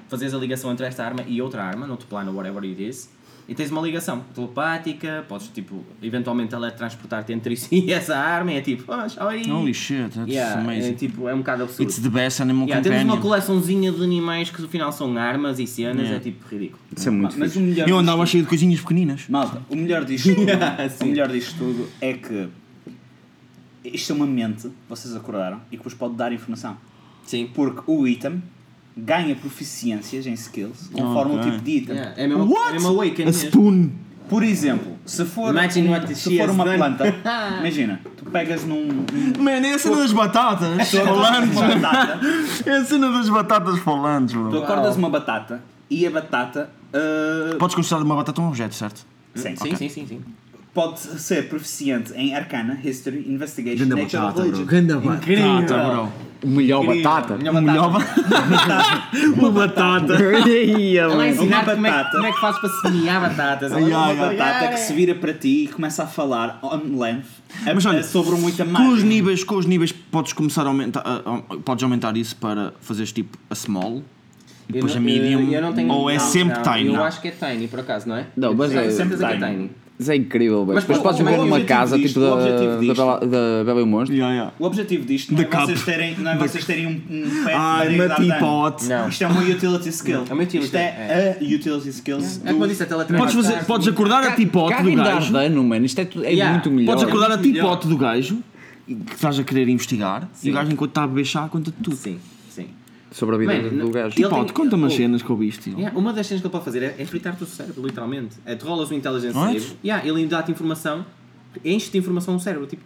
[SPEAKER 3] fazeres a ligação entre esta arma e outra arma, noutro plano, whatever it is, E tens uma ligação telepática, podes, tipo, eventualmente teletransportar-te entre si e essa arma, e é tipo, oh, olha
[SPEAKER 2] Holy shit, that's
[SPEAKER 3] yeah, é,
[SPEAKER 2] amazing.
[SPEAKER 3] tipo, é um bocado absurdo.
[SPEAKER 2] It's the best animal
[SPEAKER 3] Yeah, temos uma
[SPEAKER 2] companion.
[SPEAKER 3] coleçãozinha de animais que no final são armas e cenas, é tipo ridículo.
[SPEAKER 4] Isso é muito
[SPEAKER 5] Mas
[SPEAKER 4] fixe.
[SPEAKER 5] o melhor
[SPEAKER 2] Eu andava
[SPEAKER 5] disto-
[SPEAKER 2] cheio de coisinhas pequeninas.
[SPEAKER 5] Malta, o melhor disto tudo,
[SPEAKER 3] Sim.
[SPEAKER 5] o melhor disto tudo é que isto é uma mente, vocês acordaram, e que vos pode dar informação.
[SPEAKER 3] Sim.
[SPEAKER 5] Porque o item ganha proficiências em skills
[SPEAKER 2] Ok.
[SPEAKER 5] conforme o tipo de item.
[SPEAKER 3] É a mesma, é a mesma Awaken
[SPEAKER 2] A
[SPEAKER 3] mesmo.
[SPEAKER 2] spoon.
[SPEAKER 5] Por exemplo, se for,
[SPEAKER 3] Imagine
[SPEAKER 5] um-
[SPEAKER 3] what
[SPEAKER 5] se
[SPEAKER 3] she
[SPEAKER 5] for
[SPEAKER 3] has
[SPEAKER 5] uma
[SPEAKER 3] done.
[SPEAKER 5] planta, imagina, tu pegas num. num
[SPEAKER 2] Man, é a cena das batatas.
[SPEAKER 5] tu acordas uma batata,
[SPEAKER 2] É a cena das batatas falantes,
[SPEAKER 5] tu
[SPEAKER 2] bro.
[SPEAKER 5] acordas uma batata e a batata ah,
[SPEAKER 2] Podes considerar uma batata um objeto, certo?
[SPEAKER 5] sim,
[SPEAKER 3] Sim, sim, sim, sim.
[SPEAKER 5] pode ser proficiente em Arcana, History, Investigation,
[SPEAKER 4] Ganda
[SPEAKER 5] Nature
[SPEAKER 4] batata,
[SPEAKER 5] Religion.
[SPEAKER 4] bro. Ganda batata.
[SPEAKER 2] Tá,
[SPEAKER 4] O melhor batata.
[SPEAKER 3] Melhor batata.
[SPEAKER 2] bro.
[SPEAKER 4] Uma batata. Ia,
[SPEAKER 3] Ela
[SPEAKER 4] mano.
[SPEAKER 3] ensinar
[SPEAKER 5] Uma
[SPEAKER 3] como é, que-
[SPEAKER 5] batata.
[SPEAKER 3] como é que fazes para semear batatas. Ela
[SPEAKER 2] Yeah,
[SPEAKER 5] uma
[SPEAKER 2] yeah.
[SPEAKER 5] batata que se vira para ti e começa a falar on length a-
[SPEAKER 2] Mas olha,
[SPEAKER 5] a- sobre um item
[SPEAKER 2] com os
[SPEAKER 5] mágico.
[SPEAKER 2] níveis, com os níveis podes começar a aumentar, a- a- podes aumentar isso para fazeres tipo a small e depois
[SPEAKER 3] Eu
[SPEAKER 2] a
[SPEAKER 3] não-
[SPEAKER 2] é
[SPEAKER 3] eh,
[SPEAKER 2] medium
[SPEAKER 3] eu- eu não tenho-
[SPEAKER 2] ou é
[SPEAKER 3] não,
[SPEAKER 2] sempre
[SPEAKER 3] não,
[SPEAKER 2] tiny.
[SPEAKER 3] Eu acho que é tiny, por acaso, não é?
[SPEAKER 4] Não, mas
[SPEAKER 3] Sim,
[SPEAKER 4] é-
[SPEAKER 3] certeza que é
[SPEAKER 5] tiny.
[SPEAKER 3] tiny.
[SPEAKER 4] Isso é incrível, bem.
[SPEAKER 3] Mas
[SPEAKER 4] Depois
[SPEAKER 3] o-
[SPEAKER 4] podes
[SPEAKER 3] o
[SPEAKER 4] viver numa
[SPEAKER 5] objetivo
[SPEAKER 4] casa
[SPEAKER 5] disto,
[SPEAKER 4] tipo
[SPEAKER 5] o objetivo
[SPEAKER 4] da- da
[SPEAKER 5] disto-
[SPEAKER 4] Bela- da Bela e o Monstro.
[SPEAKER 2] Yeah, yeah.
[SPEAKER 5] O objetivo disto não é,
[SPEAKER 2] The cup.
[SPEAKER 5] vocês terem, não é vocês terem um, um pet
[SPEAKER 2] Ai,
[SPEAKER 5] para ir dar
[SPEAKER 2] meti
[SPEAKER 5] dano.
[SPEAKER 2] pote.
[SPEAKER 3] Não.
[SPEAKER 5] Isto é uma utility skill.
[SPEAKER 3] É uma utility,
[SPEAKER 5] Isto é,
[SPEAKER 3] é.
[SPEAKER 5] a utility skills
[SPEAKER 3] É como eu
[SPEAKER 5] do...
[SPEAKER 3] disse, a
[SPEAKER 2] Podes,
[SPEAKER 3] teletransportar.
[SPEAKER 2] fazer, podes acordar a tipote
[SPEAKER 4] Caga
[SPEAKER 2] do
[SPEAKER 4] em dar
[SPEAKER 2] gajo.
[SPEAKER 4] dano, mano. Isto é, tudo- é
[SPEAKER 3] Yeah.
[SPEAKER 4] muito melhor.
[SPEAKER 2] Podes acordar a
[SPEAKER 3] É melhor.
[SPEAKER 2] tipote do gajo que estás a querer investigar e o gajo enquanto está a beber chá conta-te tudo.
[SPEAKER 3] Sim, sim.
[SPEAKER 4] Sobre a vida
[SPEAKER 3] Mano,
[SPEAKER 4] do
[SPEAKER 3] não-
[SPEAKER 4] gajo.
[SPEAKER 3] ele-
[SPEAKER 2] Tipote,
[SPEAKER 3] tem-
[SPEAKER 2] conta-me as
[SPEAKER 3] Oh.
[SPEAKER 2] cenas que ouviste.
[SPEAKER 3] Yeah, uma das cenas que ele pode fazer é, é fritar-te o cérebro, literalmente. É, tu rolas um intelligence
[SPEAKER 2] What?
[SPEAKER 3] save, yeah, ele dá-te informação, enche-te de informação o cérebro, tipo...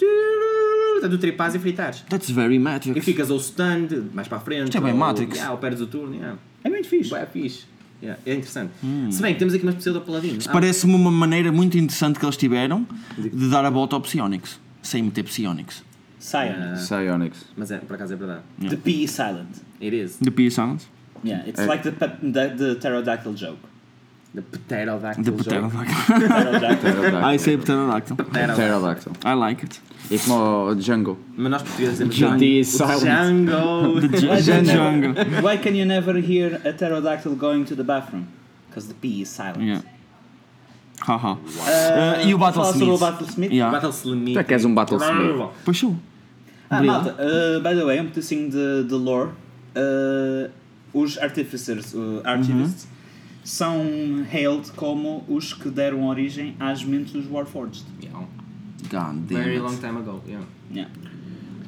[SPEAKER 3] tu do tripás e fritares.
[SPEAKER 2] That's very
[SPEAKER 3] E
[SPEAKER 2] Matrix.
[SPEAKER 3] ficas ou stunned, mais para a frente,
[SPEAKER 2] Isto é bem
[SPEAKER 3] ou,
[SPEAKER 2] Matrix.
[SPEAKER 3] Yeah, ou perdes o turno. Yeah. É muito fixe. É fixe. Yeah, é interessante.
[SPEAKER 2] Hum.
[SPEAKER 3] Se bem que temos aqui uma especial da Paladino. Ah,
[SPEAKER 2] Parece-me uma maneira muito interessante que eles tiveram de dar a volta ao Psionics, sem meter Psionics.
[SPEAKER 5] Silent.
[SPEAKER 4] Psionics.
[SPEAKER 3] Mas é, por acaso é verdade.
[SPEAKER 5] Uh, The P is silent.
[SPEAKER 3] It is.
[SPEAKER 2] The P Sounds.
[SPEAKER 5] Yeah,
[SPEAKER 3] É.
[SPEAKER 5] it's like the, pet- the, the pterodactyl joke.
[SPEAKER 3] The pterodactyl
[SPEAKER 2] The
[SPEAKER 3] joke.
[SPEAKER 2] Pterodactyl.
[SPEAKER 5] Pterodactyl.
[SPEAKER 2] I say Pterodactyl.
[SPEAKER 3] Pterodactyl.
[SPEAKER 4] Pterodactyl.
[SPEAKER 2] I like it.
[SPEAKER 4] E como o Django.
[SPEAKER 3] Mas nós portugueses um dizemos
[SPEAKER 4] Django.
[SPEAKER 3] Django.
[SPEAKER 4] is silent.
[SPEAKER 3] Django.
[SPEAKER 5] Why
[SPEAKER 2] Jan
[SPEAKER 5] can you
[SPEAKER 2] Django.
[SPEAKER 5] never- Why can you never hear a pterodactyl going to the bathroom? Because the P is silent.
[SPEAKER 2] Yeah. Haha. Uh, e o
[SPEAKER 5] Fala sobre
[SPEAKER 2] Battlesmith?
[SPEAKER 5] o Battlesmith?
[SPEAKER 2] Yeah.
[SPEAKER 3] Battle Slimmy.
[SPEAKER 4] Tu é que és um Battlesmith.
[SPEAKER 2] Pois sou.
[SPEAKER 5] Ah,
[SPEAKER 2] Obrigado.
[SPEAKER 5] malta, uh, by the way, um pedacinho de, de lore. Uh, os artificers, uh, artivists, são hailed como os que deram origem às mentes dos Warforged.
[SPEAKER 3] Yeah.
[SPEAKER 2] God
[SPEAKER 3] Very
[SPEAKER 2] damn
[SPEAKER 3] long
[SPEAKER 2] it.
[SPEAKER 3] time ago. Yeah.
[SPEAKER 5] Yeah.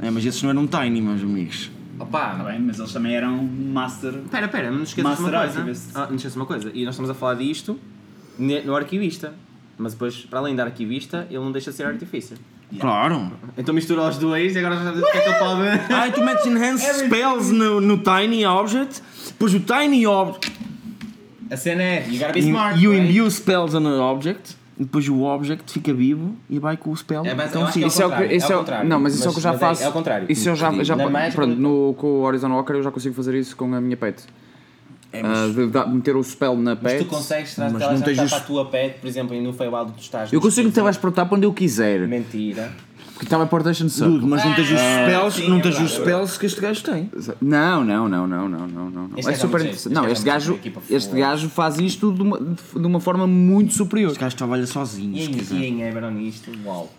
[SPEAKER 2] É, mas esses não eram tiny, meus amigos.
[SPEAKER 3] Opa,
[SPEAKER 5] Tá bem, mas eles também eram master.
[SPEAKER 3] Pera, pera, não esqueças uma
[SPEAKER 5] Master
[SPEAKER 3] coisa.
[SPEAKER 5] Archivist.
[SPEAKER 3] Ah, não esqueças uma coisa. E nós estamos a falar disto ne- no arquivista. Mas depois, para além de arquivista, ele não deixa de ser artificer.
[SPEAKER 2] Claro.
[SPEAKER 3] Então mistura os dois e agora já sabes o que é que ele pode.
[SPEAKER 2] Ai, tu metes enhanced spells no, no tiny object, depois o tiny object.
[SPEAKER 3] A cena é. You gotta be smart.
[SPEAKER 2] You
[SPEAKER 3] right?
[SPEAKER 2] imbue spells on an object, e depois o object fica vivo e vai com o spell.
[SPEAKER 3] É, mas eu
[SPEAKER 2] então
[SPEAKER 3] acho
[SPEAKER 2] sim.
[SPEAKER 3] que
[SPEAKER 4] Isso é o que.
[SPEAKER 3] contrário, é
[SPEAKER 4] Isso é
[SPEAKER 3] ao
[SPEAKER 4] o-
[SPEAKER 3] contrário.
[SPEAKER 4] não, mas isso é o
[SPEAKER 3] Mas-
[SPEAKER 4] que eu já
[SPEAKER 3] mas é-
[SPEAKER 4] faço.
[SPEAKER 3] é ao contrário.
[SPEAKER 4] Isso eu já. já
[SPEAKER 3] Na mais-
[SPEAKER 4] pronto, no, com o Horizon Walker eu já consigo fazer isso com a minha pet. Ah, de, dar- meter o spell na
[SPEAKER 3] Mas
[SPEAKER 4] pet.
[SPEAKER 3] tu consegues trazer
[SPEAKER 2] É,
[SPEAKER 3] tá
[SPEAKER 2] não tens
[SPEAKER 3] para a
[SPEAKER 2] isso.
[SPEAKER 3] tua pet, por exemplo, e no Feywild tu estás.
[SPEAKER 4] Eu
[SPEAKER 3] no-
[SPEAKER 4] consigo me transportar para onde eu quiser.
[SPEAKER 3] Mentira.
[SPEAKER 4] Porque teleportation
[SPEAKER 2] Dude,
[SPEAKER 4] suck.
[SPEAKER 2] é mas não tens os spells,
[SPEAKER 3] sim,
[SPEAKER 2] não
[SPEAKER 3] é
[SPEAKER 2] tens os
[SPEAKER 3] verdade.
[SPEAKER 2] spells que este gajo tem.
[SPEAKER 4] Não, não, não, não, não, não, não. não.
[SPEAKER 3] Este
[SPEAKER 4] É
[SPEAKER 3] gajo é
[SPEAKER 4] super
[SPEAKER 3] muito
[SPEAKER 4] interessante.
[SPEAKER 3] jeito.
[SPEAKER 4] Não, este
[SPEAKER 3] Este gajo é
[SPEAKER 4] gajo,
[SPEAKER 3] muito equipa
[SPEAKER 4] este
[SPEAKER 3] foda.
[SPEAKER 4] gajo faz isto de uma, de uma forma muito superior.
[SPEAKER 2] Este gajo trabalha sozinho,
[SPEAKER 3] E
[SPEAKER 2] se
[SPEAKER 3] em-
[SPEAKER 2] quiser.
[SPEAKER 3] e em Eberon isto, uau.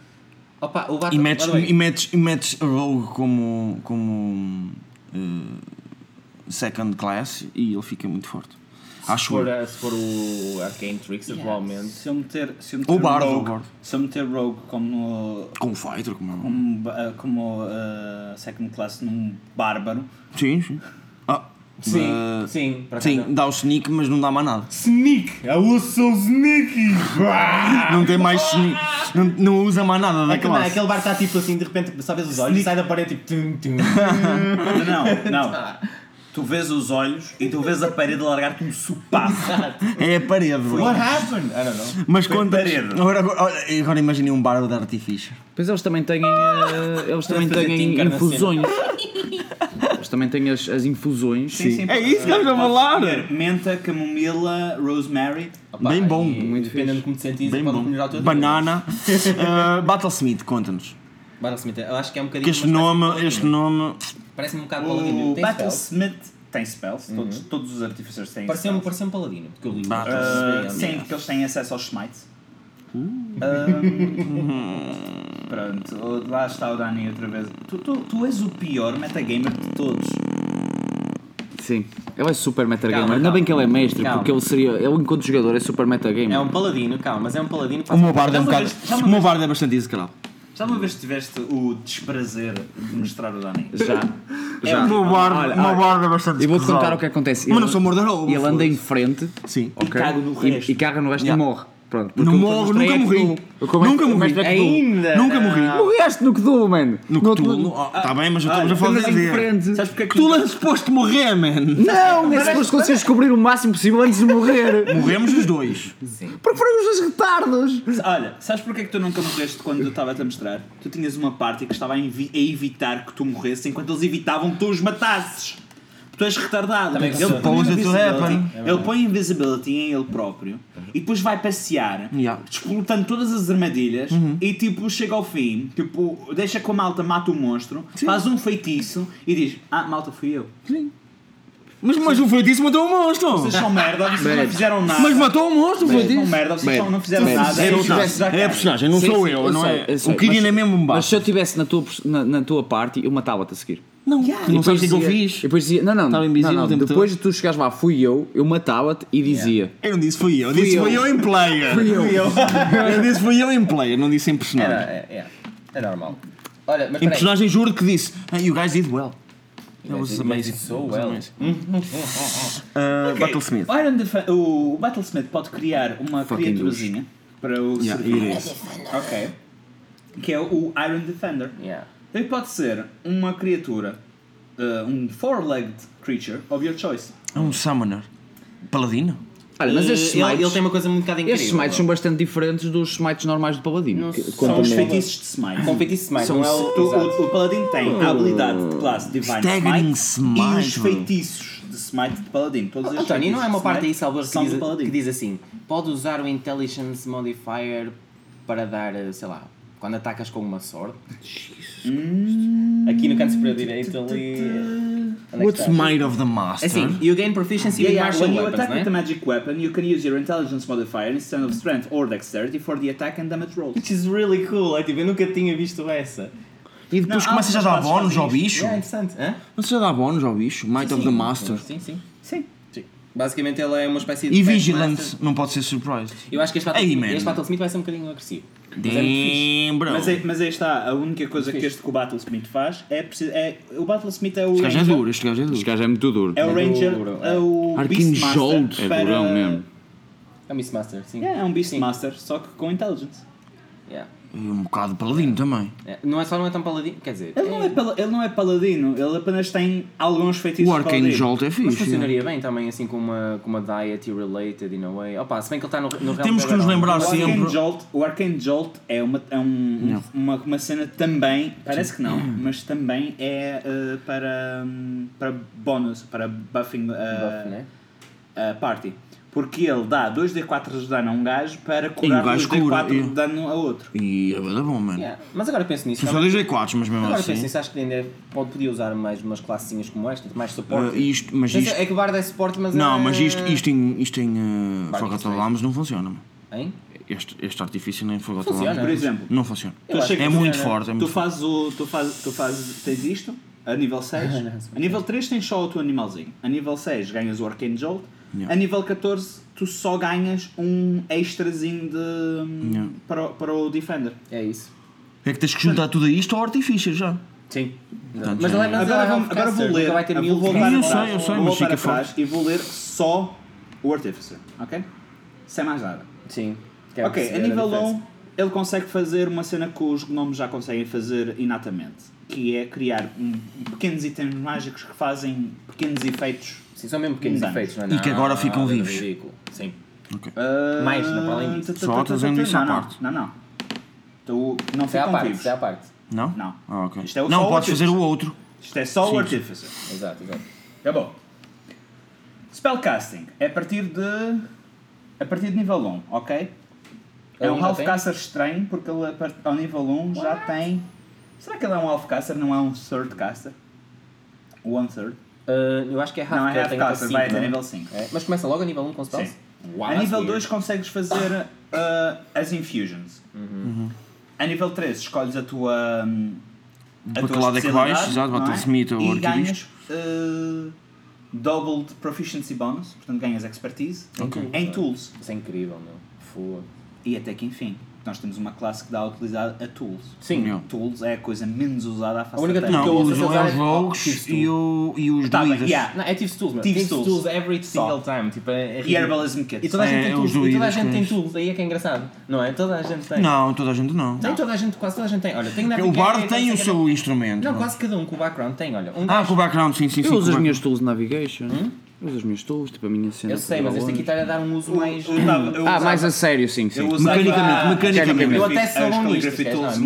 [SPEAKER 3] Opa, o Batman.
[SPEAKER 2] E metes, um- e metes, e metes a Rogue como, como eh, second class e ele fica muito forte.
[SPEAKER 3] se,
[SPEAKER 2] Acho
[SPEAKER 3] for,
[SPEAKER 2] eu.
[SPEAKER 3] uh, se for o Arcane Tricks, atualmente.
[SPEAKER 5] Se eu meter, se eu meter
[SPEAKER 2] Ou bardo, ou
[SPEAKER 5] rogue,
[SPEAKER 2] bardo.
[SPEAKER 5] se eu meter rogue como
[SPEAKER 2] Com fighter, como é. normal.
[SPEAKER 5] como, ba- como uh, second class num bárbaro,
[SPEAKER 2] Sim, sim. Ah,
[SPEAKER 3] Sim,
[SPEAKER 2] eh,
[SPEAKER 3] sim, para
[SPEAKER 2] Sim, dá o sneak, mas não dá mais nada.
[SPEAKER 3] Sneak! É o seu Sneaky!
[SPEAKER 2] Não tem mais sneak. Não, não usa mais nada da
[SPEAKER 3] Aquele,
[SPEAKER 2] classe.
[SPEAKER 3] aquele bar está tipo assim, de repente, só vês os olhos, sai da parede tipo. Tum, tum.
[SPEAKER 5] não, não. Tu vês os olhos e tu vês a parede largar-te um sopapo.
[SPEAKER 2] É a parede. bro.
[SPEAKER 3] What happened? I don't know.
[SPEAKER 2] Mas conta.
[SPEAKER 5] parede.
[SPEAKER 2] Agora, agora, agora imaginei um bardo de artifício.
[SPEAKER 4] Pois eles também têm. eh, eles também
[SPEAKER 3] fazer
[SPEAKER 4] têm
[SPEAKER 3] tinker na
[SPEAKER 4] infusões. Eles também têm as, as infusões.
[SPEAKER 2] É isso que estamos a falar.
[SPEAKER 5] Menta, camomila, rosemary.
[SPEAKER 2] Bem bom.
[SPEAKER 3] E,
[SPEAKER 4] Muito
[SPEAKER 3] dependendo
[SPEAKER 4] fixe.
[SPEAKER 3] de como te sentires,
[SPEAKER 2] Bem
[SPEAKER 3] pode
[SPEAKER 2] bom.
[SPEAKER 3] melhorar o teu dia.
[SPEAKER 2] Banana. Eh, Battlesmith, conta-nos.
[SPEAKER 3] Battle Smith, eu acho que é um bocadinho.
[SPEAKER 2] Que este
[SPEAKER 3] uma espécie de
[SPEAKER 2] nome, é
[SPEAKER 3] Paladino.
[SPEAKER 2] este nome.
[SPEAKER 3] Parece-me um bocado
[SPEAKER 5] O
[SPEAKER 3] Paladino. Tem spells? Uhum.
[SPEAKER 5] Battlesmith tem spells, todos, todos os artificers têm
[SPEAKER 3] Pareceu-me
[SPEAKER 5] spells.
[SPEAKER 3] pareceu um paladino, porque eu li
[SPEAKER 2] Ah,
[SPEAKER 5] Ah,
[SPEAKER 3] né?
[SPEAKER 5] sim, porque eles têm acesso aos smites. Ahm, pronto, lá está o Dani outra vez. Tu, tu, tu és o pior metagamer de todos.
[SPEAKER 4] Sim. Ele é super metagamer.
[SPEAKER 3] Calma,
[SPEAKER 4] Ainda bem
[SPEAKER 3] calma.
[SPEAKER 4] que ele é mestre,
[SPEAKER 3] Calma.
[SPEAKER 4] porque ele seria. Ele, enquanto jogador, é super metagamer.
[SPEAKER 3] É um paladino, calma, mas é um paladino que
[SPEAKER 2] O
[SPEAKER 3] faz-
[SPEAKER 2] meu bardo é um
[SPEAKER 5] Já uma
[SPEAKER 2] bocado.
[SPEAKER 5] vez- já uma
[SPEAKER 2] O meu
[SPEAKER 5] vez-
[SPEAKER 2] bardo é bastante execrado.
[SPEAKER 5] Já uma vez tiveste o desprazer de mostrar o Dani?
[SPEAKER 4] Já. Já.
[SPEAKER 2] O meu É um bardo,
[SPEAKER 4] Olha,
[SPEAKER 2] o meu
[SPEAKER 4] olha.
[SPEAKER 2] bardo é bastante
[SPEAKER 4] E vou-te
[SPEAKER 2] pesado.
[SPEAKER 4] contar o que acontece.
[SPEAKER 2] Mas
[SPEAKER 4] Ele-
[SPEAKER 2] não sou mordomo.
[SPEAKER 4] Ele anda em frente
[SPEAKER 2] Sim.
[SPEAKER 4] ok?
[SPEAKER 3] caga no
[SPEAKER 4] E-
[SPEAKER 3] resto.
[SPEAKER 4] E, caga no resto
[SPEAKER 2] Yeah.
[SPEAKER 4] e morre. Pronto.
[SPEAKER 2] Não
[SPEAKER 4] Porque
[SPEAKER 2] morro,
[SPEAKER 4] eu mostrei
[SPEAKER 2] nunca
[SPEAKER 4] é
[SPEAKER 2] morri.
[SPEAKER 4] Cthulhu. Como é que-
[SPEAKER 2] Nunca
[SPEAKER 4] como é que
[SPEAKER 2] morri.
[SPEAKER 4] é Cthulhu?
[SPEAKER 3] Ainda!
[SPEAKER 2] Nunca morri.
[SPEAKER 4] Morreste no Cthulhu, mano.
[SPEAKER 2] No Cthulhu. Está Ah, tá bem, mas eu estou a falar
[SPEAKER 4] Andas em
[SPEAKER 2] de
[SPEAKER 4] frente.
[SPEAKER 5] Sabes porque é que
[SPEAKER 2] Cthulhu é suposto morrer, man.
[SPEAKER 4] Não, é suposto conseguires descobrir o máximo possível antes de morrer.
[SPEAKER 2] Morremos os dois.
[SPEAKER 4] Porque foram os dois retardos.
[SPEAKER 5] Olha, sabes porque é que tu nunca morreste quando eu estava a te mostrar? Tu tinhas uma parte que estava a, evi- a evitar que tu morresses enquanto eles evitavam que tu os matasses. Tu és retardado.
[SPEAKER 3] Também
[SPEAKER 5] ele,
[SPEAKER 3] sou.
[SPEAKER 5] põe
[SPEAKER 2] Supposed to
[SPEAKER 5] invisibility,
[SPEAKER 2] happen.
[SPEAKER 5] ele põe invisibility em ele próprio e depois vai passear,
[SPEAKER 2] Yeah. Uhum.
[SPEAKER 5] explotando todas as armadilhas e tipo chega ao fim, tipo, deixa com a malta, mata o monstro, faz um feitiço e diz: Ah, malta, fui eu.
[SPEAKER 2] Mas, mas o feitiço matou o monstro.
[SPEAKER 5] Vocês são merda, vocês não fizeram nada.
[SPEAKER 2] Mas matou o monstro, o
[SPEAKER 5] Vocês são
[SPEAKER 2] feitiço.
[SPEAKER 5] merda, vocês
[SPEAKER 4] Bem,
[SPEAKER 5] só não fizeram
[SPEAKER 4] bem,
[SPEAKER 5] nada.
[SPEAKER 4] se
[SPEAKER 2] É
[SPEAKER 5] Eu
[SPEAKER 2] a
[SPEAKER 5] tivesse dado
[SPEAKER 2] personagem, é a
[SPEAKER 5] cara.
[SPEAKER 2] personagem, não
[SPEAKER 4] Sim,
[SPEAKER 2] sou
[SPEAKER 4] sim,
[SPEAKER 2] eu, não
[SPEAKER 4] sei,
[SPEAKER 2] é?
[SPEAKER 4] eu sei.
[SPEAKER 2] O Kirin
[SPEAKER 4] Mas-
[SPEAKER 2] é mesmo um
[SPEAKER 4] Mas se
[SPEAKER 2] baixo.
[SPEAKER 4] eu estivesse na tua, pers- na, na tua parte, eu matava-te a seguir.
[SPEAKER 2] Não, tu não
[SPEAKER 4] E
[SPEAKER 2] sabes o que é que eu
[SPEAKER 4] dizia-
[SPEAKER 2] fiz.
[SPEAKER 4] E depois dizia, não, não,
[SPEAKER 2] Estava
[SPEAKER 4] não,
[SPEAKER 2] invisível
[SPEAKER 4] não,
[SPEAKER 2] o tempo
[SPEAKER 4] depois de tu chegares lá, fui eu, eu matava-te e dizia.
[SPEAKER 2] Eu não disse fui eu, eu disse
[SPEAKER 4] eu.
[SPEAKER 2] fui eu em player. Fui eu. Eu disse fui eu em player, não disse em
[SPEAKER 3] Era,
[SPEAKER 2] personagem.
[SPEAKER 3] é, é, é normal. Olha, mas
[SPEAKER 2] Em
[SPEAKER 3] peraí.
[SPEAKER 2] personagem juro que disse, "Hey, you guys did well. That was
[SPEAKER 3] Mas
[SPEAKER 2] amazing.
[SPEAKER 3] isso sou well. Ah,
[SPEAKER 2] Uh,
[SPEAKER 5] Ok,
[SPEAKER 2] Battlesmith.
[SPEAKER 5] o Iron Defe- o Battlesmith pode criar uma
[SPEAKER 4] Fucking
[SPEAKER 5] criaturazinha para o
[SPEAKER 2] Yeah,
[SPEAKER 5] servir.
[SPEAKER 2] it is.
[SPEAKER 5] Ok. Que é o Iron Defender.
[SPEAKER 3] Yeah.
[SPEAKER 5] Ele pode ser uma criatura, uh, um four-legged creature of your choice.
[SPEAKER 2] É um summoner. Paladino?
[SPEAKER 4] Olha, mas
[SPEAKER 3] Eh,
[SPEAKER 4] estes
[SPEAKER 3] ele-
[SPEAKER 4] smites,
[SPEAKER 3] ele, tem uma coisa um bocado incrível.
[SPEAKER 4] estes smites são bastante diferentes dos smites normais do Paladino. que- quanto
[SPEAKER 5] São os
[SPEAKER 4] a mim.
[SPEAKER 5] feitiços de Smite.
[SPEAKER 3] São feitiços smites,
[SPEAKER 4] São
[SPEAKER 3] não é
[SPEAKER 5] Tu-
[SPEAKER 3] o... Exato.
[SPEAKER 5] o, o Paladino tem a habilidade de classe Divine
[SPEAKER 2] Staggering
[SPEAKER 5] Smite, e os
[SPEAKER 2] Smite, bro.
[SPEAKER 5] feitiços de Smite de Paladino. Todos estes
[SPEAKER 3] António, e não é uma
[SPEAKER 5] feitiços de
[SPEAKER 3] parte aí,
[SPEAKER 5] Smite
[SPEAKER 3] Salvador,
[SPEAKER 5] são
[SPEAKER 3] que
[SPEAKER 5] de
[SPEAKER 3] diz,
[SPEAKER 5] Paladino.
[SPEAKER 3] que diz assim: pode usar o Intelligence Modifier para dar, eh, sei lá, quando atacas com uma sword. Hum. Aqui no canto superior direito ali. eh, onde é que
[SPEAKER 2] What's
[SPEAKER 3] está?
[SPEAKER 2] made of the
[SPEAKER 3] É
[SPEAKER 2] master?
[SPEAKER 3] Assim, you gain proficiency with
[SPEAKER 5] Yeah, yeah,
[SPEAKER 3] martial
[SPEAKER 5] when you
[SPEAKER 3] weapons,
[SPEAKER 5] attack
[SPEAKER 3] não é?
[SPEAKER 5] with a magic weapon, you can use your intelligence modifier instead of strength or dexterity for the attack and damage rolls.
[SPEAKER 3] Which is really cool, é tipo, eu nunca tinha visto essa.
[SPEAKER 2] E depois
[SPEAKER 5] Não,
[SPEAKER 2] começas a dar
[SPEAKER 5] fazes
[SPEAKER 2] bónus ao
[SPEAKER 5] isto.
[SPEAKER 2] bicho?
[SPEAKER 3] Yeah, interessante. Hã?
[SPEAKER 2] Começas a dar bónus ao bicho? Might of the Master.
[SPEAKER 3] Sim, sim.
[SPEAKER 5] Sim.
[SPEAKER 3] sim. Basicamente ele é uma espécie de.
[SPEAKER 2] E
[SPEAKER 3] Pet
[SPEAKER 2] Vigilante,
[SPEAKER 3] Master. é
[SPEAKER 2] não pode ser surprised.
[SPEAKER 3] Eu acho que este
[SPEAKER 2] Ei,
[SPEAKER 3] Battle,
[SPEAKER 2] man.
[SPEAKER 3] este Battle Smith vai ser um bocadinho agressivo. Mas é muito fixe.
[SPEAKER 2] Damn, bro.
[SPEAKER 3] é
[SPEAKER 5] Mas, aí- mas aí está, a única coisa que este que o Battlesmith faz é, preciso, é o Battlesmith é o
[SPEAKER 2] Este gajo é
[SPEAKER 5] Ranger,
[SPEAKER 2] duro, este gajo é
[SPEAKER 4] Este
[SPEAKER 2] duro.
[SPEAKER 4] gajo é muito duro.
[SPEAKER 5] é o Ranger,
[SPEAKER 3] duro,
[SPEAKER 5] é o
[SPEAKER 2] Arquinjold.
[SPEAKER 5] Beastmaster
[SPEAKER 4] É
[SPEAKER 5] para-
[SPEAKER 4] durão mesmo.
[SPEAKER 3] É um Beastmaster, sim.
[SPEAKER 5] É, é um
[SPEAKER 3] Sim.
[SPEAKER 5] Beastmaster, só que com Intelligence.
[SPEAKER 3] Yeah.
[SPEAKER 2] E um bocado de paladino também.
[SPEAKER 3] É, Não é só não é tão paladino, quer dizer.
[SPEAKER 5] Ele não é, pala- ele não é paladino, ele apenas tem alguns feitiços
[SPEAKER 2] O
[SPEAKER 5] de paladino.
[SPEAKER 2] Arcanjolt é
[SPEAKER 3] Mas
[SPEAKER 2] fixe. é.
[SPEAKER 3] funcionaria bem também, assim, com uma, com uma diet related in a way. Opa, se bem que ele está no, no realm
[SPEAKER 2] Temos que nos
[SPEAKER 3] da-
[SPEAKER 2] lembrar
[SPEAKER 5] O Arcane
[SPEAKER 2] sempre.
[SPEAKER 5] Jolt, o Arcane Jolt é, uma, é um, uma, uma cena também, parece que não, mas também é eh, para, hum, para bonus, para buffing
[SPEAKER 3] Buff,
[SPEAKER 5] eh,
[SPEAKER 3] né?
[SPEAKER 5] a party. Porque ele dá 2d4 de dano a um gajo para
[SPEAKER 2] E
[SPEAKER 5] curar
[SPEAKER 2] o gajo
[SPEAKER 5] 2d4
[SPEAKER 2] cura,
[SPEAKER 5] de
[SPEAKER 2] e-
[SPEAKER 5] dano a outro.
[SPEAKER 2] E é bué da bom, mano.
[SPEAKER 3] Yeah. Mas agora penso nisso.
[SPEAKER 2] Tu só
[SPEAKER 3] também.
[SPEAKER 2] dois D4, mas mesmo
[SPEAKER 3] Agora
[SPEAKER 2] assim.
[SPEAKER 3] penso nisso, acho que ainda pode, podia usar mais umas classinhas como esta, mais suporte.
[SPEAKER 2] Uh, isto, mas
[SPEAKER 3] Mas
[SPEAKER 2] isto.
[SPEAKER 3] É que o Bard é suporte, mas
[SPEAKER 2] Não,
[SPEAKER 3] é...
[SPEAKER 2] mas isto, isto em, isto em uh,
[SPEAKER 3] Vai,
[SPEAKER 2] Forgotten
[SPEAKER 3] vai.
[SPEAKER 2] Realms não funciona. mano.
[SPEAKER 3] Hein?
[SPEAKER 2] Este, este artifício nem Forgotten
[SPEAKER 3] Funciona.
[SPEAKER 5] Por
[SPEAKER 2] Realms
[SPEAKER 5] exemplo,
[SPEAKER 2] não funciona.
[SPEAKER 5] tu chegas-
[SPEAKER 2] É muito forte. É
[SPEAKER 5] Tu
[SPEAKER 2] muito forte.
[SPEAKER 5] fazes o. Tu fazes, tu fazes, tens isto, a nível 6. a nível 3 tens só o teu animalzinho. A nível 6 ganhas o Arcane Jolt.
[SPEAKER 2] Yeah.
[SPEAKER 5] A nível 14 tu só ganhas um extrazinho de. hum,
[SPEAKER 2] Yeah.
[SPEAKER 5] para, o- para o Defender.
[SPEAKER 3] É isso.
[SPEAKER 2] É que tens que juntar tudo a isto ao artifício já.
[SPEAKER 3] Sim.
[SPEAKER 2] Portanto,
[SPEAKER 3] mas
[SPEAKER 2] já-
[SPEAKER 3] ele é, mas
[SPEAKER 5] agora,
[SPEAKER 3] ele é
[SPEAKER 5] vou, agora vou
[SPEAKER 3] Hellcaster,
[SPEAKER 5] ler.
[SPEAKER 3] nunca Vai ter mil
[SPEAKER 5] vou voltar
[SPEAKER 2] Eu
[SPEAKER 5] atrás,
[SPEAKER 2] sei, eu sei,
[SPEAKER 5] vou
[SPEAKER 2] mas
[SPEAKER 5] voltar
[SPEAKER 2] fica
[SPEAKER 5] atrás e vou ler só o Artificer, ok? Sem mais nada.
[SPEAKER 3] Sim. Quero
[SPEAKER 5] Ok, a
[SPEAKER 3] perceber
[SPEAKER 5] nível
[SPEAKER 3] diferença.
[SPEAKER 5] 1 ele consegue fazer uma cena que os gnomos já conseguem fazer inatamente, que é criar um- pequenos itens mágicos que fazem pequenos efeitos.
[SPEAKER 3] Sim, são mesmo pequenos
[SPEAKER 5] Não.
[SPEAKER 3] efeitos, não é?
[SPEAKER 2] E que agora
[SPEAKER 3] nada
[SPEAKER 2] ficam
[SPEAKER 3] de
[SPEAKER 2] vivos.
[SPEAKER 3] ridículo. Sim.
[SPEAKER 2] Ok.
[SPEAKER 5] Eh,
[SPEAKER 3] Mais, não, para além disso.
[SPEAKER 5] Ah,
[SPEAKER 2] Só estás dizendo isso à
[SPEAKER 5] não, não,
[SPEAKER 2] parte.
[SPEAKER 5] Não, não. Tu não
[SPEAKER 3] Isso é à
[SPEAKER 5] ficam
[SPEAKER 3] parte,
[SPEAKER 5] vivos.
[SPEAKER 3] isso é à parte.
[SPEAKER 2] Não?
[SPEAKER 5] Não.
[SPEAKER 2] Ah, ok.
[SPEAKER 5] Isto é o- só
[SPEAKER 2] não,
[SPEAKER 5] o
[SPEAKER 2] podes fazer
[SPEAKER 5] artifício.
[SPEAKER 2] o outro.
[SPEAKER 5] Isto é só o Artificer.
[SPEAKER 3] Exato, exato.
[SPEAKER 5] Acabou. Tá Spellcasting é a partir de. a partir de nível 1, ok? É
[SPEAKER 3] Ele
[SPEAKER 5] um
[SPEAKER 3] ainda
[SPEAKER 5] half-caster estranho porque ele a part- ao nível 1 já tem. Será que ele é um half-caster? Não é um third-caster? One-third?
[SPEAKER 3] Ah, eu acho que é half
[SPEAKER 5] Não, é
[SPEAKER 3] cut,
[SPEAKER 5] half
[SPEAKER 3] tem que
[SPEAKER 5] cut,
[SPEAKER 3] cinco,
[SPEAKER 5] vai
[SPEAKER 3] não
[SPEAKER 5] até
[SPEAKER 3] é?
[SPEAKER 5] nível 5.
[SPEAKER 3] É, Mas começa logo a nível 1 com spells?
[SPEAKER 5] Sim. a nível 2 consegues fazer uh, as infusions.
[SPEAKER 2] Uhum.
[SPEAKER 5] A nível 3 escolhes a tua. hum, A
[SPEAKER 2] Para que lado é que vais,
[SPEAKER 5] especialidade,
[SPEAKER 2] exato,
[SPEAKER 5] não
[SPEAKER 2] battle smith ou
[SPEAKER 5] E ganhas
[SPEAKER 2] arquivista.
[SPEAKER 5] uh, doubled proficiency bonus, portanto ganhas expertise
[SPEAKER 2] Ok.
[SPEAKER 5] em tools.
[SPEAKER 3] Isso é incrível, meu. Foda.
[SPEAKER 5] E até que enfim, nós temos uma classe que dá a utilidade a tools.
[SPEAKER 3] Sim.
[SPEAKER 2] Não.
[SPEAKER 5] Tools é a coisa menos usada à face
[SPEAKER 3] única
[SPEAKER 5] da
[SPEAKER 3] tool
[SPEAKER 5] Terra.
[SPEAKER 3] que eu
[SPEAKER 2] Não,
[SPEAKER 3] ouço
[SPEAKER 2] os
[SPEAKER 3] essas
[SPEAKER 2] é os
[SPEAKER 3] áreas-
[SPEAKER 2] Vogues e, o, e os
[SPEAKER 5] Tá bem,
[SPEAKER 2] Druidas.
[SPEAKER 5] yeah.
[SPEAKER 3] Não, é Thieves Tools, meu.
[SPEAKER 5] Thieves
[SPEAKER 3] Thieves Tools,
[SPEAKER 5] Tools.
[SPEAKER 3] every
[SPEAKER 5] Só.
[SPEAKER 3] single time. Tipo, é, é
[SPEAKER 5] E
[SPEAKER 3] ridículo.
[SPEAKER 5] Herbalism Kits.
[SPEAKER 3] E toda a gente
[SPEAKER 2] É,
[SPEAKER 3] tem
[SPEAKER 2] os
[SPEAKER 3] tools, e toda a
[SPEAKER 2] druidas
[SPEAKER 3] gente tem
[SPEAKER 2] com isso.
[SPEAKER 3] tools, aí é que é engraçado, não é? Toda a gente tem.
[SPEAKER 2] Não, toda a gente não.
[SPEAKER 3] Nem toda a gente, quase toda a gente tem. Olha, tem
[SPEAKER 2] O
[SPEAKER 3] Navigator,
[SPEAKER 5] é-
[SPEAKER 2] Bard
[SPEAKER 3] não
[SPEAKER 2] tem
[SPEAKER 3] sei
[SPEAKER 2] o
[SPEAKER 3] quê.
[SPEAKER 2] seu instrumento.
[SPEAKER 3] Não,
[SPEAKER 2] não? é?
[SPEAKER 3] quase cada um com o background tem, olha. Um
[SPEAKER 2] Ah,
[SPEAKER 3] gajo-
[SPEAKER 2] com o background, sim, sim, sim.
[SPEAKER 4] Eu uso
[SPEAKER 2] com
[SPEAKER 4] as
[SPEAKER 2] o
[SPEAKER 4] minhas tools de navigation. Eu uso as minhas tools, tipo a minha cena.
[SPEAKER 3] Eu sei,
[SPEAKER 4] para
[SPEAKER 3] mas este aqui
[SPEAKER 4] longe.
[SPEAKER 3] está a dar um uso mais.
[SPEAKER 5] Eu tava- eu
[SPEAKER 4] Ah,
[SPEAKER 5] usava-
[SPEAKER 4] mais a sério, sim, sim.
[SPEAKER 5] Eu usava
[SPEAKER 2] Mecanicamente, mecanicamente.
[SPEAKER 3] Eu até sou
[SPEAKER 5] as
[SPEAKER 3] bom nisto,
[SPEAKER 5] calligraphy
[SPEAKER 3] queres? Não,
[SPEAKER 5] tools
[SPEAKER 3] é muito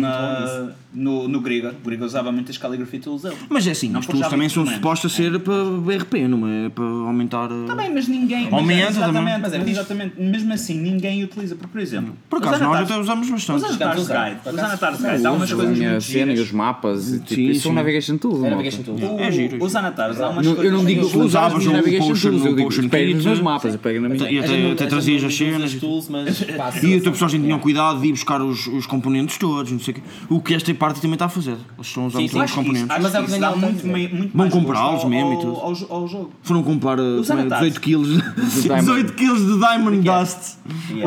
[SPEAKER 3] bom
[SPEAKER 5] na- no, no Grigor. O Grigor usava muitas calligraphy tools dele.
[SPEAKER 2] Mas é assim,
[SPEAKER 5] Não
[SPEAKER 2] os
[SPEAKER 5] por
[SPEAKER 2] tools
[SPEAKER 5] já
[SPEAKER 2] também são
[SPEAKER 5] muito
[SPEAKER 2] supostos a ser para BRP, não é? Para aumentar. uh,
[SPEAKER 5] Também, Tá mas ninguém.
[SPEAKER 2] Homem
[SPEAKER 5] mas, é
[SPEAKER 2] entra também.
[SPEAKER 5] exatamente, mas exatamente. Mesmo assim, ninguém utiliza. Porque, por exemplo,
[SPEAKER 2] Por acaso
[SPEAKER 5] usar a
[SPEAKER 2] nós
[SPEAKER 5] Tars-
[SPEAKER 2] até usamos bastante.
[SPEAKER 5] Usar a Tars Guide. Usar a Tars Guide. Há
[SPEAKER 4] Eu
[SPEAKER 5] umas
[SPEAKER 4] uso
[SPEAKER 5] coisas
[SPEAKER 4] a minha
[SPEAKER 5] muito
[SPEAKER 4] cena e
[SPEAKER 5] giras.
[SPEAKER 4] os mapas. e, Tipo,
[SPEAKER 2] Sim,
[SPEAKER 4] isso são
[SPEAKER 2] sim.
[SPEAKER 4] navigation tools.
[SPEAKER 3] É
[SPEAKER 4] malta.
[SPEAKER 3] Navigation Tools.
[SPEAKER 2] É giro, é
[SPEAKER 5] Usar na Tars há umas
[SPEAKER 4] Não, eu
[SPEAKER 5] coisas
[SPEAKER 4] não digo
[SPEAKER 5] muito
[SPEAKER 4] que usar as
[SPEAKER 2] usavas
[SPEAKER 4] minhas
[SPEAKER 2] um
[SPEAKER 4] navigation
[SPEAKER 2] potion,
[SPEAKER 4] tools,
[SPEAKER 2] um
[SPEAKER 4] eu digo
[SPEAKER 2] potion
[SPEAKER 4] pego nos
[SPEAKER 2] kit,
[SPEAKER 4] meus mapas, eu pego na minha.
[SPEAKER 2] E
[SPEAKER 3] A gente
[SPEAKER 2] até,
[SPEAKER 3] não-
[SPEAKER 2] até
[SPEAKER 3] a gente
[SPEAKER 2] trazias
[SPEAKER 3] não
[SPEAKER 2] as
[SPEAKER 3] usa
[SPEAKER 2] cenas.
[SPEAKER 3] tools, mas passa.
[SPEAKER 2] E o teu pessoal tinha cuidado de ir buscar os, os componentes todos, não sei o quê. O que esta parte também está a fazer. Eles estão a usar
[SPEAKER 3] Sim,
[SPEAKER 2] muito bem
[SPEAKER 3] sim,
[SPEAKER 2] os
[SPEAKER 5] Acho que isso-
[SPEAKER 2] componentes.
[SPEAKER 5] acho
[SPEAKER 3] Mas é o
[SPEAKER 5] que
[SPEAKER 3] que
[SPEAKER 5] isso
[SPEAKER 3] Daniel
[SPEAKER 5] dá
[SPEAKER 3] tem
[SPEAKER 5] muito,
[SPEAKER 3] que
[SPEAKER 5] mei- muito
[SPEAKER 2] Vão
[SPEAKER 5] mais gosto
[SPEAKER 2] comprá-los
[SPEAKER 5] ao-
[SPEAKER 2] mesmo e tudo.
[SPEAKER 5] Ao, ao, ao jogo.
[SPEAKER 2] Foram comprar uh,
[SPEAKER 5] Usar
[SPEAKER 2] também
[SPEAKER 5] na Tars.
[SPEAKER 2] 18 quilos de,
[SPEAKER 4] Diamond.
[SPEAKER 2] 18 quilos de Diamond Dust.
[SPEAKER 5] Os-
[SPEAKER 2] Oh my god.
[SPEAKER 5] os
[SPEAKER 3] Também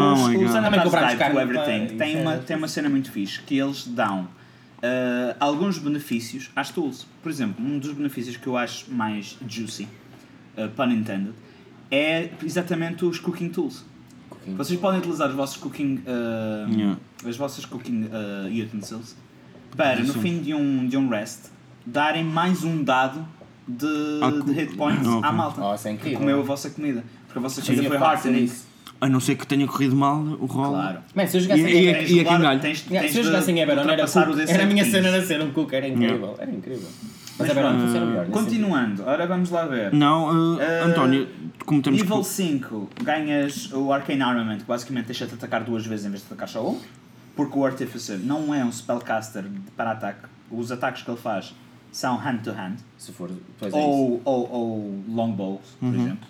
[SPEAKER 3] compramos
[SPEAKER 5] Anatas Guide
[SPEAKER 3] carne
[SPEAKER 5] to
[SPEAKER 3] para-
[SPEAKER 5] Everything
[SPEAKER 3] isso
[SPEAKER 5] é tem
[SPEAKER 3] é-
[SPEAKER 5] uma, tem uma cena muito fixe que eles dão eh, alguns benefícios às tools. Por exemplo, um dos benefícios que eu acho mais juicy, eh, pun intended, é exatamente os cooking tools. Vocês podem utilizar os vossos cooking, eh,
[SPEAKER 2] Yeah.
[SPEAKER 5] as vossas cooking eh, utensils para, no fim de um, de um rest, darem mais um dado de,
[SPEAKER 2] Ah, cu-
[SPEAKER 5] de hit points
[SPEAKER 2] Ah, ok.
[SPEAKER 5] à malta
[SPEAKER 3] Oh, isso é incrível.
[SPEAKER 5] que comeu a vossa comida. Porque a vossa comida
[SPEAKER 3] Fazia
[SPEAKER 5] foi
[SPEAKER 3] parte
[SPEAKER 5] heartening.
[SPEAKER 3] disso.
[SPEAKER 2] A não ser que tenha corrido mal o rol.
[SPEAKER 5] Claro.
[SPEAKER 3] Man, se eu jogasse
[SPEAKER 2] E-
[SPEAKER 3] em
[SPEAKER 2] e-
[SPEAKER 3] Eberon-
[SPEAKER 5] Tens de
[SPEAKER 2] a
[SPEAKER 5] rolar-
[SPEAKER 2] cangalho.
[SPEAKER 5] tens-
[SPEAKER 3] Yeah,
[SPEAKER 5] tens
[SPEAKER 3] se eu
[SPEAKER 5] de
[SPEAKER 3] jogasse em Eberon, era,
[SPEAKER 5] ultrapassar
[SPEAKER 3] cook,
[SPEAKER 5] o DC
[SPEAKER 3] era a minha
[SPEAKER 5] 15.
[SPEAKER 3] cena era ser um cook, era incrível. Era incrível. Mas
[SPEAKER 5] Mas
[SPEAKER 3] Eberon
[SPEAKER 5] pronto,
[SPEAKER 3] funciona melhor. nesse
[SPEAKER 5] Continuando, ora vamos lá ver.
[SPEAKER 2] Não, uh,
[SPEAKER 5] Eh,
[SPEAKER 2] António, como temos
[SPEAKER 5] Nível
[SPEAKER 2] que.
[SPEAKER 5] 5 ganhas o Arcane Armament, que basicamente deixa-te atacar duas vezes em vez de atacar só um, porque o Artificer não é um spellcaster para ataque. Os ataques que ele faz são hand to hand,
[SPEAKER 3] sentido. Se for. Pois é isso.
[SPEAKER 5] ou, ou, ou longbows, por exemplo.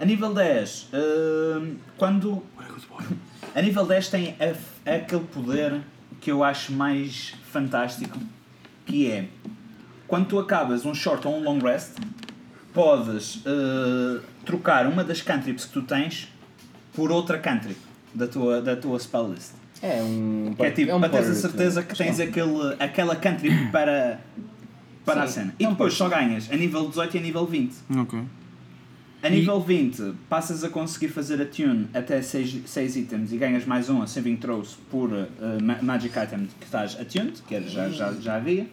[SPEAKER 5] A nível 10, hum, quando. A nível 10 tem a f- aquele poder que eu acho mais fantástico, que é quando tu acabas um short ou um long rest, podes hum, trocar uma das cantrips que tu tens por outra cantrip da tua, da tua spell list.
[SPEAKER 3] É um.
[SPEAKER 5] Que é tipo,
[SPEAKER 3] um
[SPEAKER 5] para teres a
[SPEAKER 3] pirate,
[SPEAKER 5] certeza que tens aquele, aquela country para, para a
[SPEAKER 3] Sim,
[SPEAKER 5] cena. E
[SPEAKER 3] é um
[SPEAKER 5] depois só ganhas a nível 18 e a nível 20.
[SPEAKER 2] Ok.
[SPEAKER 5] A nível 20, passas a conseguir fazer a tune até 6, itens e ganhas mais um a saving throws por uh, ma- magic item que estás attuned, que era, já, já, já havia.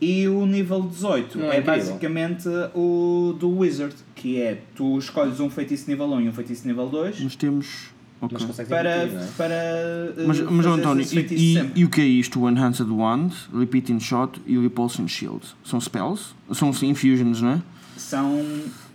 [SPEAKER 5] E o nível 18
[SPEAKER 3] Não é
[SPEAKER 5] é,
[SPEAKER 3] incrível?
[SPEAKER 5] basicamente o do Wizard, que é tu escolhes um feitiço nível 1 e um feitiço nível 2
[SPEAKER 2] Mas temos. Ok.
[SPEAKER 3] Mas consegue
[SPEAKER 5] para,
[SPEAKER 3] divertir, não é?
[SPEAKER 5] para uh,
[SPEAKER 2] Mas, mas ó,
[SPEAKER 5] fazeres
[SPEAKER 2] António,
[SPEAKER 5] esse
[SPEAKER 2] e,
[SPEAKER 5] feitiço
[SPEAKER 2] e-
[SPEAKER 5] sempre.
[SPEAKER 2] e o que é isto? O Enhanced Wand, Repeating Shot e o Repulsion Shield. São spells? São sim, infusions, não é?
[SPEAKER 5] são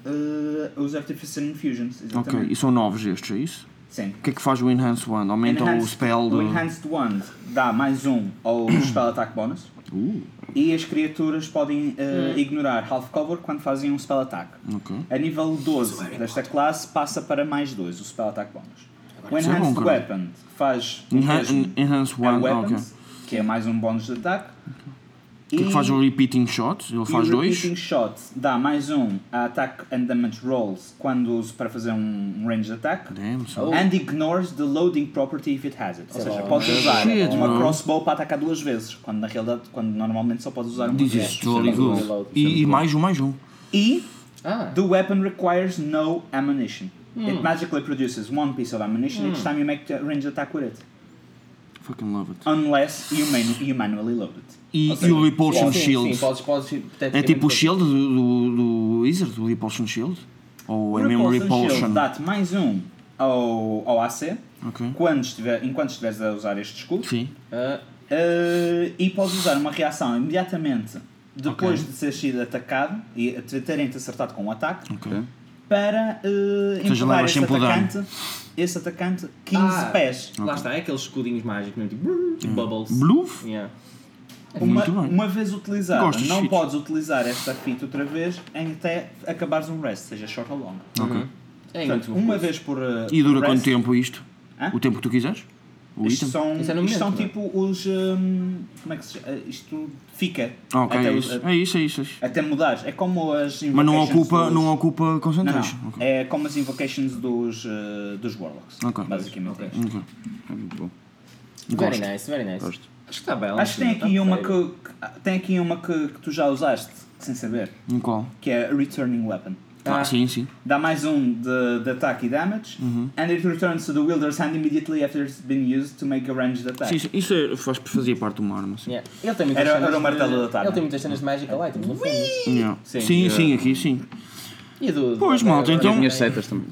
[SPEAKER 5] eh, os Artificial Infusions,
[SPEAKER 2] Ok.
[SPEAKER 5] exatamente.
[SPEAKER 2] E são novos estes, é isso?
[SPEAKER 5] Sim.
[SPEAKER 2] O que é que faz o Enhanced Wand? Aumenta então o
[SPEAKER 5] Enhanced-
[SPEAKER 2] spell
[SPEAKER 5] o
[SPEAKER 2] do...
[SPEAKER 5] Enhanced Wand dá mais um ao Spell Attack Bonus.
[SPEAKER 2] Uh.
[SPEAKER 5] E as criaturas podem eh, ignorar Half Cover quando fazem um Spell Attack.
[SPEAKER 2] Ok.
[SPEAKER 5] A nível
[SPEAKER 2] é
[SPEAKER 5] 12 desta classe passa para mais 2, o Spell Attack Bonus. O
[SPEAKER 2] isso é
[SPEAKER 5] Enhanced
[SPEAKER 2] bom, cara.
[SPEAKER 5] Weapon faz o
[SPEAKER 2] Enhan
[SPEAKER 5] mesmo
[SPEAKER 2] enhanced
[SPEAKER 5] a
[SPEAKER 2] Wand, ok.
[SPEAKER 5] Weapons, que é mais um bónus de ataque.
[SPEAKER 2] O que é que faz o Repeating Shot? Ele faz
[SPEAKER 5] e o
[SPEAKER 2] dois?
[SPEAKER 5] Repeating Shot dá mais um a Attack and Damage Rolls quando uso para fazer um range attack.
[SPEAKER 2] Damn, son.
[SPEAKER 5] And ignores the loading property if it has it. Ou seja, podes usar
[SPEAKER 2] Shit,
[SPEAKER 5] uma
[SPEAKER 2] bro.
[SPEAKER 5] crossbow para atacar duas vezes, quando na realidade, quando normalmente só podes usar uma
[SPEAKER 2] This
[SPEAKER 5] vez.
[SPEAKER 2] is totally good.
[SPEAKER 5] é
[SPEAKER 2] E, e mais um, mais um.
[SPEAKER 5] E
[SPEAKER 3] Ah,
[SPEAKER 5] the weapon requires no ammunition. It magically produces one piece of ammunition each time you make a range attack with it.
[SPEAKER 2] Fucking love it.
[SPEAKER 5] Unless you, manu you manually load it.
[SPEAKER 2] E,
[SPEAKER 3] Ou seja,
[SPEAKER 2] e o Repulsion
[SPEAKER 3] sim,
[SPEAKER 2] Shield?
[SPEAKER 3] Sim, podes, podes,
[SPEAKER 2] é tipo o Shield do, do, do Wizard, o Repulsion Shield? Ou é mesmo
[SPEAKER 5] Repulsion
[SPEAKER 2] Repulsion?
[SPEAKER 5] Shield dá-te mais um ao, ao AC
[SPEAKER 2] Ok.
[SPEAKER 5] quando estiver, enquanto estiveres a usar este escudo.
[SPEAKER 2] Sim.
[SPEAKER 3] Ah,
[SPEAKER 5] Uh, e podes usar uma reação imediatamente depois de seres sido atacado e te- terem-te acertado com o ataque
[SPEAKER 2] Ok.
[SPEAKER 5] para uh, empurrar
[SPEAKER 2] levas
[SPEAKER 5] esse
[SPEAKER 2] sempre o dano.
[SPEAKER 5] atacante, esse atacante 15
[SPEAKER 3] Ah.
[SPEAKER 5] pés.
[SPEAKER 3] lá está, é aqueles escudinhos mágicos mesmo, tipo, brrr, tipo bubbles.
[SPEAKER 2] Bluff?
[SPEAKER 3] Yeah.
[SPEAKER 5] Uma,
[SPEAKER 2] Muito bem.
[SPEAKER 5] uma vez utilizada,
[SPEAKER 2] Gosto dos
[SPEAKER 5] não
[SPEAKER 2] feats.
[SPEAKER 5] podes utilizar esta fita outra vez em até acabares um rest, seja short ou long.
[SPEAKER 3] É
[SPEAKER 5] Portanto,
[SPEAKER 3] muito bom.
[SPEAKER 5] uma vez por. uh,
[SPEAKER 2] E dura quanto
[SPEAKER 5] por Uhum. rest.
[SPEAKER 2] tempo isto?
[SPEAKER 5] Hã?
[SPEAKER 2] O tempo que tu quiseres? O
[SPEAKER 5] Isto
[SPEAKER 2] item?
[SPEAKER 5] são,
[SPEAKER 3] Isso é no
[SPEAKER 5] isto são
[SPEAKER 3] momento,
[SPEAKER 5] tipo os. hum, como é que se chama? Isto fica.
[SPEAKER 2] Ah, ok,
[SPEAKER 5] até,
[SPEAKER 2] é
[SPEAKER 5] o-
[SPEAKER 2] isso. É isso, é isso. é isso.
[SPEAKER 5] até mudares. É como as
[SPEAKER 2] Mas não
[SPEAKER 5] invocations
[SPEAKER 2] ocupa,
[SPEAKER 5] dos-
[SPEAKER 2] não ocupa
[SPEAKER 5] Não, não.
[SPEAKER 2] concentration. Ok.
[SPEAKER 5] É como as invocations dos, uh, dos Warlocks.
[SPEAKER 2] Ok.
[SPEAKER 5] Basicamente. é isto.
[SPEAKER 2] Ok. É muito bom.
[SPEAKER 3] Very
[SPEAKER 2] Gosto.
[SPEAKER 3] nice, very nice.
[SPEAKER 2] Gosto.
[SPEAKER 3] Acho que está bem.
[SPEAKER 5] Acho que tem aqui uma, que, que- tem aqui uma que, que tu já usaste, sem saber,
[SPEAKER 2] Um qual?
[SPEAKER 5] que é Returning Weapon.
[SPEAKER 3] Tá.
[SPEAKER 2] Ah, sim, sim.
[SPEAKER 5] Dá mais um de, de ataque e damage,
[SPEAKER 2] Uhum.
[SPEAKER 5] and it returns to the wielder's hand immediately after it's been used to make a ranged
[SPEAKER 3] Tá.
[SPEAKER 5] attack.
[SPEAKER 2] Sim, Isso, isso é- faz, fazia parte de uma arma. Sim,
[SPEAKER 3] Yeah. Ele tem muitas
[SPEAKER 5] Era-
[SPEAKER 3] cenas
[SPEAKER 5] era o martelo
[SPEAKER 3] de-
[SPEAKER 5] da tarde.
[SPEAKER 3] Ele tem muitas cenas de Magical Items, no fundo.
[SPEAKER 2] Yeah.
[SPEAKER 3] Sim.
[SPEAKER 2] sim, sim,
[SPEAKER 3] Yeah.
[SPEAKER 2] aqui sim.
[SPEAKER 3] E do...
[SPEAKER 2] Pois,
[SPEAKER 3] do-
[SPEAKER 2] malta, então-
[SPEAKER 4] As minhas setas também.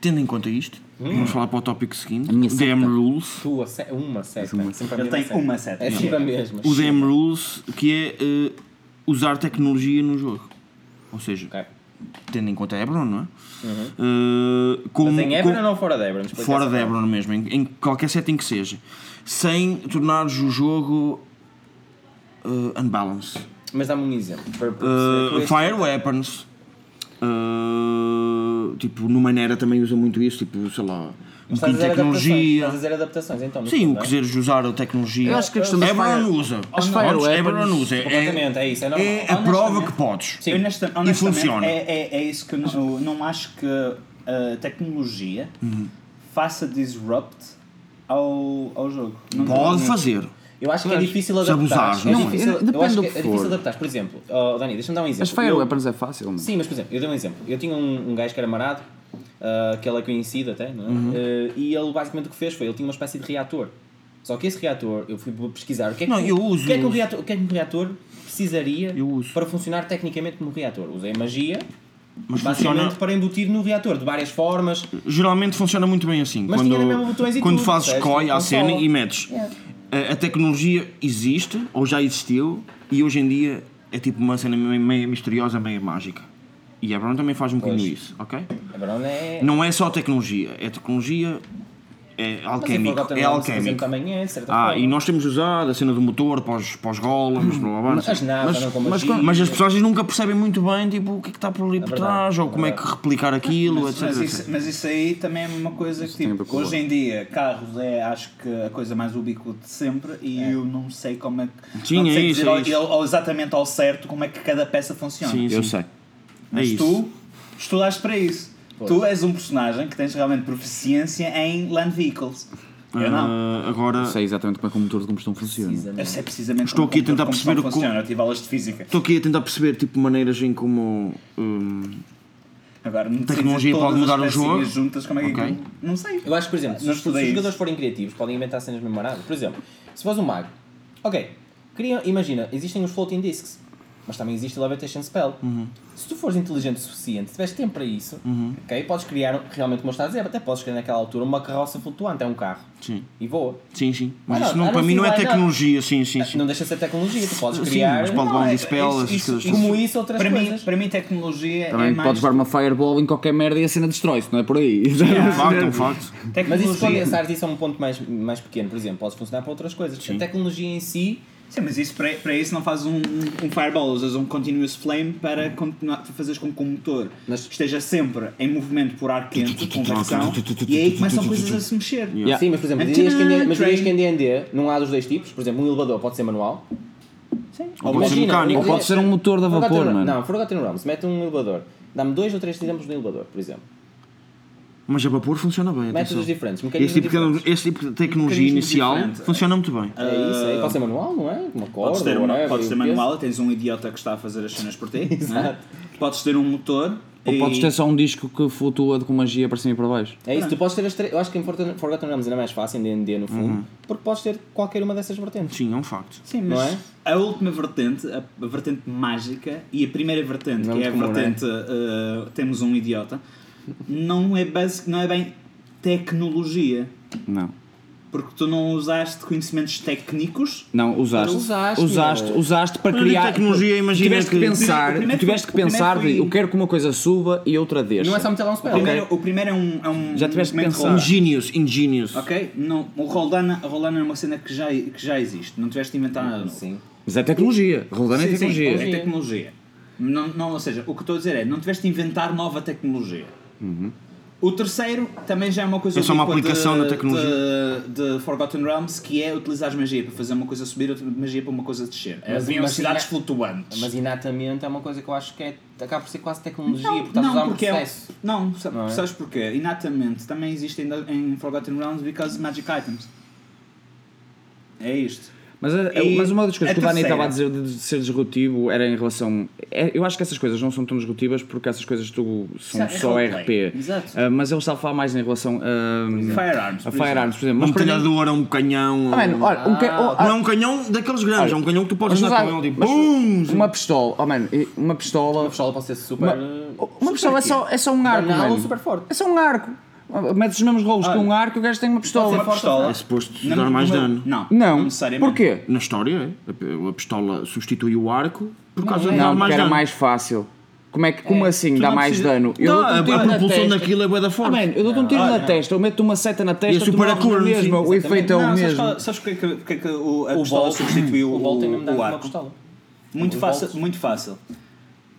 [SPEAKER 2] Tendo em conta isto,
[SPEAKER 3] Hum.
[SPEAKER 2] vamos falar para o tópico seguinte:
[SPEAKER 4] Minha
[SPEAKER 2] DM Rules.
[SPEAKER 3] Tua se... Uma seta. Sempre a
[SPEAKER 5] Ele
[SPEAKER 3] mesma
[SPEAKER 5] tem
[SPEAKER 3] seta.
[SPEAKER 5] uma seta.
[SPEAKER 3] É sempre a mesma.
[SPEAKER 2] O DM Rules, que é eh, usar tecnologia no jogo. Ou seja,
[SPEAKER 3] Ok. Uhum.
[SPEAKER 2] tendo em conta Ebron, não é? Eh,
[SPEAKER 3] Mas
[SPEAKER 2] como,
[SPEAKER 3] em Ebron
[SPEAKER 2] como-
[SPEAKER 3] ou fora de é Ebron? Explica
[SPEAKER 2] Fora
[SPEAKER 3] essa
[SPEAKER 2] de
[SPEAKER 3] parte.
[SPEAKER 2] Ebron mesmo, em, em qualquer setting que seja. Sem tornares o jogo eh, unbalanced.
[SPEAKER 3] Mas dá-me um exemplo. Para para perceber
[SPEAKER 2] Uh,
[SPEAKER 3] que este-
[SPEAKER 2] fire weapons. Uh, tipo, no Manera também usa muito isso, tipo, sei lá, um
[SPEAKER 3] Estás a
[SPEAKER 2] bocadinho de
[SPEAKER 3] dizer adaptações, Estás a
[SPEAKER 2] tecnologia.
[SPEAKER 3] dizer adaptações, então. no
[SPEAKER 2] Sim,
[SPEAKER 3] fundo,
[SPEAKER 2] o
[SPEAKER 3] não
[SPEAKER 2] que
[SPEAKER 3] é?
[SPEAKER 2] quiseres usar a tecnologia.
[SPEAKER 4] Eu acho que a questão das
[SPEAKER 2] Everon
[SPEAKER 4] fire- Oh,
[SPEAKER 2] usa.
[SPEAKER 4] as fire
[SPEAKER 2] Honest-
[SPEAKER 4] weapons-
[SPEAKER 2] Everon usa. É,
[SPEAKER 3] Completamente, é isso, é normal.
[SPEAKER 2] é a prova que podes.
[SPEAKER 3] Sim.
[SPEAKER 5] Honesta- honestamente,
[SPEAKER 2] funciona.
[SPEAKER 5] é, é, é isso que eu não, eu não acho que a tecnologia
[SPEAKER 2] Uhum.
[SPEAKER 5] faça disrupt ao, ao jogo. Não
[SPEAKER 2] Pode
[SPEAKER 5] tem-
[SPEAKER 2] fazer.
[SPEAKER 3] Eu acho que é difícil
[SPEAKER 2] Se
[SPEAKER 3] adaptar.
[SPEAKER 2] abusares,
[SPEAKER 3] é
[SPEAKER 2] não é?
[SPEAKER 3] difícil, eu
[SPEAKER 4] Depende
[SPEAKER 3] acho
[SPEAKER 4] do
[SPEAKER 3] que é
[SPEAKER 4] que
[SPEAKER 3] difícil
[SPEAKER 4] for.
[SPEAKER 3] adaptar. Por exemplo, oh, Dani, deixa-me dar um exemplo.
[SPEAKER 4] As Fire
[SPEAKER 3] Eu-
[SPEAKER 4] Weapons é fácil, mano.
[SPEAKER 3] Sim, mas por exemplo, eu dei um exemplo. Eu tinha um, um gajo que era marado, ah, que ele é conhecido até, não é?
[SPEAKER 2] Uhum.
[SPEAKER 3] Ah, e ele basicamente o que fez foi, ele tinha uma espécie de reator. Só que esse reator, eu fui pesquisar o que é que,
[SPEAKER 2] Não, eu uso-
[SPEAKER 3] o que, é que, um, reator, o que é que um reator precisaria
[SPEAKER 2] Eu uso.
[SPEAKER 3] para funcionar tecnicamente como um reator. Usei magia,
[SPEAKER 2] Mas
[SPEAKER 3] basicamente
[SPEAKER 2] funciona,
[SPEAKER 3] para embutir no reator, de várias formas.
[SPEAKER 2] geralmente funciona muito bem assim.
[SPEAKER 3] Mas
[SPEAKER 2] quando
[SPEAKER 3] tinha mesmo botões e
[SPEAKER 2] quando
[SPEAKER 3] tudo,
[SPEAKER 2] fazes
[SPEAKER 3] percebes?
[SPEAKER 2] COI à
[SPEAKER 3] Consola.
[SPEAKER 2] cena e metes. A, a tecnologia existe, ou já existiu, e hoje em dia é tipo uma cena meio, meio misteriosa, meio mágica. E a Brown também faz um bocadinho
[SPEAKER 3] Pois.
[SPEAKER 2] isso, ok?
[SPEAKER 3] A verdade é...
[SPEAKER 2] Não é só tecnologia, é tecnologia, é
[SPEAKER 3] Mas em
[SPEAKER 2] alquémico,
[SPEAKER 3] Forgotten
[SPEAKER 2] é
[SPEAKER 3] Realms, por exemplo,
[SPEAKER 2] alquémico.
[SPEAKER 3] Também é, de certa
[SPEAKER 2] Ah,
[SPEAKER 3] forma.
[SPEAKER 2] e nós temos usado a cena do motor para os, para os golems, blá blá blá. não sei.
[SPEAKER 3] As naves andam com
[SPEAKER 4] mas
[SPEAKER 3] magia.
[SPEAKER 4] quando-
[SPEAKER 2] Mas as pessoas nunca percebem muito bem tipo, o que é que está por ali por
[SPEAKER 3] verdade,
[SPEAKER 2] trás, ou
[SPEAKER 3] é
[SPEAKER 2] como é que
[SPEAKER 3] verdade.
[SPEAKER 2] replicar aquilo,
[SPEAKER 5] Mas,
[SPEAKER 2] etc.
[SPEAKER 5] mas
[SPEAKER 2] etc.
[SPEAKER 5] isso, mas isso aí também é uma coisa que
[SPEAKER 4] tem a ver
[SPEAKER 5] tipo,
[SPEAKER 4] com o
[SPEAKER 5] hoje em dia carros é acho que a coisa mais ubíqua de sempre e eu não sei como é que
[SPEAKER 2] Sim,
[SPEAKER 5] não
[SPEAKER 2] é
[SPEAKER 5] sei
[SPEAKER 2] isso,
[SPEAKER 5] dizer
[SPEAKER 2] é
[SPEAKER 5] ao-
[SPEAKER 2] isso.
[SPEAKER 5] ao- ao exatamente ao certo como é que cada peça funciona.
[SPEAKER 2] Sim,
[SPEAKER 4] Eu
[SPEAKER 2] sim.
[SPEAKER 4] sei.
[SPEAKER 5] Mas
[SPEAKER 2] isso.
[SPEAKER 5] tu estudaste para isso. Tu és um personagem que tens realmente proficiência em land vehicles. Eu não.
[SPEAKER 2] Ah, agora
[SPEAKER 4] Sei exatamente como é que o motor de combustão funciona.
[SPEAKER 5] Eu sei precisamente
[SPEAKER 2] Estou
[SPEAKER 5] como-
[SPEAKER 2] aqui a
[SPEAKER 5] como-
[SPEAKER 2] tentar
[SPEAKER 5] como
[SPEAKER 2] perceber o
[SPEAKER 5] funciona. Eu tive aulas de física.
[SPEAKER 2] estou aqui a tentar perceber tipo, maneiras em como hum,
[SPEAKER 5] Agora, não sei dizer
[SPEAKER 2] Tecnologia
[SPEAKER 5] todas
[SPEAKER 2] pode
[SPEAKER 5] as
[SPEAKER 2] mudar o
[SPEAKER 5] pecinhas
[SPEAKER 2] jogo?
[SPEAKER 5] juntas, como é que
[SPEAKER 2] Ok.
[SPEAKER 5] aquilo- Não sei.
[SPEAKER 3] Eu acho que, por exemplo, se,
[SPEAKER 5] Não
[SPEAKER 3] os- se os
[SPEAKER 5] estudei isso.
[SPEAKER 3] jogadores forem criativos, podem inventar cenas memoráveis. Por exemplo, se fores um mago, ok, queria, imagina, existem os floating discs, mas também existe o levitation spell.
[SPEAKER 2] Uhum.
[SPEAKER 3] Se tu fores inteligente o suficiente, se tiveres tempo para isso, ok, podes criar, um, realmente como eu estava a dizer, até podes criar naquela altura uma carroça flutuante, é um carro,
[SPEAKER 2] Sim.
[SPEAKER 3] e voa.
[SPEAKER 2] Sim, sim. Mas
[SPEAKER 3] Ah, não,
[SPEAKER 2] isso não,
[SPEAKER 3] ah,
[SPEAKER 2] para
[SPEAKER 3] não,
[SPEAKER 4] assim,
[SPEAKER 2] mim
[SPEAKER 3] sim,
[SPEAKER 2] não é
[SPEAKER 3] vai, não.
[SPEAKER 2] tecnologia, sim, sim, sim.
[SPEAKER 3] Não deixa de ser tecnologia, tu podes
[SPEAKER 2] Sim,
[SPEAKER 3] criar
[SPEAKER 2] mas pode levar
[SPEAKER 5] Não,
[SPEAKER 2] um
[SPEAKER 5] é-
[SPEAKER 2] dispel,
[SPEAKER 5] isso-
[SPEAKER 2] essas
[SPEAKER 5] isso-
[SPEAKER 2] coisas.
[SPEAKER 3] como isso outras
[SPEAKER 5] Para mim,
[SPEAKER 3] coisas.
[SPEAKER 5] para mim, tecnologia é
[SPEAKER 4] Também
[SPEAKER 5] mais.
[SPEAKER 4] podes levar uma Fireball em qualquer merda e a cena destrói-se, não é por aí.
[SPEAKER 2] É um facto, é um facto.
[SPEAKER 3] Mas
[SPEAKER 5] tecnologia.
[SPEAKER 3] isso, se condensares isso a um ponto mais, mais pequeno, por exemplo, pode funcionar para outras coisas. A tecnologia em si,
[SPEAKER 5] Sim, mas isso para, para isso não faz um, um fireball, usas um continuous flame para continuar, para fazeres com que o motor
[SPEAKER 3] Mas-
[SPEAKER 5] esteja sempre em movimento por ar quente, convecção, e aí começam coisas a se mexer.
[SPEAKER 4] Yeah.
[SPEAKER 3] Sim, mas por exemplo,
[SPEAKER 5] Ah,
[SPEAKER 3] dirias que em D-
[SPEAKER 5] tcharam,
[SPEAKER 3] mas dirias que
[SPEAKER 5] train.
[SPEAKER 3] em D&D não há dos dois tipos. Por exemplo, um elevador pode ser manual.
[SPEAKER 2] Ou pode ser
[SPEAKER 3] Imagina,
[SPEAKER 2] mecânico.
[SPEAKER 4] Ou pode ser um motor da
[SPEAKER 3] Forgotten
[SPEAKER 4] vapor,
[SPEAKER 3] Realms-
[SPEAKER 4] mano.
[SPEAKER 3] Não, Forgotten Realms, mete um elevador. Dá-me dois ou três exemplos de um elevador, por exemplo.
[SPEAKER 2] Mas a vapor funciona bem, atenção.
[SPEAKER 3] Métodos
[SPEAKER 4] um
[SPEAKER 3] diferentes, mecanismos
[SPEAKER 2] Esse tipo,
[SPEAKER 3] diferentes.
[SPEAKER 2] de, esse tipo de tecnologia
[SPEAKER 5] Mecanismos
[SPEAKER 2] inicial
[SPEAKER 5] diferentes, é.
[SPEAKER 2] funciona muito bem.
[SPEAKER 3] É isso, é, pode ser manual, não é? Uma corda,
[SPEAKER 5] Podes ter, uma,
[SPEAKER 3] whatever,
[SPEAKER 5] podes
[SPEAKER 3] e
[SPEAKER 5] ter
[SPEAKER 3] o peso.
[SPEAKER 5] manual, tens um idiota que está a fazer as cenas por ti.
[SPEAKER 3] Exato.
[SPEAKER 5] Podes ter um motor.
[SPEAKER 4] Ou
[SPEAKER 5] e-
[SPEAKER 4] podes ter só um disco que flutua de- com magia para cima e para baixo.
[SPEAKER 3] É isso, tu podes ter as três... Eu acho que em Forgotten Forgotten Realms ainda é mais fácil, em D&D no fundo, porque podes ter qualquer uma dessas vertentes.
[SPEAKER 2] Sim, é um facto.
[SPEAKER 5] Sim,
[SPEAKER 3] Não
[SPEAKER 5] mas é? a última vertente, a, a vertente mágica e a primeira vertente,
[SPEAKER 3] Não
[SPEAKER 5] que é a
[SPEAKER 3] muito comum,
[SPEAKER 5] vertente eh, temos um idiota, não é, basic, não é bem tecnologia.
[SPEAKER 4] Não.
[SPEAKER 5] Porque tu não usaste conhecimentos técnicos.
[SPEAKER 4] Não, usaste.
[SPEAKER 3] Usaste,
[SPEAKER 4] Usaste, usaste,
[SPEAKER 3] meu. é
[SPEAKER 4] para
[SPEAKER 2] Mas a
[SPEAKER 4] criar.
[SPEAKER 2] tecnologia, imagina
[SPEAKER 4] tiveste que,
[SPEAKER 2] que-
[SPEAKER 4] pensar,
[SPEAKER 5] O primeiro-
[SPEAKER 4] tiveste que
[SPEAKER 5] o primeiro
[SPEAKER 4] pensar de
[SPEAKER 5] foi-
[SPEAKER 4] eu quero que uma coisa suba e outra deixe.
[SPEAKER 3] Não é só meter lá um spell.
[SPEAKER 5] O primeiro, o primeiro é um. É um
[SPEAKER 4] Já tiveste
[SPEAKER 5] um
[SPEAKER 4] que
[SPEAKER 5] momento
[SPEAKER 4] pensar.
[SPEAKER 5] rolar.
[SPEAKER 2] Ingenious, ingenious.
[SPEAKER 5] Ok? Não, o Roldana, a Roldana é uma cena que já, que já existe. Não tiveste de inventar nada novo.
[SPEAKER 3] Sim.
[SPEAKER 4] Mas é tecnologia. Rodando é
[SPEAKER 5] Sim, sim,
[SPEAKER 4] tecnologia.
[SPEAKER 5] é tecnologia. Não, não, ou seja, o que estou a dizer é, não tiveste de inventar nova tecnologia. O terceiro também já é uma coisa
[SPEAKER 2] Uhum. É só uma
[SPEAKER 5] ubíqua
[SPEAKER 2] aplicação
[SPEAKER 5] de,
[SPEAKER 2] da tecnologia.
[SPEAKER 5] de, de Forgotten Realms, que é utilizar magia para fazer uma coisa subir, outra magia para uma coisa descer.
[SPEAKER 3] Mas-
[SPEAKER 5] Havia
[SPEAKER 3] mas
[SPEAKER 5] cidades
[SPEAKER 3] sim, é-
[SPEAKER 5] flutuantes.
[SPEAKER 3] Mas inatamente é uma coisa que eu acho que é, acaba por ser quase tecnologia, porque estás a usar
[SPEAKER 5] não,
[SPEAKER 3] um
[SPEAKER 5] porque é um-
[SPEAKER 3] processo.
[SPEAKER 5] não, sa-
[SPEAKER 3] Não é?
[SPEAKER 5] sabes porquê? Inatamente também existe ainda em Forgotten Realms because magic items. É isto.
[SPEAKER 4] Mas, a-
[SPEAKER 5] E
[SPEAKER 4] mas uma das coisas
[SPEAKER 5] a
[SPEAKER 4] que o Dani
[SPEAKER 5] terceira.
[SPEAKER 4] estava a dizer de de ser disruptivo era em relação. é- eu acho que essas coisas não são tão disruptivas porque essas coisas tu, são
[SPEAKER 5] Isso é
[SPEAKER 4] só
[SPEAKER 5] roleplay.
[SPEAKER 4] RP.
[SPEAKER 5] Exato.
[SPEAKER 4] Ah, mas ele estava a falar mais em relação a.
[SPEAKER 5] Firearms. por
[SPEAKER 4] a Firearms, por exemplo. Mas
[SPEAKER 2] Um
[SPEAKER 4] para mim-
[SPEAKER 2] metralhadora, um canhão.
[SPEAKER 4] Ah, mano,
[SPEAKER 2] um-
[SPEAKER 4] olha, um ca- oh, ah,
[SPEAKER 2] Não é um canhão daqueles grandes, é um canhão que tu podes
[SPEAKER 4] mas
[SPEAKER 2] andar
[SPEAKER 4] sabe-
[SPEAKER 2] com ele. Tipo,
[SPEAKER 4] mas
[SPEAKER 2] BUM!
[SPEAKER 4] Uma pistola, oh, mano, e uma pistola.
[SPEAKER 3] A pistola pode ser super.
[SPEAKER 4] Uma, uma pistola é
[SPEAKER 3] quê?
[SPEAKER 4] só, é só um arco.
[SPEAKER 3] Banal ou
[SPEAKER 4] mano.
[SPEAKER 3] super forte?
[SPEAKER 4] É só um arco. Metes os mesmos rolos que um arco e o gajo tem uma
[SPEAKER 5] Uma
[SPEAKER 4] pistola.
[SPEAKER 5] pistola.
[SPEAKER 2] É suposto
[SPEAKER 5] Não,
[SPEAKER 2] dar mais
[SPEAKER 5] não,
[SPEAKER 2] dano.
[SPEAKER 5] Não,
[SPEAKER 4] Não,
[SPEAKER 5] necessariamente.
[SPEAKER 4] porquê?
[SPEAKER 2] Na história, é. a pistola substitui o arco por causa de dar
[SPEAKER 4] Não,
[SPEAKER 2] mais
[SPEAKER 4] porque era
[SPEAKER 2] dano.
[SPEAKER 4] mais fácil. Como, é que, como assim dá
[SPEAKER 5] não
[SPEAKER 4] mais
[SPEAKER 5] precisas-
[SPEAKER 4] dano?
[SPEAKER 2] Dá,
[SPEAKER 4] dou-te um
[SPEAKER 2] a,
[SPEAKER 4] tiro
[SPEAKER 2] a
[SPEAKER 4] na
[SPEAKER 2] propulsão
[SPEAKER 4] testa.
[SPEAKER 2] daquilo é bué da
[SPEAKER 4] Ah,
[SPEAKER 2] forte.
[SPEAKER 4] man, eu dou-te um tiro na testa, eu meto uma seta na testa,
[SPEAKER 2] E a super
[SPEAKER 4] tu morres na
[SPEAKER 2] accuracy,
[SPEAKER 4] mesma, o
[SPEAKER 3] exatamente.
[SPEAKER 4] efeito é o
[SPEAKER 5] Não, sabes,
[SPEAKER 4] mesmo.
[SPEAKER 5] qual- sabes porque, é que- porque é que o, a
[SPEAKER 3] O
[SPEAKER 5] pistola
[SPEAKER 3] Bolt
[SPEAKER 5] substituiu
[SPEAKER 3] O
[SPEAKER 5] o,
[SPEAKER 3] Bolt tem mesmo dado
[SPEAKER 5] o
[SPEAKER 3] uma
[SPEAKER 5] arco?
[SPEAKER 3] pistola.
[SPEAKER 5] Muito
[SPEAKER 3] O
[SPEAKER 5] fácil,
[SPEAKER 3] Bolt.
[SPEAKER 5] muito fácil.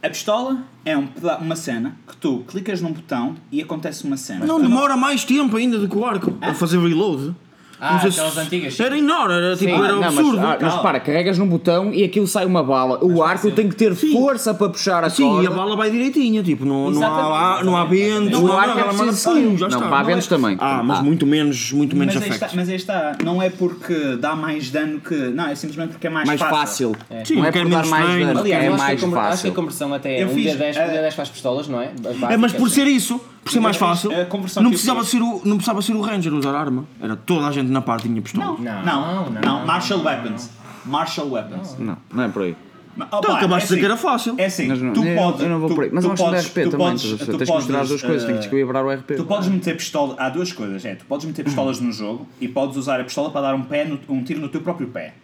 [SPEAKER 5] A pistola é um peda- uma cena que tu clicas num botão e acontece uma cena.
[SPEAKER 2] Não demora mais tempo ainda do que o arco a fazer reload.
[SPEAKER 3] Ah,
[SPEAKER 2] Não sei
[SPEAKER 3] aquelas antigas, sim.
[SPEAKER 2] Era enorme, era tipo,
[SPEAKER 4] Ah,
[SPEAKER 2] era
[SPEAKER 4] não, mas-
[SPEAKER 2] absurdo.
[SPEAKER 4] ah, mas,
[SPEAKER 5] Calma.
[SPEAKER 4] para, carregas num botão e aquilo sai uma bala. O arco tem que ter força para puxar a
[SPEAKER 2] Sim, e
[SPEAKER 4] corda.
[SPEAKER 2] a bala vai direitinha, tipo, não, não há,
[SPEAKER 3] Exatamente.
[SPEAKER 2] não há ventos,
[SPEAKER 4] O
[SPEAKER 2] não há
[SPEAKER 4] arco é
[SPEAKER 2] nada,
[SPEAKER 4] preciso
[SPEAKER 2] mas
[SPEAKER 4] sair.
[SPEAKER 2] pum, já
[SPEAKER 4] Não,
[SPEAKER 2] está.
[SPEAKER 4] para ventos também.
[SPEAKER 2] Ah, mas
[SPEAKER 4] Ah.
[SPEAKER 2] muito menos, muito menos
[SPEAKER 5] mas, aí está,
[SPEAKER 2] afeto.
[SPEAKER 5] mas aí está, não é porque dá mais dano que. Não, é simplesmente porque é mais,
[SPEAKER 4] mais fácil.
[SPEAKER 2] Sim,
[SPEAKER 4] não é
[SPEAKER 2] quer
[SPEAKER 4] por dar
[SPEAKER 2] menos
[SPEAKER 4] mais
[SPEAKER 2] dano.
[SPEAKER 4] dano,
[SPEAKER 3] Aliás,
[SPEAKER 4] é
[SPEAKER 3] eu acho,
[SPEAKER 4] mais
[SPEAKER 3] que a, conver- acho que
[SPEAKER 4] fácil.
[SPEAKER 3] a conversão até é
[SPEAKER 5] Eu
[SPEAKER 3] um
[SPEAKER 5] fiz,
[SPEAKER 3] D10,
[SPEAKER 5] eh,
[SPEAKER 3] um D10 para as pistolas, não é? As
[SPEAKER 2] É, mas por
[SPEAKER 3] básicas.
[SPEAKER 2] ser isso, por ser mais fácil,
[SPEAKER 5] a conversão
[SPEAKER 2] não
[SPEAKER 5] que eu
[SPEAKER 2] precisava,
[SPEAKER 5] fiz.
[SPEAKER 2] ser o, não precisava ser o Ranger a usar arma. Era toda a gente na parte tinha pistola.
[SPEAKER 5] Não,
[SPEAKER 3] não,
[SPEAKER 5] não,
[SPEAKER 3] não, não,
[SPEAKER 5] Martial Weapons. Martial Weapons.
[SPEAKER 4] Não, não é por aí.
[SPEAKER 5] Mas, opa,
[SPEAKER 2] Então acabaste de dizer que era fácil.
[SPEAKER 5] É assim,
[SPEAKER 4] Mas não,
[SPEAKER 5] tu
[SPEAKER 4] eu,
[SPEAKER 5] podes.
[SPEAKER 4] eu não vou
[SPEAKER 5] tu,
[SPEAKER 4] por aí. Mas
[SPEAKER 5] tu
[SPEAKER 4] eu acho que é
[SPEAKER 5] podes-
[SPEAKER 4] RP
[SPEAKER 5] tu
[SPEAKER 4] também,
[SPEAKER 5] podes-
[SPEAKER 4] estás a perceber?
[SPEAKER 5] tu
[SPEAKER 4] tens que misturar as
[SPEAKER 5] podes,
[SPEAKER 4] duas coisas,
[SPEAKER 5] eh,
[SPEAKER 4] tens que equilibrar o RP.
[SPEAKER 5] Tu podes meter pistola. Há duas coisas, é. Tu podes meter pistolas no jogo e podes usar a pistola para dar um, pé no- um tiro no teu próprio pé.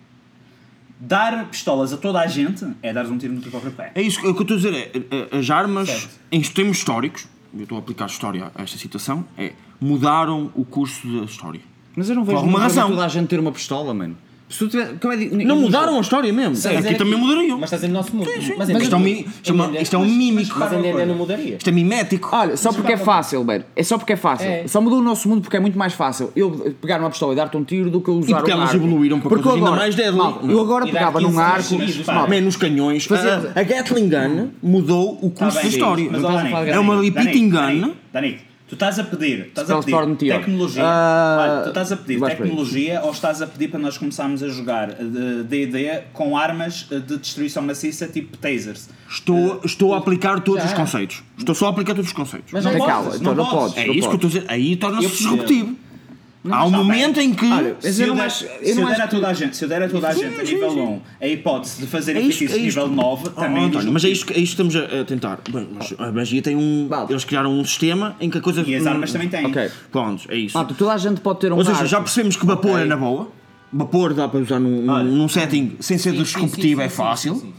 [SPEAKER 5] Dar pistolas a toda a gente é dar um tiro no teu próprio pé.
[SPEAKER 2] É isso que, o que eu estou a dizer. É, é, as armas, em termos históricos, eu estou a aplicar história a esta situação, é mudaram o curso da história.
[SPEAKER 4] Mas eu não vejo
[SPEAKER 2] Por alguma
[SPEAKER 4] muito bem
[SPEAKER 2] razão.
[SPEAKER 4] toda a gente ter uma pistola, mano. Se tu tiver- como é de-
[SPEAKER 2] Não
[SPEAKER 4] no
[SPEAKER 2] mudaram
[SPEAKER 4] jogo-
[SPEAKER 2] a história mesmo.
[SPEAKER 3] Estás a
[SPEAKER 2] aqui
[SPEAKER 3] dizer
[SPEAKER 2] também mudariam.
[SPEAKER 3] é Mas estás a dizer no nosso mundo. Mas
[SPEAKER 2] Mas isto é um mi-
[SPEAKER 3] mímico.
[SPEAKER 2] chama- isto é um mímico.
[SPEAKER 3] Mas ainda ainda não mudaria.
[SPEAKER 2] Isto é mimético.
[SPEAKER 4] Olha, só porque é fácil, mano. É só porque é fácil.
[SPEAKER 3] É.
[SPEAKER 4] Só mudou o nosso mundo porque é muito mais fácil eu pegar uma pistola e dar-te um tiro do que eu usar
[SPEAKER 2] porque
[SPEAKER 4] um
[SPEAKER 2] elas
[SPEAKER 4] arco.
[SPEAKER 2] evoluíram para
[SPEAKER 4] porque eu
[SPEAKER 2] coisas ainda
[SPEAKER 4] agora-
[SPEAKER 2] mais deadly.
[SPEAKER 4] Malta, Eu agora
[SPEAKER 3] E um dar
[SPEAKER 4] pegava
[SPEAKER 3] 15
[SPEAKER 4] num arco.
[SPEAKER 3] tiros,
[SPEAKER 4] Malta,
[SPEAKER 5] pá.
[SPEAKER 2] Menos canhões.
[SPEAKER 4] Fazia-
[SPEAKER 2] A, a Gatling Gun mudou o curso da história.
[SPEAKER 5] Tá Mas,
[SPEAKER 4] Não
[SPEAKER 5] ó,
[SPEAKER 4] estás a
[SPEAKER 5] Dani,
[SPEAKER 4] falar
[SPEAKER 5] Dani,
[SPEAKER 4] É
[SPEAKER 2] uma
[SPEAKER 5] Dani,
[SPEAKER 2] repeating
[SPEAKER 5] Dani,
[SPEAKER 2] gun.
[SPEAKER 5] Dani, tu estás a pedir, estás a
[SPEAKER 4] Spellstorm
[SPEAKER 5] pedir
[SPEAKER 4] Theory.
[SPEAKER 5] tecnologia.
[SPEAKER 4] Ah,
[SPEAKER 5] Olha, tu estás a pedir
[SPEAKER 4] vais para aí.
[SPEAKER 5] tecnologia ou estás a pedir para nós começarmos a jogar eh, D&D com armas eh, de destruição maciça tipo tasers.
[SPEAKER 2] Estou, estou a aplicar todos
[SPEAKER 3] já.
[SPEAKER 2] os conceitos. Estou só a aplicar todos os conceitos.
[SPEAKER 3] Mas
[SPEAKER 4] Não
[SPEAKER 3] não
[SPEAKER 4] cala,
[SPEAKER 3] podes,
[SPEAKER 4] então
[SPEAKER 5] não
[SPEAKER 4] não podes.
[SPEAKER 5] podes.
[SPEAKER 2] é
[SPEAKER 4] não
[SPEAKER 2] isso que eu
[SPEAKER 4] podes.
[SPEAKER 2] estou a dizer. Aí torna-se
[SPEAKER 3] Eu percebo.
[SPEAKER 2] disruptivo. Há um
[SPEAKER 5] está bem. é
[SPEAKER 2] momento em que.
[SPEAKER 4] Olha, mas
[SPEAKER 5] Se
[SPEAKER 4] eu
[SPEAKER 5] eu,
[SPEAKER 4] não
[SPEAKER 5] der,
[SPEAKER 4] acho-
[SPEAKER 5] se
[SPEAKER 4] eu
[SPEAKER 5] eu
[SPEAKER 4] não
[SPEAKER 5] der
[SPEAKER 4] acho
[SPEAKER 5] a toda a gente, se eu der a toda a gente a nível 1 a hipótese de fazer
[SPEAKER 2] É isto,
[SPEAKER 5] efeitício
[SPEAKER 2] é isto.
[SPEAKER 5] nível 9,
[SPEAKER 2] Oh,
[SPEAKER 5] também
[SPEAKER 2] António, mas é isto, que- é isto que estamos a, a tentar. Bem, mas a magia tem um.
[SPEAKER 4] Vale.
[SPEAKER 2] Eles criaram um sistema em que a coisa.
[SPEAKER 5] E as armas
[SPEAKER 2] hum,
[SPEAKER 5] também têm.
[SPEAKER 4] Ok.
[SPEAKER 2] Pronto, é isso.
[SPEAKER 4] Malta, toda a gente pode ter um
[SPEAKER 2] Ou seja,
[SPEAKER 4] arco.
[SPEAKER 2] já percebemos que vapor
[SPEAKER 4] Ok.
[SPEAKER 2] é na boa. Vapor dá para usar num, num- num setting sem ser disruptivo, é fácil.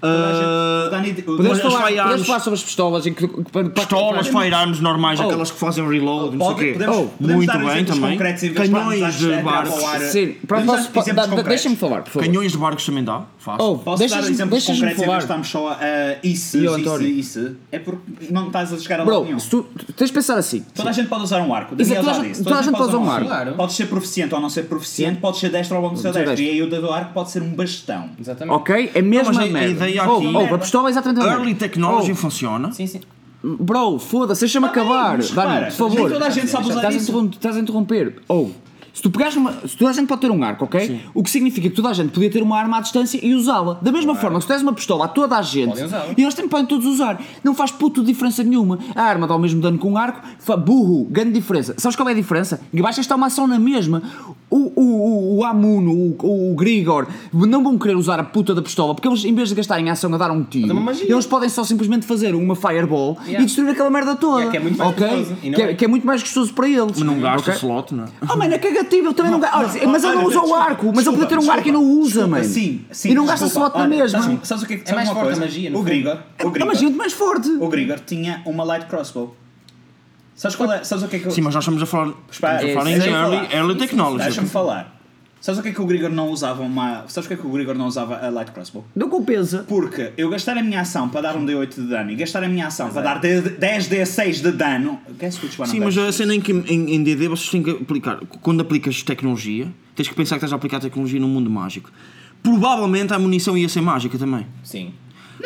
[SPEAKER 5] Toda a gente- Dani,
[SPEAKER 4] Podemos
[SPEAKER 2] Olha, as
[SPEAKER 4] falar,
[SPEAKER 2] firearms-
[SPEAKER 4] podemos falar sobre as pistolas em que, para, para-
[SPEAKER 2] Pistolas,
[SPEAKER 4] para-
[SPEAKER 2] firearms normais,
[SPEAKER 4] Oh.
[SPEAKER 2] aquelas que fazem reload, não sei o
[SPEAKER 5] Pode-
[SPEAKER 2] quê.
[SPEAKER 5] podemos-
[SPEAKER 2] Oh,
[SPEAKER 5] podemos
[SPEAKER 2] muito
[SPEAKER 5] dar
[SPEAKER 2] bem
[SPEAKER 5] exemplos
[SPEAKER 2] também.
[SPEAKER 5] concretos em vez de
[SPEAKER 2] Canhões
[SPEAKER 5] falarmos às
[SPEAKER 2] de
[SPEAKER 5] letras a
[SPEAKER 2] barcos.
[SPEAKER 4] Sim,
[SPEAKER 5] falar.
[SPEAKER 4] para,
[SPEAKER 5] Podemos dar
[SPEAKER 4] posso,
[SPEAKER 5] exemplos
[SPEAKER 4] da- da-
[SPEAKER 5] concretos.
[SPEAKER 4] deixa-me falar, por favor.
[SPEAKER 2] Canhões de barcos também dá, fácil.
[SPEAKER 4] Oh,
[SPEAKER 5] Posso
[SPEAKER 4] deixa-me-
[SPEAKER 5] dar exemplos
[SPEAKER 4] deixa-me
[SPEAKER 5] concretos em vez de
[SPEAKER 4] falar.
[SPEAKER 5] estarmos só a isso,
[SPEAKER 4] E o
[SPEAKER 5] isso,
[SPEAKER 4] António?
[SPEAKER 5] isso, isso? É porque não estás a chegar a lado nenhum.
[SPEAKER 4] Bro, se tu, tu tens de pensar assim.
[SPEAKER 5] Toda a gente pode usar um arco.
[SPEAKER 4] Isso é,
[SPEAKER 5] Daniel
[SPEAKER 4] toda a
[SPEAKER 5] já
[SPEAKER 4] gente-
[SPEAKER 5] disse.
[SPEAKER 4] toda a gente pode usar um arco.
[SPEAKER 3] Claro.
[SPEAKER 5] Podes ser proficiente ou não ser proficiente, podes ser destro ou não ser
[SPEAKER 4] Pode ser
[SPEAKER 5] destro. E
[SPEAKER 4] destro.
[SPEAKER 5] aí o dedo arco pode ser um bastão.
[SPEAKER 3] Exatamente.
[SPEAKER 4] Ok? É mesmo
[SPEAKER 2] mas a-
[SPEAKER 4] a
[SPEAKER 2] a
[SPEAKER 4] merda.
[SPEAKER 2] ideia
[SPEAKER 4] oh,
[SPEAKER 2] aqui-
[SPEAKER 4] oh, a pistola é exatamente a mesma.
[SPEAKER 2] Early technology funciona.
[SPEAKER 3] Sim, sim.
[SPEAKER 4] Oh, bro, foda-se, deixa-me acabar.
[SPEAKER 5] mas
[SPEAKER 4] Dani,
[SPEAKER 5] repara,
[SPEAKER 4] por favor.
[SPEAKER 5] nem toda a gente sabe usar
[SPEAKER 4] estás, a
[SPEAKER 5] isso.
[SPEAKER 4] interrom- estás a interromper. Ou, se tu pegares numa. Se toda a gente pode ter um arco, ok? O que significa que toda a gente podia ter uma arma à distância e usá-la. Da mesma forma que se tu tens uma pistola a toda a gente
[SPEAKER 3] Podem usá-la.
[SPEAKER 4] e eles também podem todos usar. Não faz puto diferença nenhuma. A arma dá o mesmo dano com um arco, fa- burro, grande diferença. Sabes qual é a diferença? Que vais gastar uma ação na mesma. O, o, o, o Amuno, o, o, o Grigor, não vão querer usar a puta da pistola porque eles, em vez de gastarem ação a dar um tiro,
[SPEAKER 3] é uma magia.
[SPEAKER 4] eles podem só simplesmente fazer uma fireball
[SPEAKER 3] Yeah.
[SPEAKER 4] e destruir aquela merda toda.
[SPEAKER 3] Yeah, que é muito mais
[SPEAKER 4] ok?
[SPEAKER 3] gostoso, e não
[SPEAKER 4] Que
[SPEAKER 3] é.
[SPEAKER 4] é, que é muito mais gostoso para eles.
[SPEAKER 2] Mas não gasta
[SPEAKER 4] ok?
[SPEAKER 2] slot, não é?
[SPEAKER 4] Oh, mano, é cagativo, ele também não, gasta. mas ele não usa o arco, mas ele podia ter um arco e não usa, mano.
[SPEAKER 5] Sim, sim.
[SPEAKER 4] e não gasta
[SPEAKER 5] desculpa,
[SPEAKER 4] slot na
[SPEAKER 5] olha,
[SPEAKER 4] mesma.
[SPEAKER 5] Sabes, sabes o que é que sabes
[SPEAKER 3] mais
[SPEAKER 5] uma
[SPEAKER 3] forte a
[SPEAKER 5] coisa?
[SPEAKER 3] magia, no
[SPEAKER 5] O
[SPEAKER 3] fundo.
[SPEAKER 5] Grigor, o
[SPEAKER 4] É uma magia
[SPEAKER 5] Grigor,
[SPEAKER 4] muito mais forte.
[SPEAKER 5] o Grigor tinha uma light crossbow. Sabes qual é? Sabes o que é que eu-
[SPEAKER 2] Sim, mas nós estamos a falar,
[SPEAKER 5] Espera, é
[SPEAKER 2] estamos a falar em
[SPEAKER 5] deixa-me
[SPEAKER 2] early,
[SPEAKER 5] falar.
[SPEAKER 2] early technology.
[SPEAKER 5] Deixa-me falar. Sabes o que é que o Grigor não usava uma. Sabes o que é que o Grigor não usava a light crossbow?
[SPEAKER 4] Não compensa.
[SPEAKER 5] Porque eu gastar a minha ação para dar um D8 de dano e gastar a minha ação para dar
[SPEAKER 3] é.
[SPEAKER 5] 10 D6 de dano. Guess which one
[SPEAKER 2] Sim,
[SPEAKER 5] I'm
[SPEAKER 2] mas
[SPEAKER 5] better?
[SPEAKER 2] a cena em que em, em DD vocês têm que aplicar. Quando aplicas tecnologia, tens que pensar que estás a aplicar tecnologia num mundo mágico. Provavelmente a munição ia ser mágica também.
[SPEAKER 3] Sim.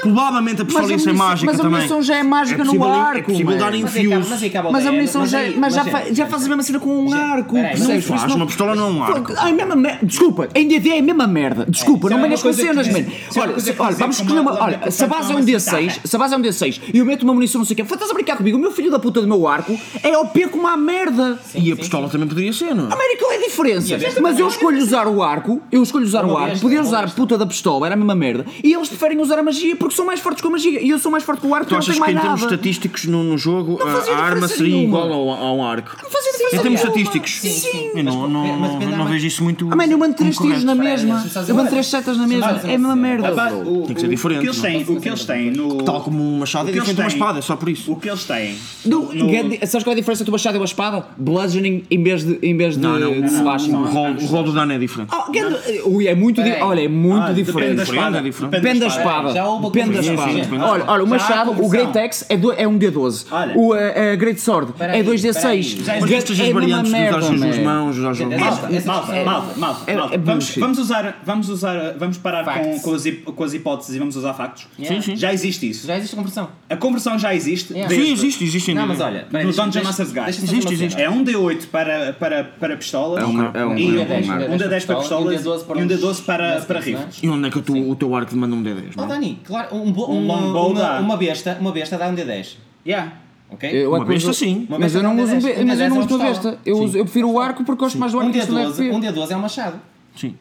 [SPEAKER 2] Provavelmente a pistola ia ser mágica
[SPEAKER 4] mas a
[SPEAKER 2] também.
[SPEAKER 4] munição já é
[SPEAKER 2] é
[SPEAKER 4] mágica no
[SPEAKER 2] possível,
[SPEAKER 4] arco.
[SPEAKER 2] é possível
[SPEAKER 4] mano.
[SPEAKER 2] dar em
[SPEAKER 3] Mas aí acaba-
[SPEAKER 2] fios.
[SPEAKER 3] mas aí acaba o
[SPEAKER 4] Mas a
[SPEAKER 3] dano,
[SPEAKER 4] munição já, é-
[SPEAKER 3] aí-
[SPEAKER 4] mas já,
[SPEAKER 3] aí-
[SPEAKER 4] fa- já fazes a mesma cena com um
[SPEAKER 3] Gente,
[SPEAKER 4] arco.
[SPEAKER 3] peraí,
[SPEAKER 2] Não
[SPEAKER 4] percebes? Por isso
[SPEAKER 2] faz, uma pistola não é um arco.
[SPEAKER 4] Ai, mesma merda. Desculpa, em DD é a mesma merda.
[SPEAKER 3] Isso
[SPEAKER 4] Desculpa,
[SPEAKER 3] é
[SPEAKER 4] não
[SPEAKER 3] uma
[SPEAKER 4] venhas com
[SPEAKER 3] coisa que
[SPEAKER 4] cenas,
[SPEAKER 3] diz-
[SPEAKER 4] mano.
[SPEAKER 3] isso é uma
[SPEAKER 4] Olha,
[SPEAKER 3] coisa
[SPEAKER 4] se-
[SPEAKER 3] que
[SPEAKER 4] olha,
[SPEAKER 3] diz-
[SPEAKER 4] vamos
[SPEAKER 5] como
[SPEAKER 4] escolher uma.
[SPEAKER 5] ela-
[SPEAKER 4] Olha, se a base é um
[SPEAKER 5] como ela
[SPEAKER 4] D6,
[SPEAKER 5] se
[SPEAKER 4] se a base é um D6 e eu meto uma munição, não sei o quê, estás a brincar comigo? O meu filho da puta do meu arco é OP como a merda.
[SPEAKER 2] E a pistola também poderia ser, não é?
[SPEAKER 4] América é a diferença. Mas eu escolho usar o arco, eu escolho usar o arco,
[SPEAKER 3] besta,
[SPEAKER 4] poder
[SPEAKER 3] uma
[SPEAKER 4] usar a puta da pistola, era a mesma merda. E eles preferem usar a magia porque são mais fortes com a magia. E eu sou mais forte com o arco,
[SPEAKER 2] Tu
[SPEAKER 4] eu não
[SPEAKER 2] achas
[SPEAKER 4] tenho
[SPEAKER 2] que
[SPEAKER 4] mais
[SPEAKER 2] em termos
[SPEAKER 4] nada.
[SPEAKER 2] estatísticos no, no jogo
[SPEAKER 4] Não fazia
[SPEAKER 2] a a arma
[SPEAKER 4] diferença
[SPEAKER 2] seria
[SPEAKER 4] nenhuma.
[SPEAKER 2] igual ao, ao arco?
[SPEAKER 4] Não fazia diferença
[SPEAKER 2] Em termos
[SPEAKER 4] nenhuma.
[SPEAKER 2] estatísticos,
[SPEAKER 4] Sim.
[SPEAKER 2] eu não, não,
[SPEAKER 3] mas depende da
[SPEAKER 2] não
[SPEAKER 3] arma.
[SPEAKER 2] vejo isso muito.
[SPEAKER 4] Ah, mano, eu mando três
[SPEAKER 2] como
[SPEAKER 4] tiros na
[SPEAKER 2] correto.
[SPEAKER 4] mesma.
[SPEAKER 3] deixa-me só dizer
[SPEAKER 4] Eu mando
[SPEAKER 3] uma
[SPEAKER 4] três
[SPEAKER 3] coisa.
[SPEAKER 4] setas na mesma.
[SPEAKER 3] Deixa-me só dizer
[SPEAKER 4] É a
[SPEAKER 3] uma
[SPEAKER 4] mesma
[SPEAKER 3] cena.
[SPEAKER 5] A
[SPEAKER 4] merda.
[SPEAKER 5] ba- o-
[SPEAKER 2] Tem que ser
[SPEAKER 5] o-
[SPEAKER 2] diferente,
[SPEAKER 5] O que eles têm, o que eles têm no.
[SPEAKER 2] Tal como um machado é
[SPEAKER 5] O que eles
[SPEAKER 2] diferente de uma
[SPEAKER 5] têm-
[SPEAKER 2] espada, é só por isso.
[SPEAKER 5] O que eles têm.
[SPEAKER 4] Do,
[SPEAKER 5] no-
[SPEAKER 4] grande- Sabes qual é a diferença entre uma machado e uma espada? Bludgeoning em vez de, em vez de,
[SPEAKER 2] Não, não,
[SPEAKER 4] de slashing.
[SPEAKER 2] O rol, o rol do dano é diferente.
[SPEAKER 4] Oh, grande- Ui, é muito. di-
[SPEAKER 3] Peraí.
[SPEAKER 4] Olha, é muito
[SPEAKER 5] Ah,
[SPEAKER 4] diferente.
[SPEAKER 5] Depende da espada.
[SPEAKER 2] é diferente.
[SPEAKER 4] Depende da
[SPEAKER 3] espada.
[SPEAKER 4] espada.
[SPEAKER 3] Já houve a
[SPEAKER 4] Depende da
[SPEAKER 3] conversão.
[SPEAKER 4] espada.
[SPEAKER 2] Sim, sim, sim.
[SPEAKER 4] Olha, olha, o
[SPEAKER 3] Já há
[SPEAKER 4] machado, o
[SPEAKER 3] conversão.
[SPEAKER 4] Great Axe é, do- é um D12.
[SPEAKER 5] Olha.
[SPEAKER 4] O a, a Great Sword
[SPEAKER 3] Peraí,
[SPEAKER 4] é 2D6.
[SPEAKER 3] peraí. Já
[SPEAKER 2] Mas
[SPEAKER 4] Great-
[SPEAKER 2] estas as
[SPEAKER 4] é a mesma
[SPEAKER 2] variantes de usar
[SPEAKER 4] merda,
[SPEAKER 2] as duas
[SPEAKER 4] man.
[SPEAKER 2] mãos, usar as duas mãos.
[SPEAKER 3] Essa- essa-
[SPEAKER 5] Malta,
[SPEAKER 3] essa-
[SPEAKER 5] malta, malta,
[SPEAKER 4] é-
[SPEAKER 5] malta.
[SPEAKER 4] é
[SPEAKER 5] vamos,
[SPEAKER 4] bullshit.
[SPEAKER 5] vamos usar, vamos usar, vamos parar com,
[SPEAKER 3] Facts.
[SPEAKER 5] com, as, hip- com as hipóteses e vamos usar factos.
[SPEAKER 3] Yeah. Sim, sim.
[SPEAKER 5] Já existe isso.
[SPEAKER 3] Já existe conversão.
[SPEAKER 5] A conversão já existe.
[SPEAKER 3] Yeah.
[SPEAKER 2] Sim,
[SPEAKER 5] desde-
[SPEAKER 2] existe, existe ainda.
[SPEAKER 3] Não, mas olha. peraí,
[SPEAKER 5] No
[SPEAKER 3] deixa-
[SPEAKER 5] Dungeon
[SPEAKER 3] deixa-
[SPEAKER 5] Master's Guide.
[SPEAKER 3] deixa-me fazer
[SPEAKER 2] Existe,
[SPEAKER 3] uma
[SPEAKER 2] existe.
[SPEAKER 3] cena.
[SPEAKER 5] É um D8 para, para, para pistolas.
[SPEAKER 4] É um- é um-
[SPEAKER 5] e
[SPEAKER 4] é um-
[SPEAKER 5] um,
[SPEAKER 4] é
[SPEAKER 3] um
[SPEAKER 5] D10 para pistolas e um D12 para, para rifles.
[SPEAKER 2] E onde é que o teu, o teu arco te manda um D10?
[SPEAKER 3] Oh,
[SPEAKER 2] não é?
[SPEAKER 3] Dani, claro, um, bo-
[SPEAKER 5] Um
[SPEAKER 3] um-
[SPEAKER 5] longbow dá.
[SPEAKER 3] uma, uma besta, uma besta dá um D10,
[SPEAKER 5] Yeah.
[SPEAKER 3] ok?
[SPEAKER 4] Eu-
[SPEAKER 2] Uma besta
[SPEAKER 4] eu-
[SPEAKER 2] sim.
[SPEAKER 3] Uma
[SPEAKER 4] Mas
[SPEAKER 3] besta
[SPEAKER 4] eu não
[SPEAKER 3] não
[SPEAKER 4] uso um
[SPEAKER 3] merece.
[SPEAKER 4] be-
[SPEAKER 3] Um
[SPEAKER 4] mas eu não
[SPEAKER 3] merece
[SPEAKER 4] uso
[SPEAKER 3] uma
[SPEAKER 4] uma
[SPEAKER 3] pistola.
[SPEAKER 4] besta. Eu uso- eu prefiro o arco porque gosto mais do
[SPEAKER 3] Um
[SPEAKER 4] arco que isto
[SPEAKER 3] D12, um
[SPEAKER 4] leve.
[SPEAKER 3] D12 é um machado.
[SPEAKER 2] Sim.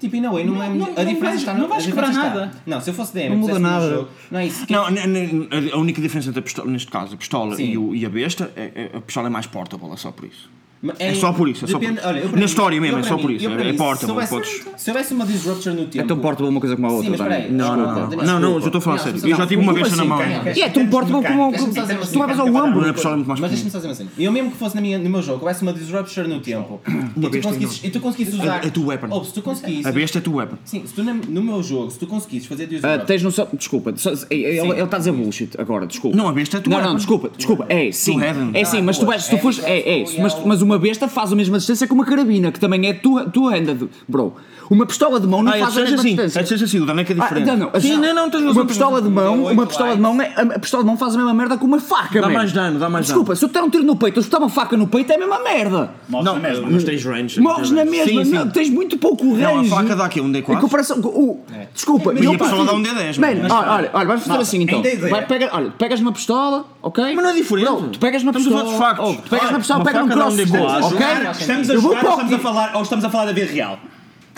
[SPEAKER 3] Tipo, e não é, não, é
[SPEAKER 5] não-
[SPEAKER 3] a
[SPEAKER 5] não
[SPEAKER 3] diferença
[SPEAKER 5] vais-
[SPEAKER 3] está
[SPEAKER 5] não vais
[SPEAKER 3] a diferença
[SPEAKER 5] quebrar
[SPEAKER 3] está-
[SPEAKER 5] nada.
[SPEAKER 3] Não, se eu fosse DM,
[SPEAKER 4] Não muda
[SPEAKER 3] pusesse-me no
[SPEAKER 4] nada.
[SPEAKER 3] jogo, não é isso.
[SPEAKER 2] Não, n- n- a única diferença entre a pistola, neste caso, a pistola
[SPEAKER 3] Sim.
[SPEAKER 2] e, o- e a besta, é, é- a pistola é mais portable, é só por isso.
[SPEAKER 3] Mas
[SPEAKER 2] É só por isso, é só por isso.
[SPEAKER 3] eu para
[SPEAKER 2] Na história mesmo,
[SPEAKER 3] eu
[SPEAKER 2] é
[SPEAKER 3] para
[SPEAKER 2] só por
[SPEAKER 3] mim-
[SPEAKER 2] isso,
[SPEAKER 3] eu
[SPEAKER 2] é-
[SPEAKER 3] para
[SPEAKER 2] é
[SPEAKER 3] mim, se
[SPEAKER 2] portable,
[SPEAKER 3] houvesse-
[SPEAKER 2] podes-
[SPEAKER 3] Se hotivesse uma disruptor no tempo...
[SPEAKER 4] É tão portable uma coisa como a outra.
[SPEAKER 3] Sim, mas
[SPEAKER 4] Dani.
[SPEAKER 3] peraí.
[SPEAKER 4] Não,
[SPEAKER 3] desculpa,
[SPEAKER 4] não, não.
[SPEAKER 3] Dani,
[SPEAKER 2] Não, não, eu
[SPEAKER 3] desculpa.
[SPEAKER 2] estou a falar
[SPEAKER 3] Não,
[SPEAKER 2] sério.
[SPEAKER 3] deixa-me
[SPEAKER 2] Eu já
[SPEAKER 3] fazer
[SPEAKER 2] tive uma
[SPEAKER 5] Como
[SPEAKER 2] besta na
[SPEAKER 5] assim,
[SPEAKER 2] mão.
[SPEAKER 5] cara?
[SPEAKER 4] E é tão portable como o-
[SPEAKER 5] Deixa-me fazer uma
[SPEAKER 4] Tu levas ao
[SPEAKER 5] mecânica.
[SPEAKER 4] ombro.
[SPEAKER 2] A pistola é muito mais
[SPEAKER 3] Mas deixa-me
[SPEAKER 2] pequenina.
[SPEAKER 3] só dizer uma cena. Eu mesmo que fosse na minha, no meu jogo, houvesse uma disruptor no tempo e tu,
[SPEAKER 2] besta
[SPEAKER 3] conseguisses, e tu conseguisses usar.
[SPEAKER 2] É- é tu weapon.
[SPEAKER 3] Ou se tu conseguisses.
[SPEAKER 2] A besta é tua weapon.
[SPEAKER 3] Sim, se tu na- no meu jogo, se tu conseguisses fazer
[SPEAKER 4] Ah,
[SPEAKER 3] disruptor.
[SPEAKER 4] tens noção. Desculpa, só- ele ele está a dizer bullshit agora, desculpa.
[SPEAKER 2] Não, a besta é tua.
[SPEAKER 4] Não, não, desculpa, desculpa. É, sim.
[SPEAKER 2] Redden.
[SPEAKER 4] É sim, mas tu vais, se tu
[SPEAKER 3] É,
[SPEAKER 4] fores. É, é,
[SPEAKER 3] é,
[SPEAKER 4] mas, mas uma besta faz a mesma distância que uma carabina, que também é tua, tua handed, bro. Uma pistola de mão não
[SPEAKER 2] Ah, é
[SPEAKER 4] faz
[SPEAKER 2] seja
[SPEAKER 4] a mesma
[SPEAKER 2] assim. É
[SPEAKER 4] distância.
[SPEAKER 2] seja assim, o dano é que é
[SPEAKER 4] Ah,
[SPEAKER 2] diferente.
[SPEAKER 4] não, não,
[SPEAKER 2] Sim, não, não, tens
[SPEAKER 4] uma
[SPEAKER 2] razão.
[SPEAKER 4] pistola de
[SPEAKER 3] Deu
[SPEAKER 4] mão,
[SPEAKER 3] oito
[SPEAKER 4] uma pistola de mão, é, a a pistola de mão faz a mesma merda que uma faca,
[SPEAKER 2] Dá
[SPEAKER 4] man.
[SPEAKER 2] mais dano, dá mais
[SPEAKER 4] Desculpa, se eu te dar um tiro no peito, ou se eu te dar uma faca no peito, é a mesma merda.
[SPEAKER 5] Morres
[SPEAKER 2] Não,
[SPEAKER 5] na mesma.
[SPEAKER 2] mas tens range.
[SPEAKER 4] Morres na
[SPEAKER 2] Sim,
[SPEAKER 4] mesma,
[SPEAKER 2] sim.
[SPEAKER 4] não, tens muito pouco range.
[SPEAKER 2] Não, a faca dá aqui um
[SPEAKER 4] Em
[SPEAKER 2] D4.
[SPEAKER 4] comparação com o. Desculpa,
[SPEAKER 2] Mas a
[SPEAKER 4] eu
[SPEAKER 2] pistola
[SPEAKER 4] prefiro-
[SPEAKER 2] dá um D10,
[SPEAKER 4] Man,
[SPEAKER 2] mas-
[SPEAKER 4] olha, olha, olha, vais fazer
[SPEAKER 5] Malta,
[SPEAKER 4] assim então.
[SPEAKER 5] em D10.
[SPEAKER 4] Vai, pega, olha, pegas uma pistola, ok?
[SPEAKER 2] Mas não é diferente.
[SPEAKER 4] Não, tu pegas uma
[SPEAKER 2] Estamos a
[SPEAKER 4] pistola.
[SPEAKER 2] falar de factos.
[SPEAKER 4] oh, tu pegas
[SPEAKER 2] Olha,
[SPEAKER 4] uma pistola,
[SPEAKER 2] uma
[SPEAKER 4] pega um
[SPEAKER 2] faca dá um D4.
[SPEAKER 4] crossbow, ok?
[SPEAKER 5] Jogar, Estamos a
[SPEAKER 4] eu vou
[SPEAKER 5] jogar ou
[SPEAKER 4] para o-
[SPEAKER 5] estamos a falar- ou estamos a falar da vida real?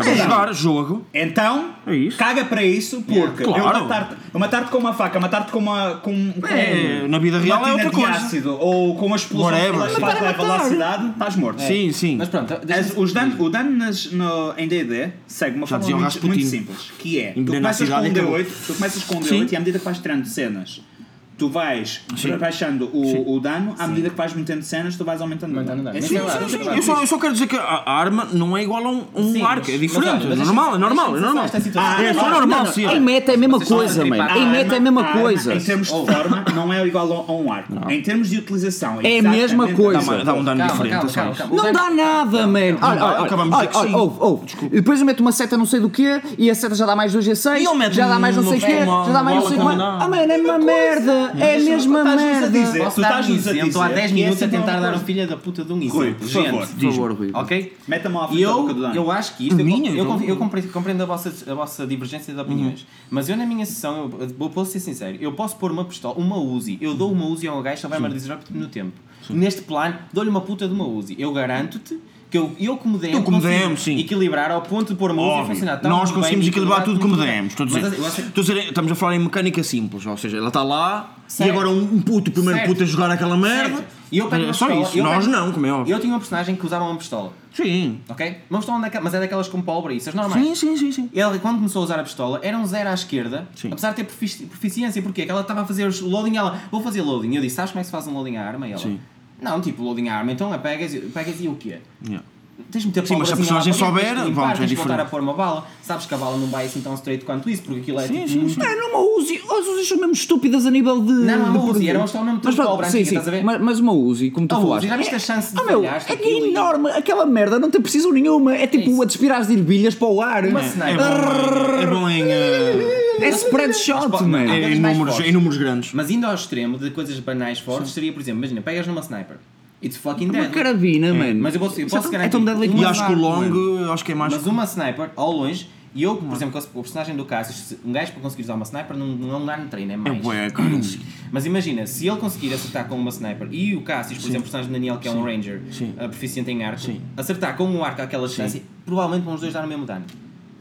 [SPEAKER 2] Estás a jogar jogo.
[SPEAKER 5] Então,
[SPEAKER 2] É isso. É,
[SPEAKER 5] caga para isso, porque
[SPEAKER 2] Claro.
[SPEAKER 5] eu matar-te eu matar-te com uma faca, matar-te com uma. Com, com
[SPEAKER 2] É, na vida real é
[SPEAKER 5] latina
[SPEAKER 2] outra
[SPEAKER 5] de
[SPEAKER 2] coisa.
[SPEAKER 5] ácido, ou com uma explosão que
[SPEAKER 2] Whatever,
[SPEAKER 5] leva-
[SPEAKER 2] sim.
[SPEAKER 5] leva leva lá a
[SPEAKER 4] Matar é matar.
[SPEAKER 5] cidade, estás morto.
[SPEAKER 2] Sim, sim.
[SPEAKER 3] Mas pronto,
[SPEAKER 5] As- os dano, o dano nas- no- em D&D segue uma
[SPEAKER 2] Já
[SPEAKER 5] forma
[SPEAKER 2] dizia o
[SPEAKER 5] muito,
[SPEAKER 2] Rasputin.
[SPEAKER 5] muito simples, que é, tu
[SPEAKER 2] Envenena a
[SPEAKER 5] começas, com
[SPEAKER 2] cidade
[SPEAKER 5] um
[SPEAKER 2] e acabou.
[SPEAKER 5] D8, tu começas com um
[SPEAKER 2] Sim.
[SPEAKER 5] D8 e à medida que vais tirando cenas, tu vais
[SPEAKER 2] Sim.
[SPEAKER 5] baixando
[SPEAKER 2] Sim.
[SPEAKER 5] o, o dano, à medida que vais metendo cenas, tu vais aumentando o
[SPEAKER 3] Aumentando
[SPEAKER 5] dano.
[SPEAKER 3] o dano.
[SPEAKER 5] É
[SPEAKER 3] Sim,
[SPEAKER 5] simples.
[SPEAKER 3] sim, sim.
[SPEAKER 2] Eu só, eu só quero dizer que a, a arma não é igual a um, um
[SPEAKER 3] Sim,
[SPEAKER 2] arco, é
[SPEAKER 3] mas-
[SPEAKER 2] diferente,
[SPEAKER 3] mas olha, mas
[SPEAKER 2] é normal, é normal,
[SPEAKER 3] deixa-me-
[SPEAKER 2] é
[SPEAKER 3] deixa-me
[SPEAKER 2] normal.
[SPEAKER 3] só esta situação.
[SPEAKER 2] é só
[SPEAKER 5] Ah,
[SPEAKER 2] normal,
[SPEAKER 4] Não,
[SPEAKER 2] sim. assim,
[SPEAKER 4] Em meta é a mesma
[SPEAKER 3] estão a
[SPEAKER 4] coisa,
[SPEAKER 3] tripar.
[SPEAKER 4] man.
[SPEAKER 5] A
[SPEAKER 4] Em
[SPEAKER 5] arma-
[SPEAKER 4] meta é a
[SPEAKER 5] a
[SPEAKER 4] mesma
[SPEAKER 5] arma,
[SPEAKER 4] coisa. Oh.
[SPEAKER 5] Ah, Em termos de forma, não é igual a a um arco. Em termos de utilização,
[SPEAKER 4] É a mesma
[SPEAKER 5] exatamente
[SPEAKER 4] coisa.
[SPEAKER 5] a mesma
[SPEAKER 2] Dá, dá um dano
[SPEAKER 3] Calma,
[SPEAKER 2] diferente, é
[SPEAKER 3] calma,
[SPEAKER 2] só
[SPEAKER 3] calma,
[SPEAKER 2] isso.
[SPEAKER 3] calma.
[SPEAKER 4] Não dá nada, man. Olha, olha, olha,
[SPEAKER 2] acabamos de dizer
[SPEAKER 4] olha,
[SPEAKER 2] que
[SPEAKER 4] olha,
[SPEAKER 2] sim.
[SPEAKER 4] ouve, ouve. E Depois eu meto uma seta não sei do quê e a seta já dá mais 2 e 6,
[SPEAKER 2] E ele mete
[SPEAKER 4] já dá mais não sei o quê,
[SPEAKER 2] uma-
[SPEAKER 4] já dá mais não sei
[SPEAKER 2] uma
[SPEAKER 4] quanto.
[SPEAKER 2] bola
[SPEAKER 4] Ah, man, é a mesma merda. É a mesma
[SPEAKER 5] Estás-nos a dizer-
[SPEAKER 4] merda.
[SPEAKER 5] Tu
[SPEAKER 3] Posso dar um
[SPEAKER 5] estás-nos a
[SPEAKER 3] exemplo? Estou há
[SPEAKER 5] dizer
[SPEAKER 3] 10
[SPEAKER 5] que
[SPEAKER 3] minutos
[SPEAKER 5] essa
[SPEAKER 3] a
[SPEAKER 5] não é
[SPEAKER 3] tentar
[SPEAKER 5] uma
[SPEAKER 3] dar um
[SPEAKER 5] coisa.
[SPEAKER 3] filho da puta de um
[SPEAKER 5] Rui,
[SPEAKER 3] exemplo.
[SPEAKER 5] por
[SPEAKER 3] Gente,
[SPEAKER 5] favor.
[SPEAKER 4] Por favor, Rui.
[SPEAKER 3] Ok?
[SPEAKER 5] Meta mão à
[SPEAKER 3] E
[SPEAKER 5] frente da boca do
[SPEAKER 3] eu,
[SPEAKER 5] Dano.
[SPEAKER 3] eu acho que isto. Eu,
[SPEAKER 2] Minha,
[SPEAKER 3] eu,
[SPEAKER 2] então. Uhum.
[SPEAKER 3] eu compre- compreendo a vossa, a vossa divergência de opiniões. Mas eu, na minha sessão, eu, eu posso ser sincero, eu posso pôr uma pistola, uma Uzi. Eu dou uma Uzi a um gajo, só vai-me disrupt no tempo. Neste plano, dou-lhe uma puta de uma Uzi. Eu garanto-te que eu, eu como DM,
[SPEAKER 2] Tu como
[SPEAKER 3] consigo
[SPEAKER 2] DM, sim.
[SPEAKER 3] equilibrar ao ponto de pôr música e funcionar tão
[SPEAKER 2] nós
[SPEAKER 3] bem
[SPEAKER 2] conseguimos equilibrar tudo como demos. Estou a dizer,
[SPEAKER 3] Mas, assim, eu acho que-
[SPEAKER 2] estou a dizer, estamos a falar em mecânica simples, ou seja, ela está lá
[SPEAKER 3] Certo.
[SPEAKER 2] e agora um um puto, o primeiro
[SPEAKER 3] Certo.
[SPEAKER 2] puto a jogar aquela merda.
[SPEAKER 3] Certo. E eu pego
[SPEAKER 2] É
[SPEAKER 3] uma
[SPEAKER 2] só
[SPEAKER 3] pistola,
[SPEAKER 2] isso,
[SPEAKER 3] eu
[SPEAKER 2] nós
[SPEAKER 3] pego-
[SPEAKER 2] não, como é óbvio.
[SPEAKER 3] Eu tinha uma personagem que usava uma pistola,
[SPEAKER 2] Sim.
[SPEAKER 3] ok? Uma pistola, daquela- mas é daquelas com isso, normais.
[SPEAKER 2] Sim, sim, sim, sim.
[SPEAKER 3] Ele, quando começou a usar a pistola, era um zero à esquerda,
[SPEAKER 2] Sim.
[SPEAKER 3] apesar de ter profici- proficiência, porque ela estava a fazer os- o loading, ela, vou fazer loading. Eu disse, sabes como é que se faz um loading à arma? E ela,
[SPEAKER 2] Sim.
[SPEAKER 3] não, tipo, loading à arma, então é pegas, e- pegas e o quê?
[SPEAKER 2] Yeah.
[SPEAKER 3] Tens de meter
[SPEAKER 2] Sim, mas se a
[SPEAKER 3] palavras
[SPEAKER 2] personagem
[SPEAKER 3] em lá para
[SPEAKER 2] souber,
[SPEAKER 3] dentro, tens de limpar,
[SPEAKER 2] vamos, é
[SPEAKER 3] tens de voltar a
[SPEAKER 2] diferente.
[SPEAKER 3] pôr uma bala, sabes que a bala não vai assim tão straight quanto isso, porque aquilo é
[SPEAKER 2] Sim,
[SPEAKER 3] tipo
[SPEAKER 2] sim,
[SPEAKER 3] muito-
[SPEAKER 2] sim.
[SPEAKER 4] É, não uma Uzi. As Uzis são mesmo estúpidas a nível de.
[SPEAKER 3] Não, não é uma
[SPEAKER 4] de
[SPEAKER 3] Uzi,
[SPEAKER 4] produto.
[SPEAKER 3] era uma só o nome de tudo,
[SPEAKER 4] pronto,
[SPEAKER 3] branquinha,
[SPEAKER 4] sim, sim.
[SPEAKER 3] estás a ver?
[SPEAKER 4] Mas, mas uma Uzi, como tu
[SPEAKER 3] A Uzi,
[SPEAKER 4] falaste.
[SPEAKER 3] já viste a chance de
[SPEAKER 4] Ah, meu,
[SPEAKER 3] falhaste
[SPEAKER 4] é que
[SPEAKER 3] aquilo
[SPEAKER 4] é
[SPEAKER 3] e-
[SPEAKER 4] enorme. Aquela merda não tem precisão nenhuma. É tipo
[SPEAKER 3] isso.
[SPEAKER 4] a despirar as ervilhas para o ar.
[SPEAKER 3] Uma
[SPEAKER 4] É.
[SPEAKER 2] É
[SPEAKER 3] sniper.
[SPEAKER 2] bom em, é bom em, eh,
[SPEAKER 4] É spread shot,
[SPEAKER 3] Mas-
[SPEAKER 4] man.
[SPEAKER 3] Mas-
[SPEAKER 2] em
[SPEAKER 3] mais
[SPEAKER 2] números,
[SPEAKER 3] fortes.
[SPEAKER 2] em números grandes.
[SPEAKER 3] Mas indo ao extremo de coisas banais fortes, seria, por exemplo, imagina, pegas numa sniper, it's fucking
[SPEAKER 4] Uma
[SPEAKER 3] dead.
[SPEAKER 4] carabina, man.
[SPEAKER 3] mas eu posso- eu
[SPEAKER 4] Isso é
[SPEAKER 3] posso
[SPEAKER 4] tão- É tão
[SPEAKER 3] garantir. um
[SPEAKER 4] deadly
[SPEAKER 2] E
[SPEAKER 3] Mas-
[SPEAKER 2] acho que o
[SPEAKER 3] Mas-
[SPEAKER 2] long, acho que é mais.
[SPEAKER 3] Mas uma sniper, ao longe, e eu,
[SPEAKER 4] Uhum.
[SPEAKER 3] por exemplo, com o personagem do Cassius, se- um gajo para conseguir usar uma sniper não, não é um lugar no treino, é
[SPEAKER 2] É
[SPEAKER 3] mais.
[SPEAKER 2] bué, cara.
[SPEAKER 3] Mas imagina, se ele conseguir acertar com uma sniper e o Cassius, por exemplo, o personagem do Daniel, que é um ranger,
[SPEAKER 2] Sim.
[SPEAKER 3] eh, proficiente em arco,
[SPEAKER 2] Sim.
[SPEAKER 3] acertar com um arco àquela distância, provavelmente vão os dois dar o mesmo dano.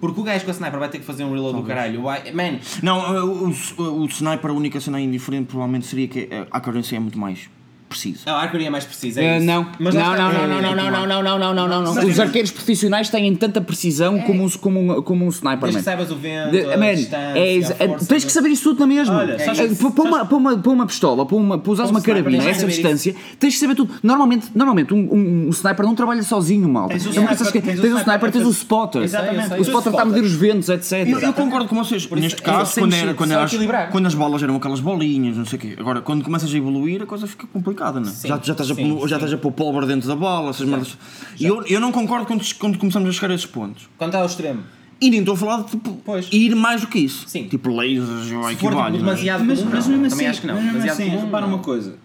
[SPEAKER 3] Porque o gajo com a sniper vai ter que fazer um reload do caralho. Vai, man,
[SPEAKER 2] Não, eh, o, o, o sniper, a única cena indiferente provavelmente seria que eh, a carência é muito mais precisa.
[SPEAKER 3] a arco é mais precisa. É
[SPEAKER 4] É,
[SPEAKER 3] isso.
[SPEAKER 4] não.
[SPEAKER 3] Mas lá
[SPEAKER 4] não,
[SPEAKER 3] está-
[SPEAKER 4] não, não, não, não, não, não, não, não, não, não, não.
[SPEAKER 3] Mas- é-
[SPEAKER 4] Os arqueiros profissionais têm tanta precisão como, um, como, um, como um sniper,
[SPEAKER 3] Desde
[SPEAKER 4] man.
[SPEAKER 3] que saibas o vento,
[SPEAKER 4] De-
[SPEAKER 3] a
[SPEAKER 4] man,
[SPEAKER 3] distância,
[SPEAKER 4] é exa-
[SPEAKER 3] a força
[SPEAKER 4] tens
[SPEAKER 3] do-
[SPEAKER 4] que saber isso tudo na mesma.
[SPEAKER 5] Olha,
[SPEAKER 4] É,
[SPEAKER 3] sabes-
[SPEAKER 4] é, para, para uma, para, uma, para uma pistola, para, uma, para usares
[SPEAKER 3] Para um
[SPEAKER 4] uma
[SPEAKER 3] sniper,
[SPEAKER 4] carabina a
[SPEAKER 3] tens que
[SPEAKER 4] essa
[SPEAKER 3] saber
[SPEAKER 4] distância, tens de saber tudo. Normalmente, normalmente um, um, um sniper não trabalha sozinho, malta.
[SPEAKER 5] Tens
[SPEAKER 4] É
[SPEAKER 5] o
[SPEAKER 4] uma
[SPEAKER 5] sniper,
[SPEAKER 4] coisa que-
[SPEAKER 5] tens o
[SPEAKER 4] Tens o
[SPEAKER 5] sniper,
[SPEAKER 4] sniper, tens o
[SPEAKER 5] tens-
[SPEAKER 4] spotter.
[SPEAKER 5] Exatamente.
[SPEAKER 3] sei,
[SPEAKER 4] O
[SPEAKER 3] eu
[SPEAKER 5] Tens o
[SPEAKER 4] spotter está a medir os ventos, etc.
[SPEAKER 2] Eu, eu concordo com vocês. Neste
[SPEAKER 3] é-
[SPEAKER 2] caso,
[SPEAKER 3] isso tem
[SPEAKER 2] quando,
[SPEAKER 3] que
[SPEAKER 2] era,
[SPEAKER 3] ser-
[SPEAKER 2] quando,
[SPEAKER 3] só
[SPEAKER 2] era as,
[SPEAKER 3] equilibrar.
[SPEAKER 2] quando as bolas eram aquelas bolinhas, não sei o quê. Agora, quando começas a evoluir, a coisa fica complicada, não é? Já, já, estás a,
[SPEAKER 3] sim,
[SPEAKER 2] pôr- já estás a pôr pólvora dentro da bola, essas merdas. E eu, eu não concordo quando, quando começamos a chegar a esses pontos.
[SPEAKER 3] Quando está ao extremo.
[SPEAKER 2] E nem estou a falar de tipo,
[SPEAKER 3] Pois.
[SPEAKER 2] ir mais do que isso.
[SPEAKER 3] Sim.
[SPEAKER 2] Tipo lasers ou
[SPEAKER 3] Se for tipo,
[SPEAKER 2] equivalente. não é?
[SPEAKER 3] demasiado
[SPEAKER 5] mas,
[SPEAKER 3] comum,
[SPEAKER 5] mas
[SPEAKER 3] não.
[SPEAKER 5] mesmo assim,
[SPEAKER 3] também acho que não.
[SPEAKER 5] mas mesmo
[SPEAKER 3] demasiado
[SPEAKER 5] assim,
[SPEAKER 3] comum,
[SPEAKER 5] repara
[SPEAKER 3] não.
[SPEAKER 5] uma coisa.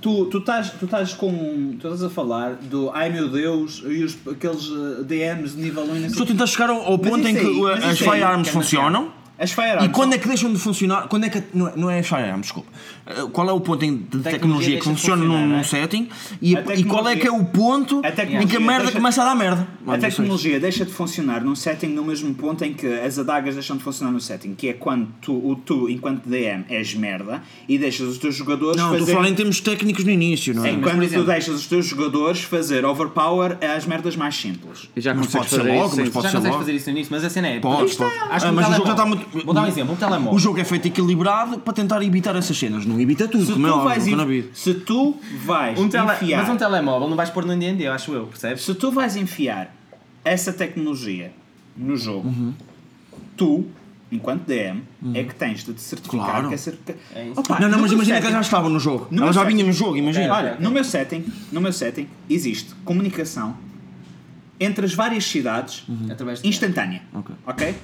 [SPEAKER 5] Tu, tu, estás, tu estás com. Tu estás a falar do ai meu Deus e os, aqueles eh, DMs de nível 1 e não
[SPEAKER 2] Estou
[SPEAKER 5] sei
[SPEAKER 2] a tentar chegar ao, ao
[SPEAKER 5] Mas
[SPEAKER 2] ponto em
[SPEAKER 5] isso
[SPEAKER 2] que
[SPEAKER 5] aí,
[SPEAKER 2] uh,
[SPEAKER 5] mas
[SPEAKER 2] as
[SPEAKER 5] isso aí,
[SPEAKER 2] firearms
[SPEAKER 3] que é
[SPEAKER 2] funcionam.
[SPEAKER 5] As
[SPEAKER 2] E
[SPEAKER 5] firearms.
[SPEAKER 2] quando é que deixam de funcionar? Quando é que não é, não é as firearms, desculpa. Uh, Qual é o ponto em- de tecnologia,
[SPEAKER 3] tecnologia
[SPEAKER 2] que
[SPEAKER 3] deixa de
[SPEAKER 2] funciona num,
[SPEAKER 3] funcionar, não é?
[SPEAKER 2] num setting e,
[SPEAKER 5] A
[SPEAKER 2] e qual é que é o ponto
[SPEAKER 5] A
[SPEAKER 2] em que
[SPEAKER 5] tecnologia
[SPEAKER 2] a merda
[SPEAKER 5] deixa-
[SPEAKER 2] começa a dar merda?
[SPEAKER 5] A
[SPEAKER 2] Mano, não sei.
[SPEAKER 5] tecnologia deixa de funcionar num setting no mesmo ponto em que as adagas deixam de funcionar no setting, que é quando tu, o tu enquanto DM, és merda e deixas os teus jogadores
[SPEAKER 2] Não, estou a
[SPEAKER 5] fazer.
[SPEAKER 2] falar em termos técnicos no início, não é?
[SPEAKER 5] É
[SPEAKER 3] mas, por
[SPEAKER 5] quando tu
[SPEAKER 3] exemplo-
[SPEAKER 5] deixas os teus jogadores fazer overpower às merdas mais simples.
[SPEAKER 4] Já
[SPEAKER 2] Mas pode ser logo, mas pode
[SPEAKER 3] Já
[SPEAKER 2] ser
[SPEAKER 3] consegues
[SPEAKER 2] logo.
[SPEAKER 3] fazer isso no início, mas a cena é.
[SPEAKER 2] Pode,
[SPEAKER 3] Isto é-
[SPEAKER 2] pode.
[SPEAKER 3] Acho que
[SPEAKER 2] Ah,
[SPEAKER 3] um
[SPEAKER 2] mas o jogo já está
[SPEAKER 3] telemóvel.
[SPEAKER 2] muito.
[SPEAKER 3] Vou dar um exemplo: um telemóvel.
[SPEAKER 2] O jogo é feito equilibrado para tentar evitar essas cenas. Não evita tudo,
[SPEAKER 5] Se
[SPEAKER 2] como é
[SPEAKER 5] tu
[SPEAKER 2] óbvio,
[SPEAKER 5] vais,
[SPEAKER 2] nunca
[SPEAKER 5] en-
[SPEAKER 2] na vida.
[SPEAKER 5] se tu vais
[SPEAKER 3] Um tele-
[SPEAKER 5] enfiar.
[SPEAKER 3] Mas um telemóvel não vais pôr no D&D, eu acho eu, percebes?
[SPEAKER 5] Se tu vais enfiar essa tecnologia no jogo,
[SPEAKER 2] Uhum.
[SPEAKER 5] tu, enquanto DM, é que tens de te certificar
[SPEAKER 2] Claro.
[SPEAKER 5] que essa. que-
[SPEAKER 3] É isso.
[SPEAKER 5] Opa,
[SPEAKER 2] Não, não,
[SPEAKER 5] no
[SPEAKER 2] mas imagina
[SPEAKER 5] meu
[SPEAKER 2] que
[SPEAKER 5] setting-
[SPEAKER 2] ela já estava no jogo.
[SPEAKER 5] Numa
[SPEAKER 2] Ela já
[SPEAKER 5] setting- É,
[SPEAKER 2] vinha no jogo, imagina.
[SPEAKER 5] Olha, no meu setting, no meu setting existe comunicação entre as várias cidades
[SPEAKER 3] Através de-
[SPEAKER 2] é-
[SPEAKER 5] instantânea.
[SPEAKER 2] Ok.
[SPEAKER 5] ok?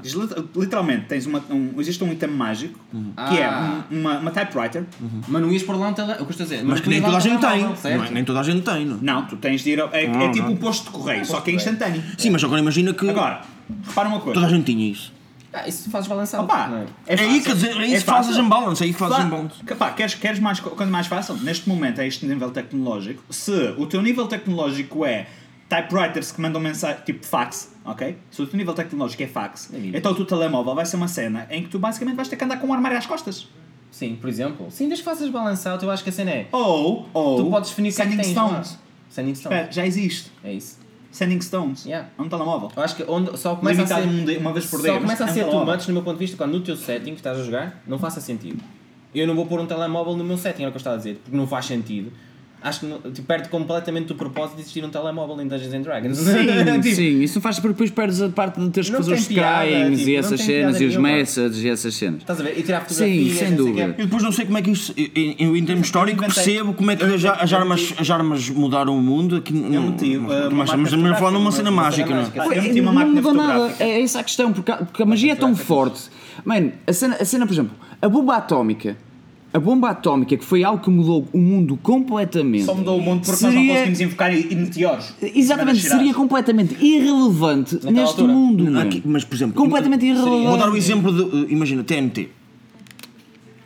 [SPEAKER 5] Diz lit- Literalmente, tens uma, um- existe um item mágico
[SPEAKER 2] Uhum.
[SPEAKER 5] que
[SPEAKER 3] Ah.
[SPEAKER 5] é um- uma, uma typewriter.
[SPEAKER 3] Mas não ias pôr lá um telemóvel. O que eu estou a dizer?
[SPEAKER 2] Mas
[SPEAKER 3] não
[SPEAKER 2] que nem
[SPEAKER 3] ias
[SPEAKER 2] toda
[SPEAKER 3] lá
[SPEAKER 2] a
[SPEAKER 3] um
[SPEAKER 2] gente tem.
[SPEAKER 3] telemóvel,
[SPEAKER 2] não é?
[SPEAKER 3] certo?
[SPEAKER 2] Nem toda a gente tem, não é?
[SPEAKER 5] Não, tu tens de ir. ao- É, é
[SPEAKER 2] Não,
[SPEAKER 5] tipo
[SPEAKER 2] não.
[SPEAKER 5] um posto de correio, só que é instantâneo.
[SPEAKER 2] Sim, mas agora imagina que
[SPEAKER 5] Agora, repara uma coisa.
[SPEAKER 2] toda a gente tinha isso.
[SPEAKER 3] Ah, isso fazes balançar.
[SPEAKER 5] Opa,
[SPEAKER 3] não é?
[SPEAKER 2] É, aí que,
[SPEAKER 5] fácil,
[SPEAKER 2] é isso que
[SPEAKER 5] fácil.
[SPEAKER 2] fazes em balance, é aí que
[SPEAKER 3] um
[SPEAKER 2] fazes em
[SPEAKER 5] Claro.
[SPEAKER 2] balance.
[SPEAKER 5] Que, pá, queres, queres mais, co- coisa mais fácil? Neste momento é este nível tecnológico. Se o teu nível tecnológico é typewriters que mandam mensagem, tipo fax, ok? Se o teu nível tecnológico é fax, então o teu telemóvel vai ser uma cena em que tu basicamente vais ter que andar com um armário às costas.
[SPEAKER 3] Sim, por exemplo. Sim, desde que faças balançado, eu acho que a cena é.
[SPEAKER 5] Ou, ou
[SPEAKER 3] Tu podes definir o que é que
[SPEAKER 5] sending
[SPEAKER 3] tens lá.
[SPEAKER 5] stones.
[SPEAKER 3] Sending Stones.
[SPEAKER 5] Espera, já existe.
[SPEAKER 3] É isso.
[SPEAKER 5] Sending stones.
[SPEAKER 3] Yeah.
[SPEAKER 5] É um telemóvel.
[SPEAKER 3] Eu acho que onde só começa
[SPEAKER 5] Limitado
[SPEAKER 3] a ser,
[SPEAKER 5] um de- uma vez por dia,
[SPEAKER 3] Só
[SPEAKER 5] mas
[SPEAKER 3] começa a
[SPEAKER 5] é um
[SPEAKER 3] ser too
[SPEAKER 5] telemóvel.
[SPEAKER 3] much no meu ponto de vista quando no teu setting que estás a jogar não faça sentido. Eu não vou pôr um telemóvel no meu setting, era o que eu estava a dizer, porque não faz sentido. Acho que não, te perde completamente o propósito de existir um telemóvel em Dungeons and Dragons.
[SPEAKER 4] Sim,
[SPEAKER 3] Tipo,
[SPEAKER 4] sim, isso faz porque depois perdes a parte de teres que
[SPEAKER 3] Não
[SPEAKER 4] fazer os
[SPEAKER 3] tem piada,
[SPEAKER 4] scryings
[SPEAKER 3] tipo,
[SPEAKER 4] e
[SPEAKER 3] não
[SPEAKER 4] essas
[SPEAKER 3] tem
[SPEAKER 4] cenas
[SPEAKER 3] piada
[SPEAKER 4] e os
[SPEAKER 3] nenhuma.
[SPEAKER 4] messages e essas cenas.
[SPEAKER 3] Estás a ver? E tirar
[SPEAKER 4] Sim,
[SPEAKER 3] fotografias,
[SPEAKER 4] sem
[SPEAKER 3] não sei o
[SPEAKER 4] dúvida.
[SPEAKER 3] quê.
[SPEAKER 2] Eu depois não sei como é que isso. Eu, eu, em termos históricos,
[SPEAKER 5] inventei-
[SPEAKER 2] percebo como é que
[SPEAKER 5] eu
[SPEAKER 2] as, as
[SPEAKER 5] inventei-
[SPEAKER 2] armas, as armas mudaram o mundo. Aqui, não,
[SPEAKER 5] meti,
[SPEAKER 2] não-
[SPEAKER 5] eh, uma
[SPEAKER 2] mas estamos
[SPEAKER 5] máquina
[SPEAKER 2] a falar numa
[SPEAKER 5] fotográfica,
[SPEAKER 2] cena
[SPEAKER 5] uma
[SPEAKER 2] mágica,
[SPEAKER 3] cena
[SPEAKER 2] não é?
[SPEAKER 3] mágica.
[SPEAKER 5] Pá, eu meti
[SPEAKER 4] não
[SPEAKER 5] uma máquina
[SPEAKER 4] mudou nada,
[SPEAKER 5] fotográfica.
[SPEAKER 4] é essa a questão, porque, a- porque a magia é tão forte. Mano, a cena, a cena, por exemplo, a bomba atómica, a bomba atómica que foi algo que mudou o mundo completamente.
[SPEAKER 5] Só mudou o mundo porque nós não
[SPEAKER 4] Seria-
[SPEAKER 5] conseguimos enfocar em, em meteoros.
[SPEAKER 4] Exatamente,
[SPEAKER 5] Nas cidades.
[SPEAKER 4] seria completamente irrelevante neste
[SPEAKER 3] altura.
[SPEAKER 4] mundo. mano.
[SPEAKER 2] Aqui- mas, é? por exemplo,
[SPEAKER 4] completamente
[SPEAKER 2] Vou dar o
[SPEAKER 4] irrelevante.
[SPEAKER 2] exemplo de. eh, Imagina, TNT.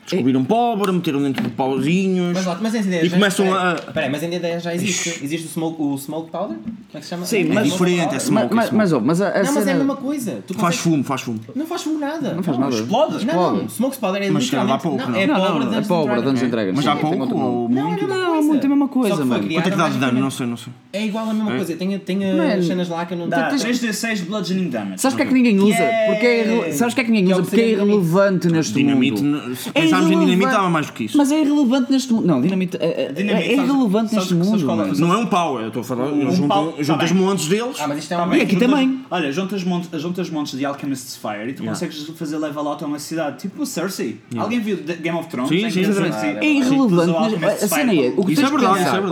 [SPEAKER 2] Descobriram pobre, meteram dentro de pauzinhos.
[SPEAKER 3] Mas, lá, mas as ideias
[SPEAKER 2] E
[SPEAKER 3] já-
[SPEAKER 2] começam
[SPEAKER 3] peraí,
[SPEAKER 2] a-
[SPEAKER 3] Peraí, mas ainda ideia já existe. Existe o smoke, o smoke powder? Como é que se chama?
[SPEAKER 2] Sim, mas-
[SPEAKER 3] smoke
[SPEAKER 2] diferente,
[SPEAKER 3] powder.
[SPEAKER 2] é smoke.
[SPEAKER 4] Mas, mas, mas, ouve, mas a, a
[SPEAKER 3] Não, mas é a
[SPEAKER 4] cena-
[SPEAKER 3] mesma coisa.
[SPEAKER 2] Faz
[SPEAKER 3] Tu
[SPEAKER 5] é
[SPEAKER 3] consegues-
[SPEAKER 2] fumo, faz fumo.
[SPEAKER 3] Não faz fumo nada.
[SPEAKER 4] Não faz nada.
[SPEAKER 5] Explode!
[SPEAKER 3] Não, não. Smoke powder é
[SPEAKER 2] Mas se calhar dá
[SPEAKER 3] literalmente-
[SPEAKER 2] pouco, não?
[SPEAKER 3] É
[SPEAKER 4] Não, não,
[SPEAKER 3] pobre
[SPEAKER 4] não, é
[SPEAKER 3] Dungeons
[SPEAKER 4] pobre,
[SPEAKER 3] Dragons.
[SPEAKER 4] Dungeons and Dragons.
[SPEAKER 2] Mas há
[SPEAKER 4] Sim, tem
[SPEAKER 2] pouco
[SPEAKER 4] outro nome.
[SPEAKER 2] ou
[SPEAKER 3] Não, é a
[SPEAKER 2] muito?
[SPEAKER 3] mesma
[SPEAKER 4] Não,
[SPEAKER 3] coisa.
[SPEAKER 4] muito é a mesma
[SPEAKER 3] Só
[SPEAKER 4] coisa,
[SPEAKER 3] que foi
[SPEAKER 4] mano.
[SPEAKER 3] criada
[SPEAKER 2] Quanto é que dá de dano?
[SPEAKER 3] magicamente.
[SPEAKER 2] Não sei, não sei.
[SPEAKER 3] É igual a mesma coisa. Tenho, tenho
[SPEAKER 4] Man.
[SPEAKER 3] cenas lá que eu não
[SPEAKER 5] Dá
[SPEAKER 3] tenho.
[SPEAKER 5] 3d6 de bludgeoning damage.
[SPEAKER 4] Sabes porque é que ninguém usa?
[SPEAKER 3] Yeah.
[SPEAKER 4] Porque é irre- Sabes porque é que
[SPEAKER 3] Que
[SPEAKER 4] ninguém
[SPEAKER 3] é o
[SPEAKER 4] usa?
[SPEAKER 3] que
[SPEAKER 4] Porque é
[SPEAKER 3] seria dinamite.
[SPEAKER 4] irrelevante neste
[SPEAKER 2] Dinamite,
[SPEAKER 4] mundo.
[SPEAKER 2] se pensarmos em dinamite, dava mais do que isso.
[SPEAKER 4] É Mas é irrelevante neste mundo. Não, dinamite é, é-
[SPEAKER 5] Dinamite,
[SPEAKER 4] é
[SPEAKER 5] sabes-
[SPEAKER 4] irrelevante
[SPEAKER 5] sabes-
[SPEAKER 4] neste
[SPEAKER 5] sabes
[SPEAKER 4] mundo.
[SPEAKER 5] qual é?
[SPEAKER 4] mano.
[SPEAKER 2] Não é um pau, eu estou a falar. eu junto-
[SPEAKER 5] pau, tá
[SPEAKER 2] juntas
[SPEAKER 5] bem.
[SPEAKER 2] montes deles.
[SPEAKER 3] Ah, mas isto é
[SPEAKER 5] Tá
[SPEAKER 3] um
[SPEAKER 5] bem,
[SPEAKER 4] E aqui
[SPEAKER 5] juntas-
[SPEAKER 4] também.
[SPEAKER 5] Olha, juntas, monte, juntas montes de Alchemist's Fire e tu consegues fazer level out a uma cidade, tipo o Cersei. Alguém viu The Game of Thrones?
[SPEAKER 2] Sim,
[SPEAKER 5] Em
[SPEAKER 2] sim,
[SPEAKER 5] que a
[SPEAKER 2] exatamente.
[SPEAKER 5] Cersei-
[SPEAKER 4] É irrelevante.
[SPEAKER 5] usou
[SPEAKER 4] mas
[SPEAKER 5] Alchemist's
[SPEAKER 4] a cena
[SPEAKER 5] Fire
[SPEAKER 4] é. O que
[SPEAKER 2] Isso
[SPEAKER 4] tens
[SPEAKER 2] é verdade, isso é
[SPEAKER 4] de pensar,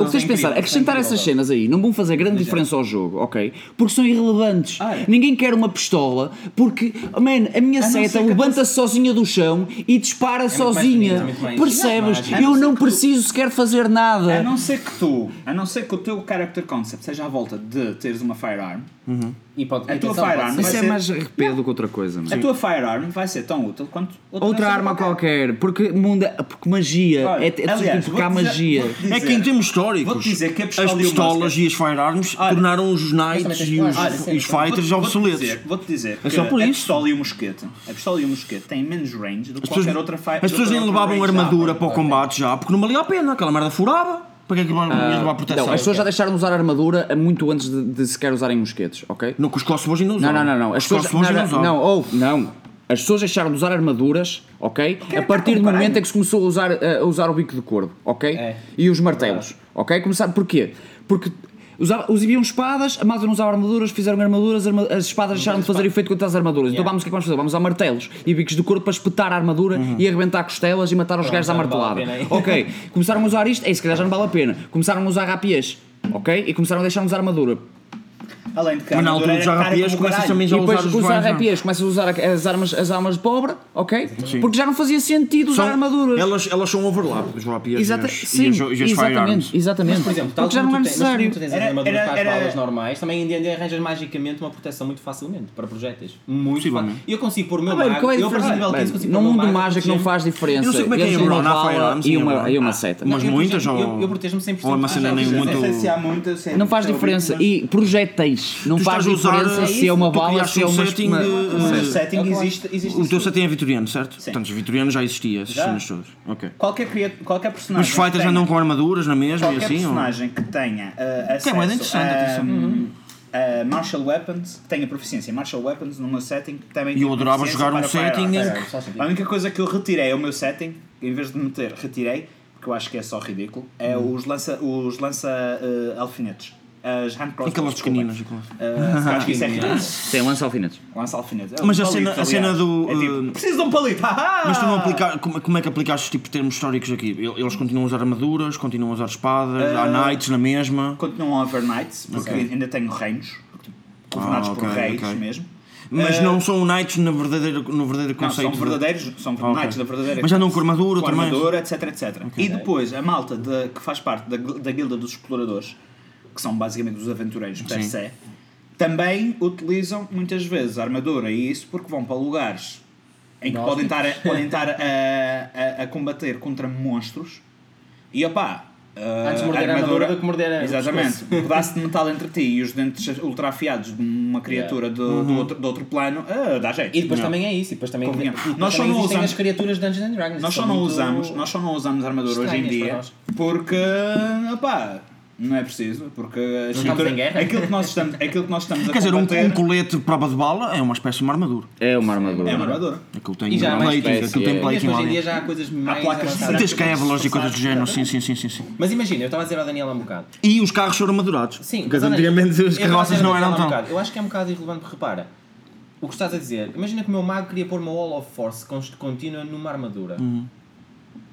[SPEAKER 4] o que tens de
[SPEAKER 5] verdade.
[SPEAKER 4] pensar, acrescentar essas cenas aí não vão fazer grande diferença ao jogo, ok? Porque são irrelevantes.
[SPEAKER 5] Ah, é. Ah,
[SPEAKER 4] Ninguém quer uma pistola porque, oh, man, a minha
[SPEAKER 5] não
[SPEAKER 4] seta
[SPEAKER 5] ser que
[SPEAKER 4] levanta-se sozinha do chão e dispara
[SPEAKER 3] bonito, é
[SPEAKER 4] sozinha.
[SPEAKER 3] muito mais-
[SPEAKER 4] Percebes?
[SPEAKER 3] muito
[SPEAKER 5] mais- A
[SPEAKER 4] Eu
[SPEAKER 5] não
[SPEAKER 4] não
[SPEAKER 5] ser que tu-
[SPEAKER 4] preciso sequer fazer
[SPEAKER 5] A
[SPEAKER 4] nada.
[SPEAKER 5] É, não ser que tu, a não ser que o teu character concept seja à volta de teres uma firearm,
[SPEAKER 3] E pode,
[SPEAKER 5] A tua
[SPEAKER 3] atenção, pode
[SPEAKER 5] firearm
[SPEAKER 3] ser-
[SPEAKER 5] vai é ser- É
[SPEAKER 4] arrepedo que outra coisa, mano.
[SPEAKER 5] a tua firearm vai ser tão útil quanto
[SPEAKER 4] Outra arma qualquer, porque, mundo, porque magia,
[SPEAKER 5] Olha,
[SPEAKER 4] é, é preciso
[SPEAKER 5] aliás,
[SPEAKER 4] invocar
[SPEAKER 5] vou-te dizer-
[SPEAKER 4] magia.
[SPEAKER 5] vou-te dizer-
[SPEAKER 2] É que em termos históricos,
[SPEAKER 5] um Vou-te dizer que a pistola
[SPEAKER 2] as
[SPEAKER 5] e o
[SPEAKER 2] pistolas
[SPEAKER 5] Mosca-
[SPEAKER 2] e as firearms
[SPEAKER 5] Olha,
[SPEAKER 2] tornaram os knights
[SPEAKER 3] também
[SPEAKER 2] e
[SPEAKER 3] tens
[SPEAKER 2] os,
[SPEAKER 3] claro, sim,
[SPEAKER 2] e os
[SPEAKER 3] sim.
[SPEAKER 2] fighters
[SPEAKER 5] Vou- vou-te
[SPEAKER 2] obsoletos. É
[SPEAKER 5] dizer- Vou-te dizer, que
[SPEAKER 2] só por
[SPEAKER 5] a
[SPEAKER 2] isso.
[SPEAKER 5] pistola e o mosquete, a pistola e o mosquete têm menos range do que
[SPEAKER 2] As pessoas,
[SPEAKER 5] qualquer outra firearm.
[SPEAKER 2] as pessoas nem levavam armadura para o combate já, porque não valia a pena, aquela merda furava. Para que é que vão ias levar proteção?
[SPEAKER 4] Não, as pessoas já deixaram de usar armadura a muito antes de, de sequer usarem mosquetes, ok?
[SPEAKER 2] Não, que os Kossovos ainda
[SPEAKER 4] Não,
[SPEAKER 2] usavam.
[SPEAKER 4] não, não, não. As
[SPEAKER 2] Os
[SPEAKER 4] pessoas, não,
[SPEAKER 2] Kossovos ainda
[SPEAKER 4] não,
[SPEAKER 2] usavam.
[SPEAKER 4] não, ou- não. As pessoas deixaram de usar armaduras, ok? A
[SPEAKER 3] tá
[SPEAKER 4] partir do
[SPEAKER 5] caralho.
[SPEAKER 4] momento em que se começou a usar, eh, a usar o bico de corvo, ok?
[SPEAKER 3] É.
[SPEAKER 4] E os martelos, ok? Começaram, porquê? Porque usava, usavam espadas, a malta não usava armaduras, fizeram armaduras, arma- as espadas deixaram de fazer efeito contra as armaduras. Então vamos, o que é que vamos fazer? Vamos usar martelos e bicos de corvo para espetar a armadura e arrebentar costelas e matar os gajos à
[SPEAKER 3] Uhum. já não vale a
[SPEAKER 4] martelada.
[SPEAKER 3] pena aí.
[SPEAKER 4] Ok, começaram a usar isto, é isso que já não vale a pena. Começaram a usar rapiês, ok? E começaram a deixar de usar armadura.
[SPEAKER 5] Além de que a
[SPEAKER 2] Mas na altura
[SPEAKER 5] armadura era
[SPEAKER 2] dos
[SPEAKER 5] cara
[SPEAKER 2] arrapias
[SPEAKER 5] como
[SPEAKER 2] começas
[SPEAKER 5] caralho.
[SPEAKER 2] também já
[SPEAKER 4] E
[SPEAKER 2] a usar os
[SPEAKER 4] depois
[SPEAKER 2] é?
[SPEAKER 4] começas a usar
[SPEAKER 2] vários-
[SPEAKER 4] rapias, começas a usar a- as armas, as armas de pobre, ok? Porque já não fazia sentido usar armaduras.
[SPEAKER 2] Elas, elas são overlap, os rapias
[SPEAKER 4] Exata-
[SPEAKER 2] e as,
[SPEAKER 4] sim,
[SPEAKER 2] e as, e as firearms.
[SPEAKER 4] exatamente, exatamente.
[SPEAKER 3] Por exemplo, tal
[SPEAKER 4] Porque já
[SPEAKER 3] como
[SPEAKER 4] não é
[SPEAKER 3] tu tens- mas como
[SPEAKER 4] necessário.
[SPEAKER 3] tu tens as
[SPEAKER 5] Era-
[SPEAKER 3] armaduras
[SPEAKER 5] era-
[SPEAKER 3] para as
[SPEAKER 5] era-
[SPEAKER 3] balas normais, também ainda ainda arranjas magicamente uma proteção muito facilmente para projéteis. Muito fácil.
[SPEAKER 2] Possivelmente.
[SPEAKER 3] Eu consigo pôr o meu
[SPEAKER 4] Ah, bem,
[SPEAKER 3] mago,
[SPEAKER 4] qual é a
[SPEAKER 3] eu por
[SPEAKER 4] diferença?
[SPEAKER 3] exemplo,
[SPEAKER 4] Bem,
[SPEAKER 3] Alquim, consigo pôr
[SPEAKER 4] Num
[SPEAKER 3] o meu
[SPEAKER 4] mundo
[SPEAKER 3] mago,
[SPEAKER 4] mágico não
[SPEAKER 3] proteger-me.
[SPEAKER 4] faz diferença.
[SPEAKER 2] Eu não sei como é que é
[SPEAKER 4] Eles
[SPEAKER 2] em
[SPEAKER 4] têm uma
[SPEAKER 2] Brown, há
[SPEAKER 4] bala
[SPEAKER 2] firearms
[SPEAKER 4] e
[SPEAKER 2] em
[SPEAKER 4] uma,
[SPEAKER 2] Brown.
[SPEAKER 4] e uma
[SPEAKER 2] Ah,
[SPEAKER 4] seta.
[SPEAKER 2] Mas
[SPEAKER 3] Eu
[SPEAKER 5] Tipo,
[SPEAKER 2] muitas
[SPEAKER 3] protejo-
[SPEAKER 2] ou...
[SPEAKER 3] Eu, eu protejo-me 100%
[SPEAKER 2] ou é uma
[SPEAKER 3] dos
[SPEAKER 2] cena
[SPEAKER 3] ataques.
[SPEAKER 2] nem
[SPEAKER 5] Ah, Não
[SPEAKER 2] muito-
[SPEAKER 5] sei se há muito, eu sei-
[SPEAKER 4] Não faz
[SPEAKER 5] sei ouvir,
[SPEAKER 4] diferença.
[SPEAKER 5] mas-
[SPEAKER 4] E projéteis. Não
[SPEAKER 2] Tu
[SPEAKER 4] faz
[SPEAKER 2] estás a usar-
[SPEAKER 4] diferença
[SPEAKER 2] é
[SPEAKER 4] se é
[SPEAKER 2] isso,
[SPEAKER 4] uma
[SPEAKER 2] tu
[SPEAKER 4] bala,
[SPEAKER 2] criaste
[SPEAKER 4] se é
[SPEAKER 2] um
[SPEAKER 4] uma.
[SPEAKER 2] setting
[SPEAKER 4] uma-
[SPEAKER 2] de-
[SPEAKER 5] Mas
[SPEAKER 2] Sim.
[SPEAKER 5] o
[SPEAKER 4] é
[SPEAKER 5] setting existe, existe
[SPEAKER 2] O teu
[SPEAKER 5] isso.
[SPEAKER 2] set é vitoriano, certo?
[SPEAKER 5] Sim.
[SPEAKER 2] Portanto, os vitorianos já existia, essas
[SPEAKER 5] Já.
[SPEAKER 2] cenas todas. Ok.
[SPEAKER 5] Qualquer, cria- qualquer personagem.
[SPEAKER 2] Mas os fighters
[SPEAKER 5] que tenha-
[SPEAKER 2] andam com armaduras na mesma e
[SPEAKER 5] Qualquer
[SPEAKER 2] assim? ou-
[SPEAKER 5] personagem que tenha uh,
[SPEAKER 2] Que é
[SPEAKER 5] acesso
[SPEAKER 2] bué de interessante,
[SPEAKER 5] a, hum,
[SPEAKER 2] atenção.
[SPEAKER 5] a martial weapons, que tenha proficiência em martial weapons no meu setting, também
[SPEAKER 2] E eu adorava jogar um setting em
[SPEAKER 3] que-
[SPEAKER 5] que... A única coisa que eu retirei ao meu setting, em vez de meter retirei, porque eu acho que é só ridículo, é
[SPEAKER 2] Hum.
[SPEAKER 5] os lança, os lança uh, alfinetes. As hand crossbows.
[SPEAKER 2] Aquelas
[SPEAKER 5] desculpa.
[SPEAKER 2] pequeninas. aquelas.
[SPEAKER 5] Uh, acho que isso é ridículo.
[SPEAKER 4] Tem um lance alfinetes.
[SPEAKER 5] Lança alfinetes. É um
[SPEAKER 2] Mas a
[SPEAKER 5] palito,
[SPEAKER 2] cena- a
[SPEAKER 5] aliás.
[SPEAKER 2] cena do,
[SPEAKER 5] É tipo,
[SPEAKER 2] uh,
[SPEAKER 5] preciso de um palito!
[SPEAKER 2] Mas tu não aplica, como, como é que aplicaste os tipos de termos históricos aqui? El- Eles continuam a usar armaduras, continuam a usar espadas,
[SPEAKER 5] Ah.
[SPEAKER 2] há knights na mesma.
[SPEAKER 5] Continuam overnights, porque ainda tenho reinos, governados
[SPEAKER 2] Ah, ok,
[SPEAKER 5] por reis
[SPEAKER 2] ok.
[SPEAKER 5] mesmo.
[SPEAKER 2] Mas
[SPEAKER 5] Eh,
[SPEAKER 2] não são knights no verdadeiro, no verdadeiro
[SPEAKER 5] Não,
[SPEAKER 2] conceito.
[SPEAKER 5] são verdadeiros, são knights da verdadeira.
[SPEAKER 2] Mas andam com armadura
[SPEAKER 5] com
[SPEAKER 2] também.
[SPEAKER 5] armadura, etc, etc. E depois a malta de- que faz parte da, da guilda dos exploradores, que são basicamente os aventureiros per
[SPEAKER 2] Sim.
[SPEAKER 5] se, também utilizam muitas vezes armadura e isso porque vão para lugares em que podem estar, a, podem estar a, a- a combater contra monstros e opá. ah,
[SPEAKER 3] Antes morder a armadura do que morder a-
[SPEAKER 5] Exatamente. Um pedaço de metal entre ti e os dentes ultrafiados de uma criatura do, do
[SPEAKER 2] Uhum.
[SPEAKER 5] outro, do outro plano, ah, dá jeito.
[SPEAKER 3] E depois
[SPEAKER 5] Não.
[SPEAKER 3] também é isso, e depois também, e
[SPEAKER 5] Convenhamos.
[SPEAKER 3] depois
[SPEAKER 5] Nós só
[SPEAKER 3] também
[SPEAKER 5] não
[SPEAKER 3] existem
[SPEAKER 5] usamos-
[SPEAKER 3] as criaturas de Dungeons and Dragons.
[SPEAKER 5] Nós
[SPEAKER 3] que
[SPEAKER 5] só,
[SPEAKER 3] são
[SPEAKER 5] não
[SPEAKER 3] é muito-
[SPEAKER 5] usamos, nós só não usamos armadura hoje em
[SPEAKER 3] estranhas para
[SPEAKER 5] dia
[SPEAKER 3] nós.
[SPEAKER 5] porque opá, não é preciso, porque a estrutura-
[SPEAKER 3] em guerra.
[SPEAKER 5] aquilo que nós estamos, aquilo que nós estamos a
[SPEAKER 2] Quer dizer, um,
[SPEAKER 5] combater
[SPEAKER 2] um colete de prova de bala é uma espécie de uma armadura.
[SPEAKER 4] É uma armadura.
[SPEAKER 5] é uma armadura.
[SPEAKER 2] Aquilo tem
[SPEAKER 3] E já há
[SPEAKER 2] plating,
[SPEAKER 3] mais
[SPEAKER 4] espécie,
[SPEAKER 2] aquilo
[SPEAKER 4] é.
[SPEAKER 2] tem
[SPEAKER 3] Mesmo
[SPEAKER 2] plating lá
[SPEAKER 3] hoje em dia
[SPEAKER 2] dentro.
[SPEAKER 3] já há coisas mais
[SPEAKER 5] placas
[SPEAKER 3] avançadas.
[SPEAKER 5] já-
[SPEAKER 2] Tens Kevlas e coisas do género, sim, sim, sim, sim, sim.
[SPEAKER 3] Mas imagina, eu estava a dizer ao Daniel há um bocado.
[SPEAKER 2] E os carros foram madurados.
[SPEAKER 3] Sim, É mas
[SPEAKER 2] Porque
[SPEAKER 3] olha,
[SPEAKER 2] antigamente
[SPEAKER 3] eu
[SPEAKER 2] as
[SPEAKER 3] estava a
[SPEAKER 2] carroças
[SPEAKER 3] dizer
[SPEAKER 2] não
[SPEAKER 3] ao Daniel
[SPEAKER 2] eram
[SPEAKER 3] há um
[SPEAKER 2] tão.
[SPEAKER 3] bocado, Eu acho que é um bocado irrelevante porque repara. O que estás a dizer, imagina que o meu mago queria pôr uma wall of force const- contínua numa armadura.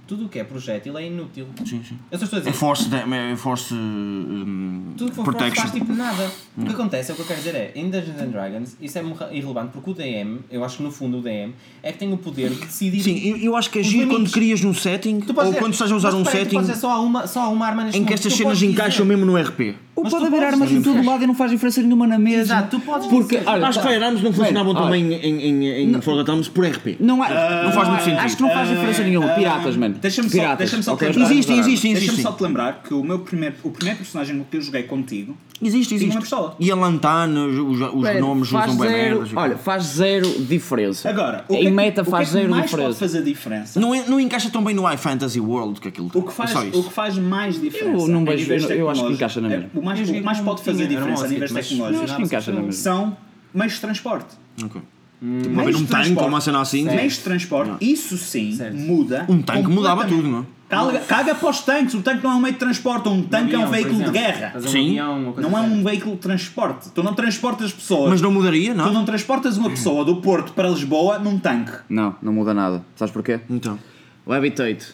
[SPEAKER 3] Tudo o que é projétil é inútil.
[SPEAKER 2] Uhum. Sim, sim.
[SPEAKER 3] Eu só estou a
[SPEAKER 2] É
[SPEAKER 3] dizer,
[SPEAKER 2] force, dam- é force hum,
[SPEAKER 3] tudo que for force
[SPEAKER 2] protection. Uhum.
[SPEAKER 3] faz tipo nada. O que acontece, é o que eu quero dizer é, em Dungeons and Dragons, isso é morra- irrelevante porque o DM, eu acho que no fundo o DM, é que tem o poder de decidir.
[SPEAKER 2] Sim, eu, eu acho que agir
[SPEAKER 3] limites.
[SPEAKER 2] quando crias um setting
[SPEAKER 3] Tu
[SPEAKER 2] ou
[SPEAKER 3] podes dizer,
[SPEAKER 2] quando estás a usar
[SPEAKER 3] mas
[SPEAKER 2] um
[SPEAKER 3] espera aí, tu
[SPEAKER 2] setting
[SPEAKER 3] podes dizer, só há uma, só há uma arma neste
[SPEAKER 2] em
[SPEAKER 3] mundo,
[SPEAKER 2] que estas
[SPEAKER 3] tu
[SPEAKER 2] cenas
[SPEAKER 3] podes dizer-
[SPEAKER 2] encaixam mesmo no RP.
[SPEAKER 4] Mas pode haver armas em todo lado e não faz diferença nenhuma na mesa.
[SPEAKER 5] Exato, tu podes
[SPEAKER 4] Porque,
[SPEAKER 5] dizer.
[SPEAKER 4] olha,
[SPEAKER 2] Acho que Fire Arms não funcionavam
[SPEAKER 4] olha.
[SPEAKER 2] também em, em, em, em Forgotten Realms por RP.
[SPEAKER 4] não, há,
[SPEAKER 2] não faz muito
[SPEAKER 4] Ah, Acho
[SPEAKER 2] sentido.
[SPEAKER 4] que não faz diferença nenhuma. Piratas, mano.
[SPEAKER 5] Ah, Deixa-me só,
[SPEAKER 4] Piratas,
[SPEAKER 5] deixa só
[SPEAKER 4] ok?
[SPEAKER 5] te lembrar.
[SPEAKER 2] Existem, existem,
[SPEAKER 5] Deixa-me
[SPEAKER 2] existem.
[SPEAKER 5] só te lembrar que o meu primeiro, o primeiro personagem que eu joguei contigo
[SPEAKER 2] Existe,
[SPEAKER 5] tinha
[SPEAKER 2] existe.
[SPEAKER 5] uma pistola.
[SPEAKER 2] E a lantana, os, os- os
[SPEAKER 4] Mano,
[SPEAKER 2] nomes
[SPEAKER 4] faz
[SPEAKER 2] usam bem
[SPEAKER 4] zero,
[SPEAKER 2] merdas. e
[SPEAKER 4] Olha,
[SPEAKER 2] tal.
[SPEAKER 4] faz zero diferença.
[SPEAKER 5] Agora, o que é
[SPEAKER 4] em
[SPEAKER 5] que-
[SPEAKER 4] meta
[SPEAKER 5] o que
[SPEAKER 4] faz
[SPEAKER 5] é que
[SPEAKER 4] zero
[SPEAKER 5] mais pode
[SPEAKER 4] diferença.
[SPEAKER 5] fazer diferença?
[SPEAKER 2] não, en- não encaixa tão bem no iFantasy World que aquilo.
[SPEAKER 5] O que, faz,
[SPEAKER 2] é só isso.
[SPEAKER 5] o que faz mais diferença
[SPEAKER 4] Eu não
[SPEAKER 5] a
[SPEAKER 4] vejo-
[SPEAKER 5] níveis
[SPEAKER 4] eu- eu acho que
[SPEAKER 5] tecnológicos-
[SPEAKER 4] encaixa na
[SPEAKER 5] é,
[SPEAKER 4] mesma.
[SPEAKER 5] O mais, o que mais pode fazer diferença a
[SPEAKER 3] tipo,
[SPEAKER 5] níveis
[SPEAKER 4] Eu acho que
[SPEAKER 5] tecnológicos
[SPEAKER 4] encaixa na mesma.
[SPEAKER 5] são meios de transporte.
[SPEAKER 2] Ok.
[SPEAKER 5] Meios
[SPEAKER 2] bem, num
[SPEAKER 5] de
[SPEAKER 2] Tipo, um tanque
[SPEAKER 5] transporte.
[SPEAKER 2] ou uma cena assim, sim.
[SPEAKER 5] Meios de transporte, isso sim muda.
[SPEAKER 2] Um tanque mudava
[SPEAKER 5] completamente.
[SPEAKER 2] tudo, não é?
[SPEAKER 5] Caga, caga para os tanques, o tanque não é um meio de transporte, um tanque é um veículo de guerra.
[SPEAKER 2] Sim.
[SPEAKER 5] Não é um veículo de transporte. Tu não transportas pessoas.
[SPEAKER 2] Mas não mudaria,
[SPEAKER 5] Tu
[SPEAKER 2] não?
[SPEAKER 5] não transportas uma pessoa do Porto para Lisboa num tanque.
[SPEAKER 4] Não, não muda nada. Sabes porquê?
[SPEAKER 2] Então.
[SPEAKER 4] Levitate.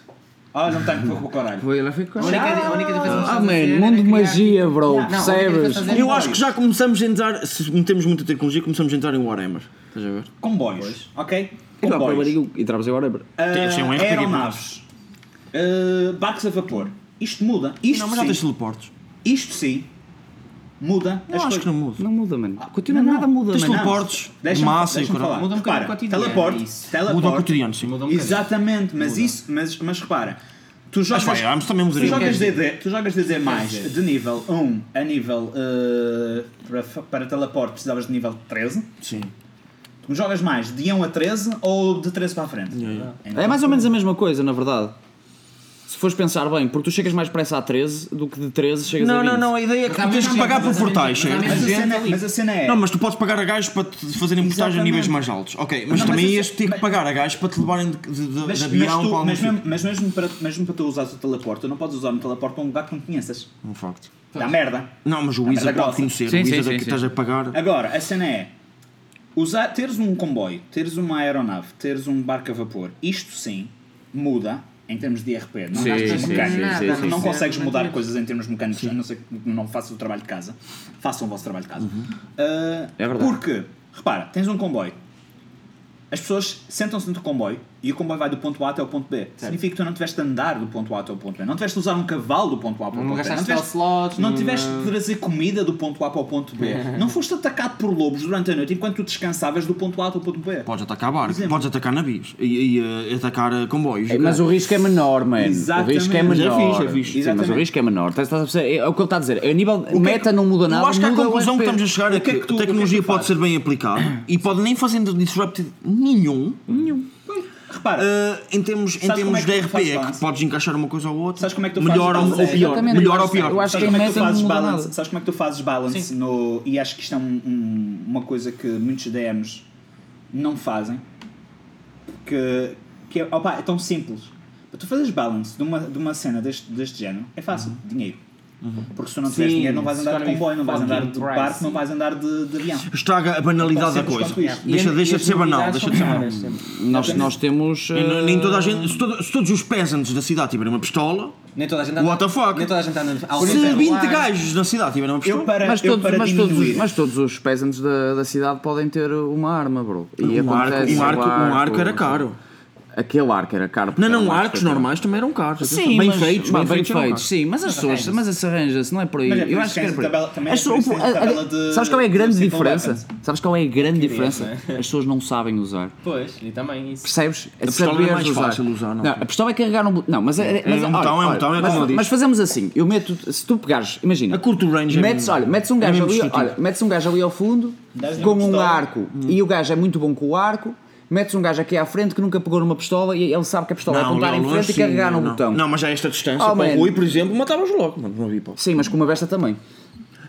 [SPEAKER 5] Ah, num tanque foi para o caralho.
[SPEAKER 4] Foi, ela ficou.
[SPEAKER 7] A única, a única diferença que
[SPEAKER 3] é
[SPEAKER 4] Ah,
[SPEAKER 7] estás a fazer
[SPEAKER 4] mano,
[SPEAKER 7] era
[SPEAKER 4] mundo de
[SPEAKER 7] criar-
[SPEAKER 4] magia, bro,
[SPEAKER 7] Não, a única
[SPEAKER 4] percebes?
[SPEAKER 7] diferença que estás a
[SPEAKER 2] Eu
[SPEAKER 7] fazer-
[SPEAKER 2] acho que já começamos a entrar, se metemos muita tecnologia, começamos a entrar em Warhammer. Estás a ver?
[SPEAKER 5] Comboios. Ok?
[SPEAKER 4] E lá para
[SPEAKER 5] Comboios.
[SPEAKER 4] Barigo, entramos agora. bro.
[SPEAKER 5] Ah,
[SPEAKER 2] Sim, é um RPG,
[SPEAKER 5] aeronaves, Ah, barcos a vapor. Isto muda. Isto
[SPEAKER 2] não, mas já
[SPEAKER 5] sim.
[SPEAKER 2] tens teleportes.
[SPEAKER 5] Isto sim. Muda.
[SPEAKER 2] Eu acho que não muda.
[SPEAKER 4] Não muda, mano. Continua,
[SPEAKER 5] não, não.
[SPEAKER 4] nada muda,
[SPEAKER 2] Tens
[SPEAKER 4] mano.
[SPEAKER 5] Não,
[SPEAKER 2] teleportes,
[SPEAKER 5] deixa-me-
[SPEAKER 2] massa e
[SPEAKER 5] deixa-me
[SPEAKER 2] caralho.
[SPEAKER 5] falar.
[SPEAKER 7] Muda um bocadinho
[SPEAKER 5] Repara,
[SPEAKER 7] o cotidiano,
[SPEAKER 5] Teleporte.
[SPEAKER 7] é isso.
[SPEAKER 5] teleporte.
[SPEAKER 2] Muda o cotidiano, sim.
[SPEAKER 7] Muda um bocadinho.
[SPEAKER 5] Exatamente, mas isso, mas, mas repara, tu
[SPEAKER 2] As
[SPEAKER 5] jogas,
[SPEAKER 2] Firearms também
[SPEAKER 5] tu
[SPEAKER 2] mudaria.
[SPEAKER 5] jogas
[SPEAKER 7] Sim.
[SPEAKER 5] DD, tu jogas DD mais de nível 1 a nível eh, para, para teleporte precisavas de nível 13.
[SPEAKER 2] Sim.
[SPEAKER 5] Tu jogas mais de 1 a 13 ou de 13 para a frente? Então,
[SPEAKER 4] É mais ou menos a mesma coisa, na verdade. Se fores pensar bem, porque tu chegas mais depressa a 13 do que de 13 chegas a
[SPEAKER 2] Não,
[SPEAKER 4] 20.
[SPEAKER 2] não, não, a ideia é
[SPEAKER 7] há
[SPEAKER 2] que tens que
[SPEAKER 7] menos
[SPEAKER 2] pagar
[SPEAKER 7] gente,
[SPEAKER 2] por
[SPEAKER 7] mas há
[SPEAKER 2] portais,
[SPEAKER 7] menos- mas
[SPEAKER 2] certo?
[SPEAKER 7] há
[SPEAKER 5] Mas a,
[SPEAKER 7] gente
[SPEAKER 5] cena,
[SPEAKER 7] ali.
[SPEAKER 5] mas a cena é.
[SPEAKER 2] Não, mas tu podes pagar a gajos para te fazerem portagem a
[SPEAKER 5] Exatamente.
[SPEAKER 2] níveis mais altos. Ok, mas
[SPEAKER 5] Não, mas
[SPEAKER 2] também
[SPEAKER 5] isso-
[SPEAKER 2] ias ter que
[SPEAKER 5] mas-
[SPEAKER 2] pagar a gajos para te levarem de, de- de-
[SPEAKER 5] Mas,
[SPEAKER 2] de
[SPEAKER 5] mas,
[SPEAKER 2] avião
[SPEAKER 5] tu-
[SPEAKER 2] para algum
[SPEAKER 5] mas,
[SPEAKER 2] sítio.
[SPEAKER 5] mesmo, mas mesmo para, mesmo para tu usares o teleporte, tu não podes usar um teleporte para um lugar que não conheças.
[SPEAKER 2] Um facto.
[SPEAKER 5] Dá merda.
[SPEAKER 2] Não, mas o
[SPEAKER 5] mas é
[SPEAKER 2] Wizard pode
[SPEAKER 5] grossa.
[SPEAKER 2] conhecer.
[SPEAKER 4] Sim,
[SPEAKER 2] o
[SPEAKER 4] sim,
[SPEAKER 2] Wizard
[SPEAKER 4] sim,
[SPEAKER 2] é que
[SPEAKER 4] sim.
[SPEAKER 2] estás a pagar.
[SPEAKER 5] Agora, a cena é. Usar, teres um comboio, teres uma aeronave, teres um barco a vapor, isto sim muda em termos de RP. Não,
[SPEAKER 4] Sim,
[SPEAKER 5] gastas
[SPEAKER 4] sim,
[SPEAKER 5] mecânica,
[SPEAKER 4] sim, sim, sim,
[SPEAKER 5] não
[SPEAKER 4] sim.
[SPEAKER 5] consegues mudar coisas em termos mecânicos, a não ser que não faças o trabalho de casa. Façam o vosso trabalho de casa. Ah,
[SPEAKER 4] É verdade.
[SPEAKER 5] Porque, repara, tens um comboio. As pessoas sentam-se no comboio e o comboio vai do ponto A até o ponto B. Significa que tu não tiveste de andar do ponto A até o ponto B. Não tiveste de usar um cavalo do ponto A para o
[SPEAKER 7] Não
[SPEAKER 5] ponto B.
[SPEAKER 7] gastaste
[SPEAKER 5] tiveste-
[SPEAKER 7] slots,
[SPEAKER 5] não
[SPEAKER 7] não-
[SPEAKER 5] tiveste de trazer comida do ponto A para o ponto B. não foste atacado por lobos durante a noite enquanto tu descansavas do ponto A até o ponto B.
[SPEAKER 2] Podes atacar barcos,
[SPEAKER 5] Exemplo.
[SPEAKER 2] podes atacar navios e, e, eh, atacar eh, comboios.
[SPEAKER 4] É, Mas o risco é menor, mano.
[SPEAKER 5] Exatamente.
[SPEAKER 4] O risco é
[SPEAKER 5] Mas
[SPEAKER 2] é
[SPEAKER 4] menor.
[SPEAKER 2] fixe, é fixe.
[SPEAKER 4] Sim, mas o
[SPEAKER 5] Exatamente.
[SPEAKER 4] risco é menor. Estás- estás a perceber? É o que ele está a dizer. A nível meta não muda nada.
[SPEAKER 2] Eu acho é que a
[SPEAKER 4] muda o
[SPEAKER 2] conclusão que
[SPEAKER 4] SP.
[SPEAKER 2] estamos a chegar é
[SPEAKER 5] O que
[SPEAKER 2] que
[SPEAKER 5] é que tu-
[SPEAKER 2] a tecnologia
[SPEAKER 5] o que é que tu
[SPEAKER 2] pode ser
[SPEAKER 5] fazes?
[SPEAKER 2] bem aplicada e pode nem fazendo disrupted nenhum
[SPEAKER 5] Repara,
[SPEAKER 2] eh, em termos, em
[SPEAKER 5] Sabes como
[SPEAKER 2] termos
[SPEAKER 5] é que
[SPEAKER 2] de
[SPEAKER 5] tu
[SPEAKER 2] RP,
[SPEAKER 5] fazes
[SPEAKER 2] é que
[SPEAKER 5] balance?
[SPEAKER 2] podes encaixar uma coisa ou outra,
[SPEAKER 5] Sabes como é que tu
[SPEAKER 2] melhor
[SPEAKER 5] fazes
[SPEAKER 2] ou, ou
[SPEAKER 5] balance?
[SPEAKER 2] pior.
[SPEAKER 4] Exatamente.
[SPEAKER 2] Melhor ou pior.
[SPEAKER 4] Eu acho que
[SPEAKER 5] sabes
[SPEAKER 4] em
[SPEAKER 5] como, é que tu
[SPEAKER 4] meta não
[SPEAKER 5] fazes
[SPEAKER 4] muda
[SPEAKER 5] balance?
[SPEAKER 4] nada.
[SPEAKER 5] Sabes como é que tu fazes balance no. E acho que isto é um- um- uma coisa que muitos DMs não fazem. Que, que é, opa, é tão simples. Para tu fazeres balance de uma, de uma cena deste, deste género, é fácil. Dinheiro. Porque se tu não tiveres
[SPEAKER 7] Sim,
[SPEAKER 5] dinheiro, não vais andar de
[SPEAKER 7] economy
[SPEAKER 5] comboio, não vais andar de
[SPEAKER 7] fucking
[SPEAKER 5] barco,
[SPEAKER 7] price.
[SPEAKER 5] não vais andar de, de avião.
[SPEAKER 2] Estraga a banalidade da
[SPEAKER 5] Tão simples
[SPEAKER 2] coisa.
[SPEAKER 5] quanto isto.
[SPEAKER 2] Deixa,
[SPEAKER 7] E-
[SPEAKER 2] deixa
[SPEAKER 7] e
[SPEAKER 2] de
[SPEAKER 7] as
[SPEAKER 2] ser banal,
[SPEAKER 7] novidades
[SPEAKER 2] deixa de ser
[SPEAKER 7] são
[SPEAKER 2] banal.
[SPEAKER 7] caras, sempre.
[SPEAKER 4] Nós, nós temos.
[SPEAKER 2] E
[SPEAKER 4] eh,
[SPEAKER 2] n- Nem toda a gente, se, todo- se todos os peasants da cidade tiverem uma pistola,
[SPEAKER 7] Nem toda a gente
[SPEAKER 2] What the fuck?
[SPEAKER 7] Nem toda a gente anda ao
[SPEAKER 2] se 20 gajos na cidade tiverem uma
[SPEAKER 5] Eu
[SPEAKER 2] pistola,
[SPEAKER 5] para,
[SPEAKER 4] Mas
[SPEAKER 5] eu
[SPEAKER 4] todos,
[SPEAKER 5] para
[SPEAKER 4] mas,
[SPEAKER 5] diminuir.
[SPEAKER 4] todos, mas todos os peasants da, da cidade podem ter uma arma, bro. E
[SPEAKER 2] um arco,
[SPEAKER 4] acontece,
[SPEAKER 2] um,
[SPEAKER 4] o
[SPEAKER 2] arco, um arco era caro.
[SPEAKER 4] Aquele arco era caro. porque
[SPEAKER 2] Não, não,
[SPEAKER 4] eram
[SPEAKER 2] arcos
[SPEAKER 4] que-
[SPEAKER 2] normais também eram caros.
[SPEAKER 4] Sim,
[SPEAKER 2] bem
[SPEAKER 4] mas-
[SPEAKER 2] feitos, bem
[SPEAKER 4] mas
[SPEAKER 2] feitos. é eram caros.
[SPEAKER 4] sim, mas as pessoas, mas isso arranja-se, não é por aí.
[SPEAKER 5] Mas é por
[SPEAKER 4] eu
[SPEAKER 5] isso
[SPEAKER 4] acho
[SPEAKER 5] que
[SPEAKER 4] que é
[SPEAKER 5] tens
[SPEAKER 4] por aí.
[SPEAKER 5] a tabela- também é
[SPEAKER 4] As
[SPEAKER 5] por isso que
[SPEAKER 4] pessoas-
[SPEAKER 5] tens a
[SPEAKER 4] a- a-
[SPEAKER 5] tabela de-
[SPEAKER 4] sabes qual é a grande
[SPEAKER 5] de simple
[SPEAKER 4] diferença?
[SPEAKER 5] weapons.
[SPEAKER 4] Sabes qual é a grande diferença? As pessoas não sabem usar.
[SPEAKER 7] Pois, e também isso.
[SPEAKER 4] Percebes? É
[SPEAKER 2] pistola
[SPEAKER 4] saberes
[SPEAKER 2] é mais fácil usar, não.
[SPEAKER 4] a pistola é carregar um botão. Não, mas é. mas,
[SPEAKER 2] um
[SPEAKER 4] olha,
[SPEAKER 2] botão, é um
[SPEAKER 4] olha,
[SPEAKER 2] botão, é
[SPEAKER 4] mas,
[SPEAKER 2] como eu disse.
[SPEAKER 4] Mas fazemos assim, eu meto. Se tu pegares, imagina.
[SPEAKER 2] A curto range é
[SPEAKER 4] metes,
[SPEAKER 2] mesmo-
[SPEAKER 4] olha, metes um gajo
[SPEAKER 2] mesmo
[SPEAKER 4] ali,
[SPEAKER 2] destrutivo.
[SPEAKER 4] olha, metes um gajo ali ao fundo
[SPEAKER 5] Dás-lhe
[SPEAKER 4] com
[SPEAKER 5] uma
[SPEAKER 4] um
[SPEAKER 5] pistola.
[SPEAKER 4] arco
[SPEAKER 2] Hum.
[SPEAKER 4] e o gajo é muito bom com o arco. Metes um gajo aqui à frente que nunca pegou numa pistola e ele sabe que a pistola é
[SPEAKER 2] Não,
[SPEAKER 4] apontar
[SPEAKER 2] ali ao
[SPEAKER 4] em frente
[SPEAKER 2] longe,
[SPEAKER 4] e carregar
[SPEAKER 2] sim,
[SPEAKER 4] no
[SPEAKER 2] não.
[SPEAKER 4] botão.
[SPEAKER 2] Não, mas a esta distância,
[SPEAKER 4] Oh,
[SPEAKER 2] para
[SPEAKER 4] man.
[SPEAKER 2] o Rui, por exemplo, matavas logo. Não, não havia hipótese.
[SPEAKER 4] Sim, mas com uma besta também.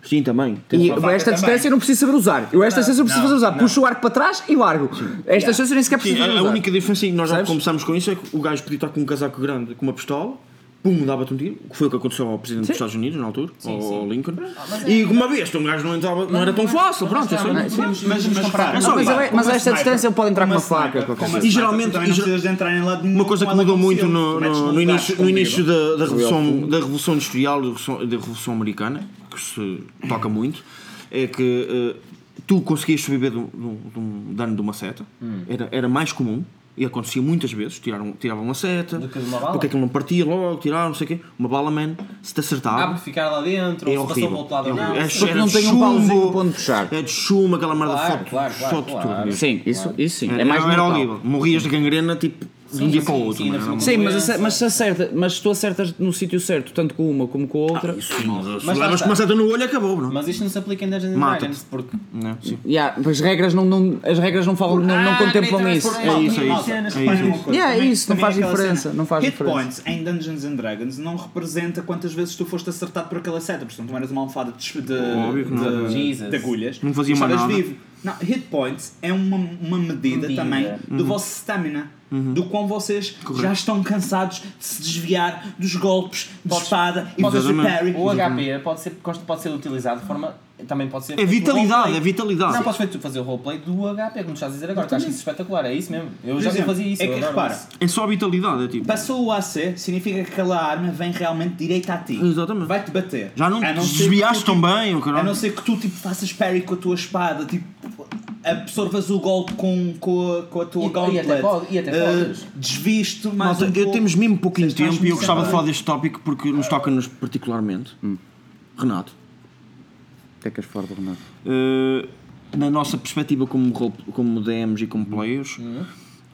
[SPEAKER 2] Sim, também.
[SPEAKER 4] E
[SPEAKER 5] uma faca
[SPEAKER 4] esta
[SPEAKER 5] também.
[SPEAKER 4] distância eu não preciso saber usar. Eu esta distância eu preciso
[SPEAKER 5] não,
[SPEAKER 4] saber usar. Puxo o arco para trás e largo. Esta distância eu nem sequer preciso
[SPEAKER 2] Sim,
[SPEAKER 4] saber
[SPEAKER 2] a, a
[SPEAKER 4] usar.
[SPEAKER 2] única diferença, e nós já
[SPEAKER 4] Percebes?
[SPEAKER 2] começámos com isso, é que o gajo podia estar com um casaco grande, com uma pistola, pum, dava-te um tiro, que foi o que aconteceu ao presidente dos Estados Unidos na altura, ao ao Lincoln.
[SPEAKER 4] Ah, é
[SPEAKER 2] E uma vez, um gajo não entrava, não era tão fácil, pronto, isso
[SPEAKER 7] Não,
[SPEAKER 2] é-
[SPEAKER 7] não podemos-
[SPEAKER 5] Mas, mas, assim, repara,
[SPEAKER 4] Não, mas,
[SPEAKER 5] repara,
[SPEAKER 4] ele- mas
[SPEAKER 5] uma
[SPEAKER 4] a esta
[SPEAKER 5] sniper-
[SPEAKER 4] distância ele pode entrar com uma,
[SPEAKER 5] sniper-
[SPEAKER 4] faca. qualquer
[SPEAKER 5] com uma
[SPEAKER 4] coisa.
[SPEAKER 2] E
[SPEAKER 5] sniper,
[SPEAKER 2] geralmente-
[SPEAKER 5] assim? também não
[SPEAKER 2] e ger-
[SPEAKER 5] precisas de entrar em lado nenhum
[SPEAKER 2] Uma coisa
[SPEAKER 5] com
[SPEAKER 2] que
[SPEAKER 5] ela
[SPEAKER 2] mudou muito
[SPEAKER 5] consigo.
[SPEAKER 2] no,
[SPEAKER 5] Metes
[SPEAKER 2] no-
[SPEAKER 5] num
[SPEAKER 2] no
[SPEAKER 5] lugar
[SPEAKER 2] início, no início
[SPEAKER 5] escondido.
[SPEAKER 2] da, da, revolução, da Revolução Industrial, da revolução, da Revolução Americana, que se toca muito, é que eh, tu conseguias sobreviver de um- de um de um dano de uma seta, era, era mais comum. e acontecia muitas vezes, tiraram, tiravam uma seta,
[SPEAKER 8] Do que de uma bala?
[SPEAKER 2] porque aquilo não partia logo, tiraram, não sei o quê, uma bala, man, se te
[SPEAKER 3] Há
[SPEAKER 2] acertava,
[SPEAKER 3] Ah, porque ficar lá dentro,
[SPEAKER 2] é
[SPEAKER 3] ou se passou para o
[SPEAKER 2] horrível.
[SPEAKER 3] outro lado,
[SPEAKER 2] É
[SPEAKER 3] ou não.
[SPEAKER 2] horrível. É
[SPEAKER 4] Porque
[SPEAKER 2] cheiro
[SPEAKER 4] não
[SPEAKER 2] de
[SPEAKER 4] tem um
[SPEAKER 2] chumbo,
[SPEAKER 4] pauzinho para onde puxar.
[SPEAKER 2] É de chumbo, aquela merda
[SPEAKER 8] Claro,
[SPEAKER 2] foto,
[SPEAKER 8] claro, claro,
[SPEAKER 2] foto
[SPEAKER 8] claro.
[SPEAKER 2] tudo.
[SPEAKER 4] Sim, isso, isso sim.
[SPEAKER 2] Era,
[SPEAKER 4] É mais
[SPEAKER 2] era
[SPEAKER 4] brutal.
[SPEAKER 2] horrível. Morrias de gangrena tipo de um dia para o outro.
[SPEAKER 3] sim,
[SPEAKER 2] não
[SPEAKER 3] sim,
[SPEAKER 2] era?
[SPEAKER 3] sim.
[SPEAKER 4] Sim, mas,
[SPEAKER 3] Doença.
[SPEAKER 4] ace- mas, se acerta, mas se tu acertas no sítio certo, tanto com uma como com a outra,
[SPEAKER 2] Isso sim, mas
[SPEAKER 8] lá
[SPEAKER 2] levas
[SPEAKER 8] está.
[SPEAKER 2] uma seta no olho e acabou, não?
[SPEAKER 8] Mas isto não se aplica em Dungeons and
[SPEAKER 2] É Mata-te.
[SPEAKER 8] Dragons, porque
[SPEAKER 2] Não, sim.
[SPEAKER 4] Yeah, as regras não, não- as regras não falam, não, não contemplam isso.
[SPEAKER 2] É isso, é isso, é isso, é isso.
[SPEAKER 4] Yeah, é isso, não faz
[SPEAKER 5] aquela
[SPEAKER 4] diferença,
[SPEAKER 5] cena,
[SPEAKER 4] não faz
[SPEAKER 5] hit
[SPEAKER 4] diferença.
[SPEAKER 5] points em Dungeons and Dragons não representa quantas vezes tu foste acertado por aquela seta, portanto, não eras uma almofada de, de,
[SPEAKER 2] Óbvio que não. é?
[SPEAKER 5] de,
[SPEAKER 3] Jesus.
[SPEAKER 5] de agulhas.
[SPEAKER 2] Não fazia mais
[SPEAKER 5] Estavas
[SPEAKER 2] nada.
[SPEAKER 5] vivo. Não, hit points é uma, uma medida,
[SPEAKER 3] Medida.
[SPEAKER 5] também do
[SPEAKER 2] Uhum.
[SPEAKER 5] vosso stamina, do quão vocês já estão cansados de se desviar dos golpes de
[SPEAKER 3] Podes-
[SPEAKER 5] espada e
[SPEAKER 2] podes-
[SPEAKER 5] fazer parry.
[SPEAKER 3] O HP pode ser, pode ser utilizado de forma. Também pode ser.
[SPEAKER 2] É
[SPEAKER 3] feito
[SPEAKER 2] vitalidade, é
[SPEAKER 3] roleplay.
[SPEAKER 2] vitalidade.
[SPEAKER 3] Não, podes fazer- fazer o roleplay do HP, como estás a dizer agora, que eu acho isso espetacular, é isso mesmo. Eu
[SPEAKER 5] Por
[SPEAKER 3] já
[SPEAKER 5] exemplo,
[SPEAKER 3] fazia isso.
[SPEAKER 5] é
[SPEAKER 3] eu
[SPEAKER 5] que
[SPEAKER 3] adoro
[SPEAKER 5] repara,
[SPEAKER 3] isso.
[SPEAKER 2] É só habilidade, é tipo.
[SPEAKER 5] Passou o AC, significa que aquela arma vem realmente direito a ti.
[SPEAKER 2] Exatamente.
[SPEAKER 5] Vai-te bater.
[SPEAKER 2] Já não
[SPEAKER 5] A
[SPEAKER 2] te
[SPEAKER 5] ser que
[SPEAKER 2] desviaste
[SPEAKER 5] tu,
[SPEAKER 2] tão
[SPEAKER 5] tipo,
[SPEAKER 2] bem, o
[SPEAKER 5] A não
[SPEAKER 2] caralho.
[SPEAKER 5] ser que tu tipo, faças parry com a tua espada, tipo, absorvas o golpe com, com, a, com a tua
[SPEAKER 3] E- e
[SPEAKER 5] gauntlet.
[SPEAKER 3] até pode- e até
[SPEAKER 5] eh,
[SPEAKER 3] podes.
[SPEAKER 5] Desviste mais
[SPEAKER 2] Malta,
[SPEAKER 5] um
[SPEAKER 2] eu
[SPEAKER 5] pouco.
[SPEAKER 2] temos mesmo pouquinho
[SPEAKER 5] Tens
[SPEAKER 2] tempo e eu
[SPEAKER 5] transmissão,
[SPEAKER 2] gostava de
[SPEAKER 5] não é?
[SPEAKER 2] falar deste tópico porque nos toca-nos particularmente. Renato,
[SPEAKER 4] O que é que és fora do Renato?
[SPEAKER 2] eh, na nossa perspectiva como, role- como DMs e como players,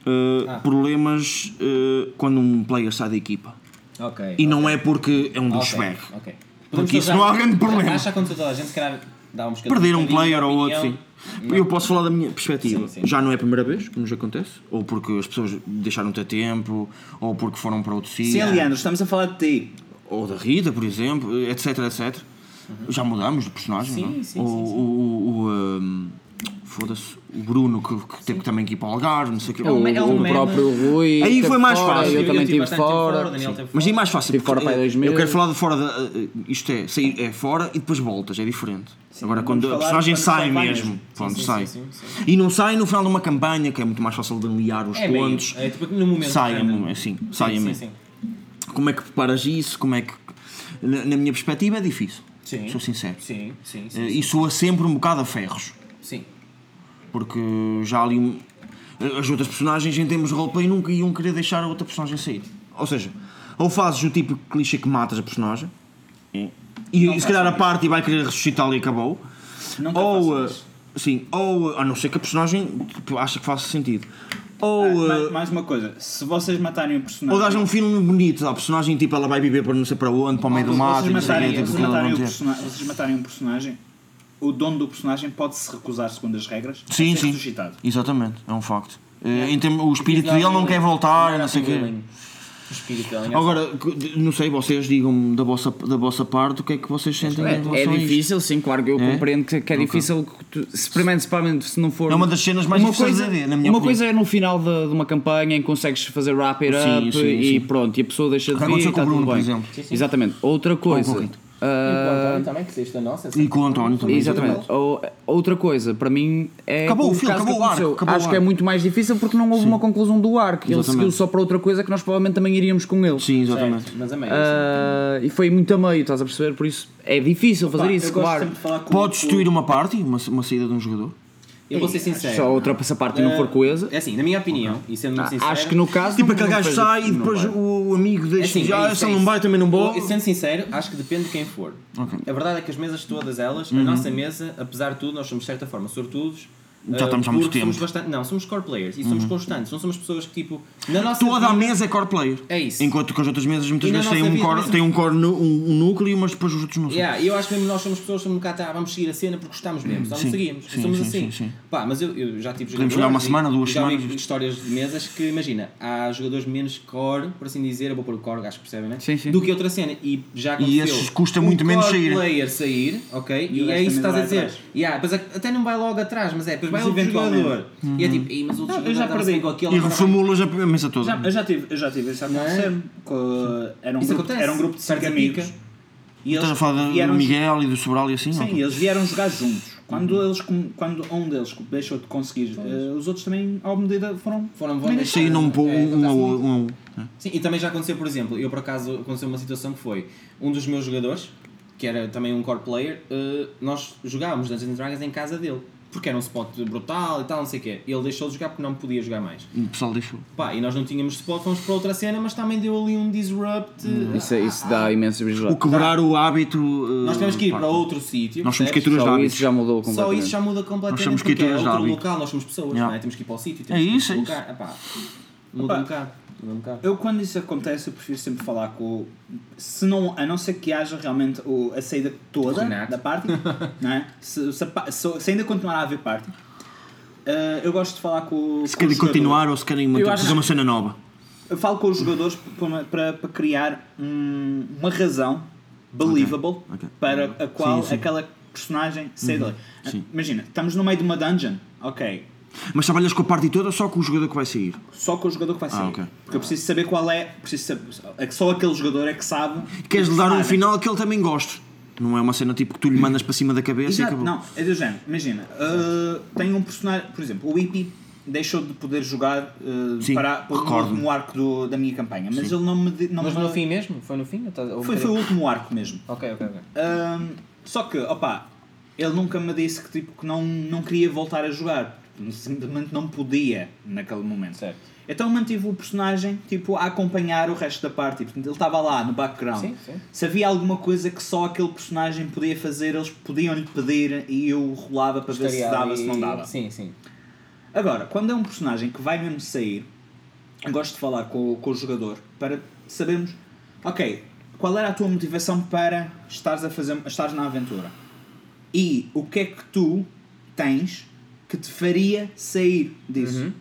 [SPEAKER 2] eh, problemas eh, quando um player sai da equipa.
[SPEAKER 3] Ok.
[SPEAKER 2] E não é porque é um
[SPEAKER 3] Ok,
[SPEAKER 2] douchebag.
[SPEAKER 3] ok.
[SPEAKER 2] Porque isso
[SPEAKER 3] usar-
[SPEAKER 2] não há grande problema.
[SPEAKER 3] Acho que aconteceu toda a gente, se calhar dá um bocadinho
[SPEAKER 2] Perder um
[SPEAKER 3] de
[SPEAKER 2] player ou outro,
[SPEAKER 3] opinião.
[SPEAKER 2] sim. Eu posso falar da minha perspectiva.
[SPEAKER 3] Sim, sim.
[SPEAKER 2] Já não é a primeira vez que nos acontece, ou porque as pessoas deixaram de ter tempo, ou porque foram para outro sítio,
[SPEAKER 5] Sim, Leandro, estamos a falar de ti.
[SPEAKER 2] ou da Rita, por exemplo, etc, etc. Já mudamos de personagem,
[SPEAKER 3] Uhum. Sim,
[SPEAKER 2] não é?
[SPEAKER 3] sim,
[SPEAKER 2] o,
[SPEAKER 3] sim,
[SPEAKER 2] o,
[SPEAKER 3] sim.
[SPEAKER 2] o, o, um, foda-se, o Bruno que, que teve também que ir para o Algarve, não sei o quê.
[SPEAKER 3] um-
[SPEAKER 4] O,
[SPEAKER 3] é um
[SPEAKER 4] o
[SPEAKER 3] meme.
[SPEAKER 4] próprio Rui.
[SPEAKER 2] Aí
[SPEAKER 4] teve
[SPEAKER 2] foi mais
[SPEAKER 4] fora,
[SPEAKER 2] fácil.
[SPEAKER 4] Eu também
[SPEAKER 3] tive
[SPEAKER 4] estive
[SPEAKER 3] bastante tempo
[SPEAKER 4] fora.
[SPEAKER 3] o Daniel teve
[SPEAKER 2] Mas é
[SPEAKER 3] Tipo, fora.
[SPEAKER 2] mais fácil.
[SPEAKER 4] Tive fora
[SPEAKER 2] porque,
[SPEAKER 4] para aí dois
[SPEAKER 2] eh, Eu
[SPEAKER 4] meses.
[SPEAKER 2] quero falar de fora da. eh, Isto é, sair é fora e depois voltas, é diferente. Agora quando a
[SPEAKER 5] falar
[SPEAKER 2] personagem
[SPEAKER 5] quando
[SPEAKER 2] sai
[SPEAKER 5] sai lá
[SPEAKER 2] mesmo.
[SPEAKER 5] mesmo.
[SPEAKER 2] Quando
[SPEAKER 3] sim,
[SPEAKER 2] sai.
[SPEAKER 3] sim, sim,
[SPEAKER 2] E não sai no final de uma campanha, que é muito mais fácil de aliar os
[SPEAKER 3] É meio-
[SPEAKER 2] pontos.
[SPEAKER 3] é tipo no momento.
[SPEAKER 2] Sai
[SPEAKER 3] que
[SPEAKER 2] a
[SPEAKER 3] anda.
[SPEAKER 2] momento, sim, sai a
[SPEAKER 3] Sim,
[SPEAKER 2] momento.
[SPEAKER 3] sim.
[SPEAKER 2] Como é que preparas isso? Como é que. Na, na minha perspectiva é difícil.
[SPEAKER 3] Sim.
[SPEAKER 2] Sou sincero.
[SPEAKER 3] Sim, sim,
[SPEAKER 2] Eh,
[SPEAKER 3] sim.
[SPEAKER 2] E soa sempre um bocado a ferros.
[SPEAKER 3] Sim.
[SPEAKER 2] Porque já ali. um- As outras personagens em termos de roleplay nunca iam querer deixar a outra personagem sair. Ou seja, ou fazes o tipo de clichê que matas a personagem, e se calhar a parte vai querer ressuscitá-la e acabou.
[SPEAKER 5] Nunca
[SPEAKER 2] Ou.
[SPEAKER 5] faço
[SPEAKER 2] eh,
[SPEAKER 5] isso.
[SPEAKER 2] Sim, ou. eh, A não ser que a personagem tipo, acha que faça sentido. Ou. eh,
[SPEAKER 5] mais, Ah, mais uma coisa, se vocês matarem o personagem.
[SPEAKER 2] Ou dás um filme bonito à personagem, tipo, ela vai viver para não sei para onde, para o meio do
[SPEAKER 5] se
[SPEAKER 2] mato, e não
[SPEAKER 5] vocês
[SPEAKER 2] sei o quê,
[SPEAKER 5] matarem,
[SPEAKER 2] tipo,
[SPEAKER 5] se
[SPEAKER 2] aquilo
[SPEAKER 5] matarem
[SPEAKER 2] não
[SPEAKER 5] o
[SPEAKER 2] tem-
[SPEAKER 5] persona- vocês matarem um personagem, o dono do personagem pode-se recusar, segundo as regras,
[SPEAKER 2] Sim,
[SPEAKER 5] a ser
[SPEAKER 2] sim.
[SPEAKER 5] ressuscitado.
[SPEAKER 2] Exatamente, é um facto. Eh, em termos- o espírito dele não quer voltar, não sei o quê.
[SPEAKER 3] O espírito dele.
[SPEAKER 2] Agora, que- não sei, vocês digam-me da vossa, da vossa parte o que é que vocês sentem em relação
[SPEAKER 4] É, é
[SPEAKER 2] a isto.
[SPEAKER 4] difícil, sim, claro que eu
[SPEAKER 2] É?
[SPEAKER 4] compreendo que, que é difícil. que tu- se Experimento, experimento, se não for.
[SPEAKER 2] É uma das cenas mais
[SPEAKER 4] uma
[SPEAKER 2] difíceis
[SPEAKER 4] coisa,
[SPEAKER 2] de ver, na minha
[SPEAKER 4] Uma
[SPEAKER 2] opinião.
[SPEAKER 4] coisa é no final de, de uma campanha em que consegues fazer wrap it
[SPEAKER 2] Sim,
[SPEAKER 4] up
[SPEAKER 2] sim,
[SPEAKER 4] e
[SPEAKER 2] sim.
[SPEAKER 4] pronto, e a pessoa deixa de vir.
[SPEAKER 2] Aconteceu
[SPEAKER 4] e
[SPEAKER 2] com o
[SPEAKER 4] tá tudo
[SPEAKER 2] Bruno, por
[SPEAKER 4] bem.
[SPEAKER 2] exemplo.
[SPEAKER 4] Exatamente. Outra coisa.
[SPEAKER 2] Rito.
[SPEAKER 3] E
[SPEAKER 4] ah,
[SPEAKER 3] o António também, que saíste da nossa.
[SPEAKER 2] E com o António também.
[SPEAKER 4] Exatamente. Ou- outra coisa, para mim é.
[SPEAKER 2] Acabou o
[SPEAKER 4] como
[SPEAKER 2] filme,
[SPEAKER 4] caso que
[SPEAKER 2] acabou o arco,
[SPEAKER 4] aconteceu.
[SPEAKER 2] acabou
[SPEAKER 4] Acho
[SPEAKER 2] o
[SPEAKER 4] que é
[SPEAKER 2] arco.
[SPEAKER 4] muito mais difícil porque não houve uma conclusão do arco. Ele
[SPEAKER 2] Exatamente.
[SPEAKER 4] seguiu só para outra coisa que nós provavelmente também iríamos com ele.
[SPEAKER 2] Sim, exatamente.
[SPEAKER 3] Mas a meio.
[SPEAKER 4] Ah, e foi muito a meio, estás a perceber? Por isso é difícil fazer
[SPEAKER 5] Pá,
[SPEAKER 4] isso,
[SPEAKER 5] eu gosto
[SPEAKER 4] claro.
[SPEAKER 5] sempre de falar com
[SPEAKER 2] Pode
[SPEAKER 5] com-
[SPEAKER 2] destruir uma parte, uma, uma saída de um jogador?
[SPEAKER 3] Eu vou ser sincero.
[SPEAKER 2] é.
[SPEAKER 4] Só outra essa parte não for coesa.
[SPEAKER 3] É assim, na minha opinião, e sendo muito sincero.
[SPEAKER 4] Ah, Acho que no caso.
[SPEAKER 2] Tipo,
[SPEAKER 4] não-
[SPEAKER 2] aquele
[SPEAKER 4] não
[SPEAKER 2] gajo
[SPEAKER 4] fez-
[SPEAKER 2] sai e
[SPEAKER 4] não
[SPEAKER 2] depois
[SPEAKER 4] vai.
[SPEAKER 2] o amigo
[SPEAKER 3] É
[SPEAKER 2] deixa "Ah,
[SPEAKER 3] assim, é
[SPEAKER 2] já,
[SPEAKER 3] isso,
[SPEAKER 2] se
[SPEAKER 3] é
[SPEAKER 2] não
[SPEAKER 3] isso.
[SPEAKER 2] vai, também não vou.
[SPEAKER 3] Eu, Sendo sincero, acho que depende de quem for. A verdade é que as mesas todas elas,
[SPEAKER 2] Uhum.
[SPEAKER 3] a nossa mesa, apesar de tudo, nós somos de certa forma sortudos.
[SPEAKER 2] Já
[SPEAKER 3] eh,
[SPEAKER 2] estamos há muito
[SPEAKER 3] porque somos
[SPEAKER 2] tempo. Uhum.
[SPEAKER 3] bastante- não, somos core players e somos constantes. Não somos pessoas que, tipo, na nossa
[SPEAKER 2] Toda a
[SPEAKER 3] vida-
[SPEAKER 2] mesa é core player.
[SPEAKER 3] É isso.
[SPEAKER 2] Enquanto que as outras mesas muitas
[SPEAKER 3] E na
[SPEAKER 2] vezes têm
[SPEAKER 3] nossa
[SPEAKER 2] um,
[SPEAKER 3] vida
[SPEAKER 2] core,
[SPEAKER 3] também
[SPEAKER 2] têm um core, nu- um, um núcleo, mas depois os outros não são.
[SPEAKER 3] Yeah, eu acho mesmo que nós somos pessoas que um bocado ah, vamos seguir a cena porque gostamos mesmo, só não
[SPEAKER 2] Sim,
[SPEAKER 3] seguimos,
[SPEAKER 2] sim,
[SPEAKER 3] somos
[SPEAKER 2] sim,
[SPEAKER 3] assim.
[SPEAKER 2] sim, sim.
[SPEAKER 3] Pá, mas eu, eu já tive
[SPEAKER 2] Podemos
[SPEAKER 3] jogadores
[SPEAKER 2] jogar uma
[SPEAKER 3] e-
[SPEAKER 2] semana, duas
[SPEAKER 3] e já ouvi
[SPEAKER 2] semanas.
[SPEAKER 3] histórias de mesas que, imagina, há jogadores menos core, por assim dizer, eu vou pôr o core, acho que percebem, né?
[SPEAKER 4] Sim, sim.
[SPEAKER 3] Do que outra cena. E já aconteceu.
[SPEAKER 2] esses custa
[SPEAKER 3] o
[SPEAKER 2] muito menos
[SPEAKER 3] core
[SPEAKER 2] sair.
[SPEAKER 3] player sair, ok?
[SPEAKER 5] E o
[SPEAKER 3] E, é
[SPEAKER 5] resto
[SPEAKER 3] isso que estás a
[SPEAKER 5] também vai
[SPEAKER 3] dizer.
[SPEAKER 5] atrás.
[SPEAKER 3] Yeah, pois é- até não vai logo atrás, mas é, depois vai
[SPEAKER 5] Mas
[SPEAKER 3] outro
[SPEAKER 5] eventualmente.
[SPEAKER 3] jogador. E é tipo, "Ei, mas outro
[SPEAKER 5] Não, eu
[SPEAKER 3] jogador
[SPEAKER 5] já
[SPEAKER 3] está-se
[SPEAKER 5] perdi.
[SPEAKER 3] bem com aquele.
[SPEAKER 2] Uhum. E
[SPEAKER 3] agora vai
[SPEAKER 2] reformulas a mesa toda.
[SPEAKER 5] Já, eu já tive, eu já tive isso a
[SPEAKER 3] Não é?
[SPEAKER 5] acontecer. Com- Era, um
[SPEAKER 3] Isso
[SPEAKER 5] grupo,
[SPEAKER 3] acontece.
[SPEAKER 5] era um grupo de cinco
[SPEAKER 3] Perdes a pica.
[SPEAKER 5] amigos. E
[SPEAKER 2] Estás a falar do- do
[SPEAKER 5] vieram-
[SPEAKER 2] Miguel e do Sobral e assim?
[SPEAKER 5] Sim,
[SPEAKER 2] ou-
[SPEAKER 5] eles vieram jogar juntos. Quando,
[SPEAKER 2] Uhum.
[SPEAKER 5] eles, com- quando um deles deixou de conseguir, eh, os outros também, à medida, foram.
[SPEAKER 3] Foram
[SPEAKER 5] Meninas,
[SPEAKER 2] Sim, não um pouco,
[SPEAKER 3] É,
[SPEAKER 2] um, um,
[SPEAKER 3] acontece
[SPEAKER 2] um, um, um.
[SPEAKER 3] Sim, e também já aconteceu, por exemplo, eu por acaso aconteceu uma situação que foi um dos meus jogadores, que era também um core player, eh, nós jogávamos Dungeons and Dragons em casa dele.
[SPEAKER 7] porque era um spot brutal e tal, não sei o quê. Ele deixou de jogar porque não podia jogar mais.
[SPEAKER 2] O um pessoal deixou.
[SPEAKER 7] Pá, e nós não tínhamos spot, fomos para outra cena, mas também deu ali um disrupt.
[SPEAKER 4] Isso, é, isso dá imenso
[SPEAKER 2] O
[SPEAKER 3] Tá.
[SPEAKER 4] visual.
[SPEAKER 2] quebrar o hábito. eh,
[SPEAKER 7] Nós tivemos que ir para outro sítio.
[SPEAKER 2] Nós
[SPEAKER 7] percebes?
[SPEAKER 2] somos criaturas de
[SPEAKER 4] Só
[SPEAKER 2] hábitos.
[SPEAKER 4] isso já é mudou
[SPEAKER 7] Só
[SPEAKER 4] completamente.
[SPEAKER 7] isso já muda
[SPEAKER 2] Nós
[SPEAKER 7] completamente
[SPEAKER 2] somos
[SPEAKER 7] porque é
[SPEAKER 2] criaturas de
[SPEAKER 7] outro
[SPEAKER 2] hábito.
[SPEAKER 7] local, nós somos pessoas,
[SPEAKER 2] Yeah.
[SPEAKER 7] não é? Temos que ir para o sítio,
[SPEAKER 2] É
[SPEAKER 7] temos que ir
[SPEAKER 2] isso,
[SPEAKER 7] para
[SPEAKER 2] é
[SPEAKER 7] o lugar. Epá, muda
[SPEAKER 5] Epá.
[SPEAKER 7] um bocado, muda um bocado.
[SPEAKER 5] Eu, quando isso acontece, eu prefiro sempre falar com o. Se não, a não ser que haja realmente o- a saída toda
[SPEAKER 7] Renato.
[SPEAKER 5] da party, não é? se, se, a pa- se- se ainda continuar a haver party, eh, eu gosto de falar com o.
[SPEAKER 2] Se
[SPEAKER 5] com o
[SPEAKER 2] querem
[SPEAKER 5] jogador.
[SPEAKER 2] continuar ou se querem manter,
[SPEAKER 5] acho-
[SPEAKER 2] fazer uma cena nova.
[SPEAKER 5] Eu falo com os jogadores p- para, para- para criar um- uma razão believable
[SPEAKER 2] ok.
[SPEAKER 5] para a qual
[SPEAKER 2] Sim, sim.
[SPEAKER 5] aquela personagem sai dali. Ah,
[SPEAKER 2] sim.
[SPEAKER 5] Imagina, estamos no meio de uma dungeon, ok.
[SPEAKER 2] Mas trabalhas com a parte toda ou só com o jogador que vai sair?
[SPEAKER 5] Só com o jogador que vai sair.
[SPEAKER 2] Ah, ok.
[SPEAKER 5] Porque eu preciso saber qual é. Preciso saber, é que só aquele jogador é que sabe.
[SPEAKER 2] Queres-lhe
[SPEAKER 5] que né?
[SPEAKER 2] dar um
[SPEAKER 5] sabe.
[SPEAKER 2] final que ele também goste. Não é uma cena tipo que tu lhe mandas para cima da cabeça e
[SPEAKER 5] Exato,
[SPEAKER 2] acabou.
[SPEAKER 5] não, é do género. Imagina, uh, tem um personagem, por exemplo, o Ipi deixou de poder jogar uh,
[SPEAKER 2] Sim,
[SPEAKER 5] para, para o
[SPEAKER 2] recordo-me.
[SPEAKER 5] último arco do- da minha campanha, mas ele não me. di- Não
[SPEAKER 7] Mas
[SPEAKER 5] me
[SPEAKER 7] no fim mesmo? Foi no fim? Ou tá- ou um
[SPEAKER 5] foi, foi o
[SPEAKER 7] bocadinho?
[SPEAKER 5] último arco mesmo.
[SPEAKER 7] Ok, ok, ok.
[SPEAKER 5] Ahm, só que, opa, ele nunca me disse que, tipo, que não, não queria voltar a jogar. Simplesmente não podia naquele momento.
[SPEAKER 7] Certo.
[SPEAKER 5] Então mantive o personagem tipo, a acompanhar o resto da parte. Portanto, ele estava lá no background.
[SPEAKER 7] Sim, sim.
[SPEAKER 5] Se havia alguma coisa que só aquele personagem podia fazer, eles podiam lhe pedir e eu rolava para ver se
[SPEAKER 7] Estaria
[SPEAKER 5] dava,
[SPEAKER 7] ali-
[SPEAKER 5] se não dava.
[SPEAKER 7] Sim, sim.
[SPEAKER 5] Agora, quando é um personagem que vai mesmo sair, eu gosto de falar com, o- com o jogador para sabermos, ok, qual era a tua motivação para estares, a fazer, estares na aventura? E o que é que tu tens que te faria sair disso?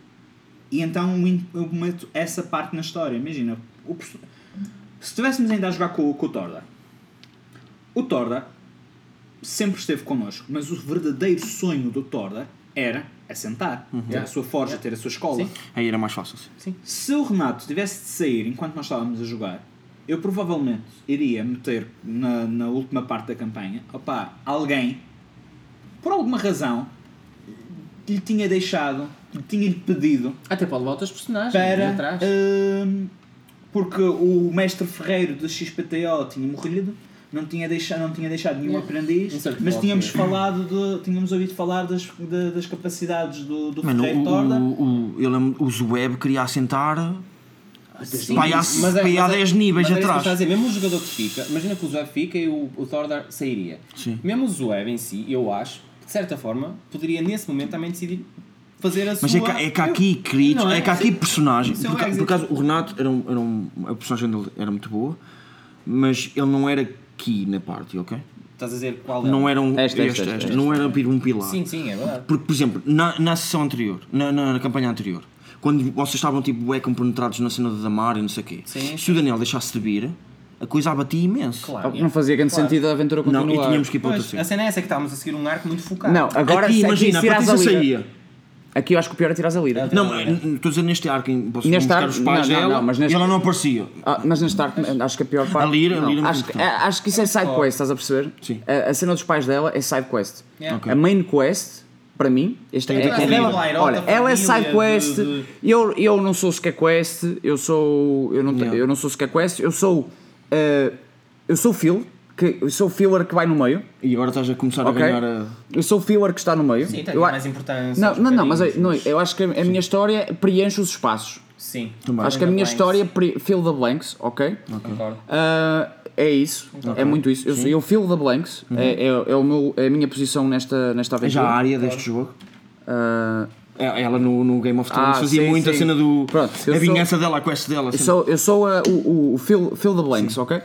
[SPEAKER 5] E então eu in- eu meto essa parte na história. Imagina, o perso- se estivéssemos ainda a jogar com, o- com o Torda, o Torda sempre esteve connosco, mas o verdadeiro sonho do Torda era assentar, ter a sua forja, ter a sua escola.
[SPEAKER 7] Sim.
[SPEAKER 2] Aí era mais fácil. Sim.
[SPEAKER 5] Se o Renato tivesse de sair enquanto nós estávamos a jogar, eu provavelmente iria meter na, na última parte da campanha, opá, alguém, por alguma razão, lhe tinha deixado, lhe tinha-lhe pedido
[SPEAKER 7] Até para levar outros personagens
[SPEAKER 5] para.
[SPEAKER 7] atrás.
[SPEAKER 5] hum, porque o mestre Ferreiro do XPTO tinha morrido, não tinha deixado, não tinha deixado nenhum
[SPEAKER 7] Yeah.
[SPEAKER 5] aprendiz,
[SPEAKER 7] Um certo
[SPEAKER 5] mas
[SPEAKER 7] modo,
[SPEAKER 5] tínhamos
[SPEAKER 7] sim.
[SPEAKER 5] falado de, tínhamos ouvido falar das, de- das capacidades do, do
[SPEAKER 2] Mano,
[SPEAKER 5] Ferreiro Torda.
[SPEAKER 2] o, o, o, eu lembro, o Zweb queria assentar
[SPEAKER 7] Sim,
[SPEAKER 2] pai há,
[SPEAKER 7] é-
[SPEAKER 2] pai há
[SPEAKER 7] é-
[SPEAKER 2] 10 níveis
[SPEAKER 7] mas é isso que eu
[SPEAKER 2] atrás.
[SPEAKER 7] estou a dizer, mesmo o jogador que fica, imagina que o Zoueb fica e o, o Thordar sairia.
[SPEAKER 2] Sim.
[SPEAKER 7] Mesmo o Zoueb em si, eu acho, que, de certa forma, poderia nesse momento também decidir fazer a sua...
[SPEAKER 2] Mas é que, é que há aqui crítico,
[SPEAKER 7] Não é?
[SPEAKER 2] é que há aqui personagem.
[SPEAKER 7] Isso é um
[SPEAKER 2] Por, ca-
[SPEAKER 7] exit.
[SPEAKER 2] por acaso o Renato era, um, era um, a personagem dele era muito boa, mas ele não era aqui na parte, ok?
[SPEAKER 7] Estás a dizer qual é?
[SPEAKER 2] Não era um.
[SPEAKER 4] Esta, esta,
[SPEAKER 2] este,
[SPEAKER 4] esta,
[SPEAKER 2] este,
[SPEAKER 4] esta.
[SPEAKER 2] não era um pilar.
[SPEAKER 7] Sim, sim, é verdade.
[SPEAKER 2] Porque, por exemplo, na, na sessão anterior, na, na, na campanha anterior, quando vocês estavam tipo é compenetrados na cena da Damar e não sei o quê,
[SPEAKER 7] Sim.
[SPEAKER 2] se o Daniel deixasse de vir, a coisa abatia imenso.
[SPEAKER 7] Claro.
[SPEAKER 4] Não fazia grande
[SPEAKER 7] Claro.
[SPEAKER 4] sentido a aventura
[SPEAKER 2] Não, e
[SPEAKER 4] continuar.
[SPEAKER 2] tínhamos que ir para outra
[SPEAKER 7] Pois, a
[SPEAKER 2] cena.
[SPEAKER 7] cena é essa, que estávamos a seguir um arco muito focado.
[SPEAKER 4] Não, assim, agora
[SPEAKER 2] Aqui,
[SPEAKER 4] se-
[SPEAKER 2] imagina,
[SPEAKER 4] se
[SPEAKER 2] a
[SPEAKER 4] irás
[SPEAKER 2] Patrícia
[SPEAKER 4] à lira-
[SPEAKER 2] saía.
[SPEAKER 4] Aqui eu acho que o pior é tirar a lira.
[SPEAKER 2] Não, mas, n- n- estou a dizer neste arco, em- posso
[SPEAKER 4] Neste
[SPEAKER 2] buscar
[SPEAKER 4] arco,
[SPEAKER 2] os pais
[SPEAKER 4] não, não,
[SPEAKER 2] dela
[SPEAKER 4] não, mas neste-
[SPEAKER 2] e ela não aparecia.
[SPEAKER 4] Ah, mas neste arco acho que a pior parte.
[SPEAKER 2] A lira- a
[SPEAKER 4] não,
[SPEAKER 2] lira é
[SPEAKER 4] acho,
[SPEAKER 2] muito
[SPEAKER 4] que- a- acho que isso é side quest, estás a perceber?
[SPEAKER 2] Sim.
[SPEAKER 4] A, a cena dos pais dela é side quest.
[SPEAKER 7] Yeah.
[SPEAKER 2] Ok.
[SPEAKER 4] A main quest, para mim, este é,
[SPEAKER 2] a ver com a
[SPEAKER 4] é-
[SPEAKER 2] lira.
[SPEAKER 4] ela, olha, ela é side quest. Eu, eu não sou sequer quest, eu sou. Eu não, te-
[SPEAKER 2] Yeah.
[SPEAKER 4] eu não sou sequer quest, eu sou. eh, eu sou Phil, que, eu sou o filler que vai no meio.
[SPEAKER 2] E agora estás a começar
[SPEAKER 4] Ok.
[SPEAKER 2] a ganhar a.
[SPEAKER 4] Eu sou o filler que está no meio.
[SPEAKER 7] Sim, tem
[SPEAKER 4] eu, a-
[SPEAKER 7] mais importância.
[SPEAKER 4] não,
[SPEAKER 7] aos
[SPEAKER 4] não, não, mas eu,
[SPEAKER 7] bocadinhos.
[SPEAKER 4] não, eu acho que a, a minha história preenche os espaços.
[SPEAKER 7] Sim.
[SPEAKER 4] acho que
[SPEAKER 7] Fill in the
[SPEAKER 4] a minha
[SPEAKER 7] blanks.
[SPEAKER 4] história pre- fill the blanks, ok?
[SPEAKER 7] Concordo.
[SPEAKER 4] Ah, é isso, é muito isso. Eu, sou- eu fill the blanks, é, é- é o meu, é a minha posição nesta, nesta
[SPEAKER 2] Uhum. É já a
[SPEAKER 4] aventura.
[SPEAKER 2] área deste jogo.
[SPEAKER 4] Ah,
[SPEAKER 2] É- Ela no, no Game of Thrones
[SPEAKER 4] Ah,
[SPEAKER 2] fazia
[SPEAKER 4] sim,
[SPEAKER 2] muito a
[SPEAKER 4] sim.
[SPEAKER 2] cena do.
[SPEAKER 4] Pronto, eu
[SPEAKER 2] a
[SPEAKER 4] sou-
[SPEAKER 2] vingança dela, a quest dela.
[SPEAKER 4] eu
[SPEAKER 2] assim.
[SPEAKER 4] sou, eu sou ah, o, o- o fill, fill the blanks, ok?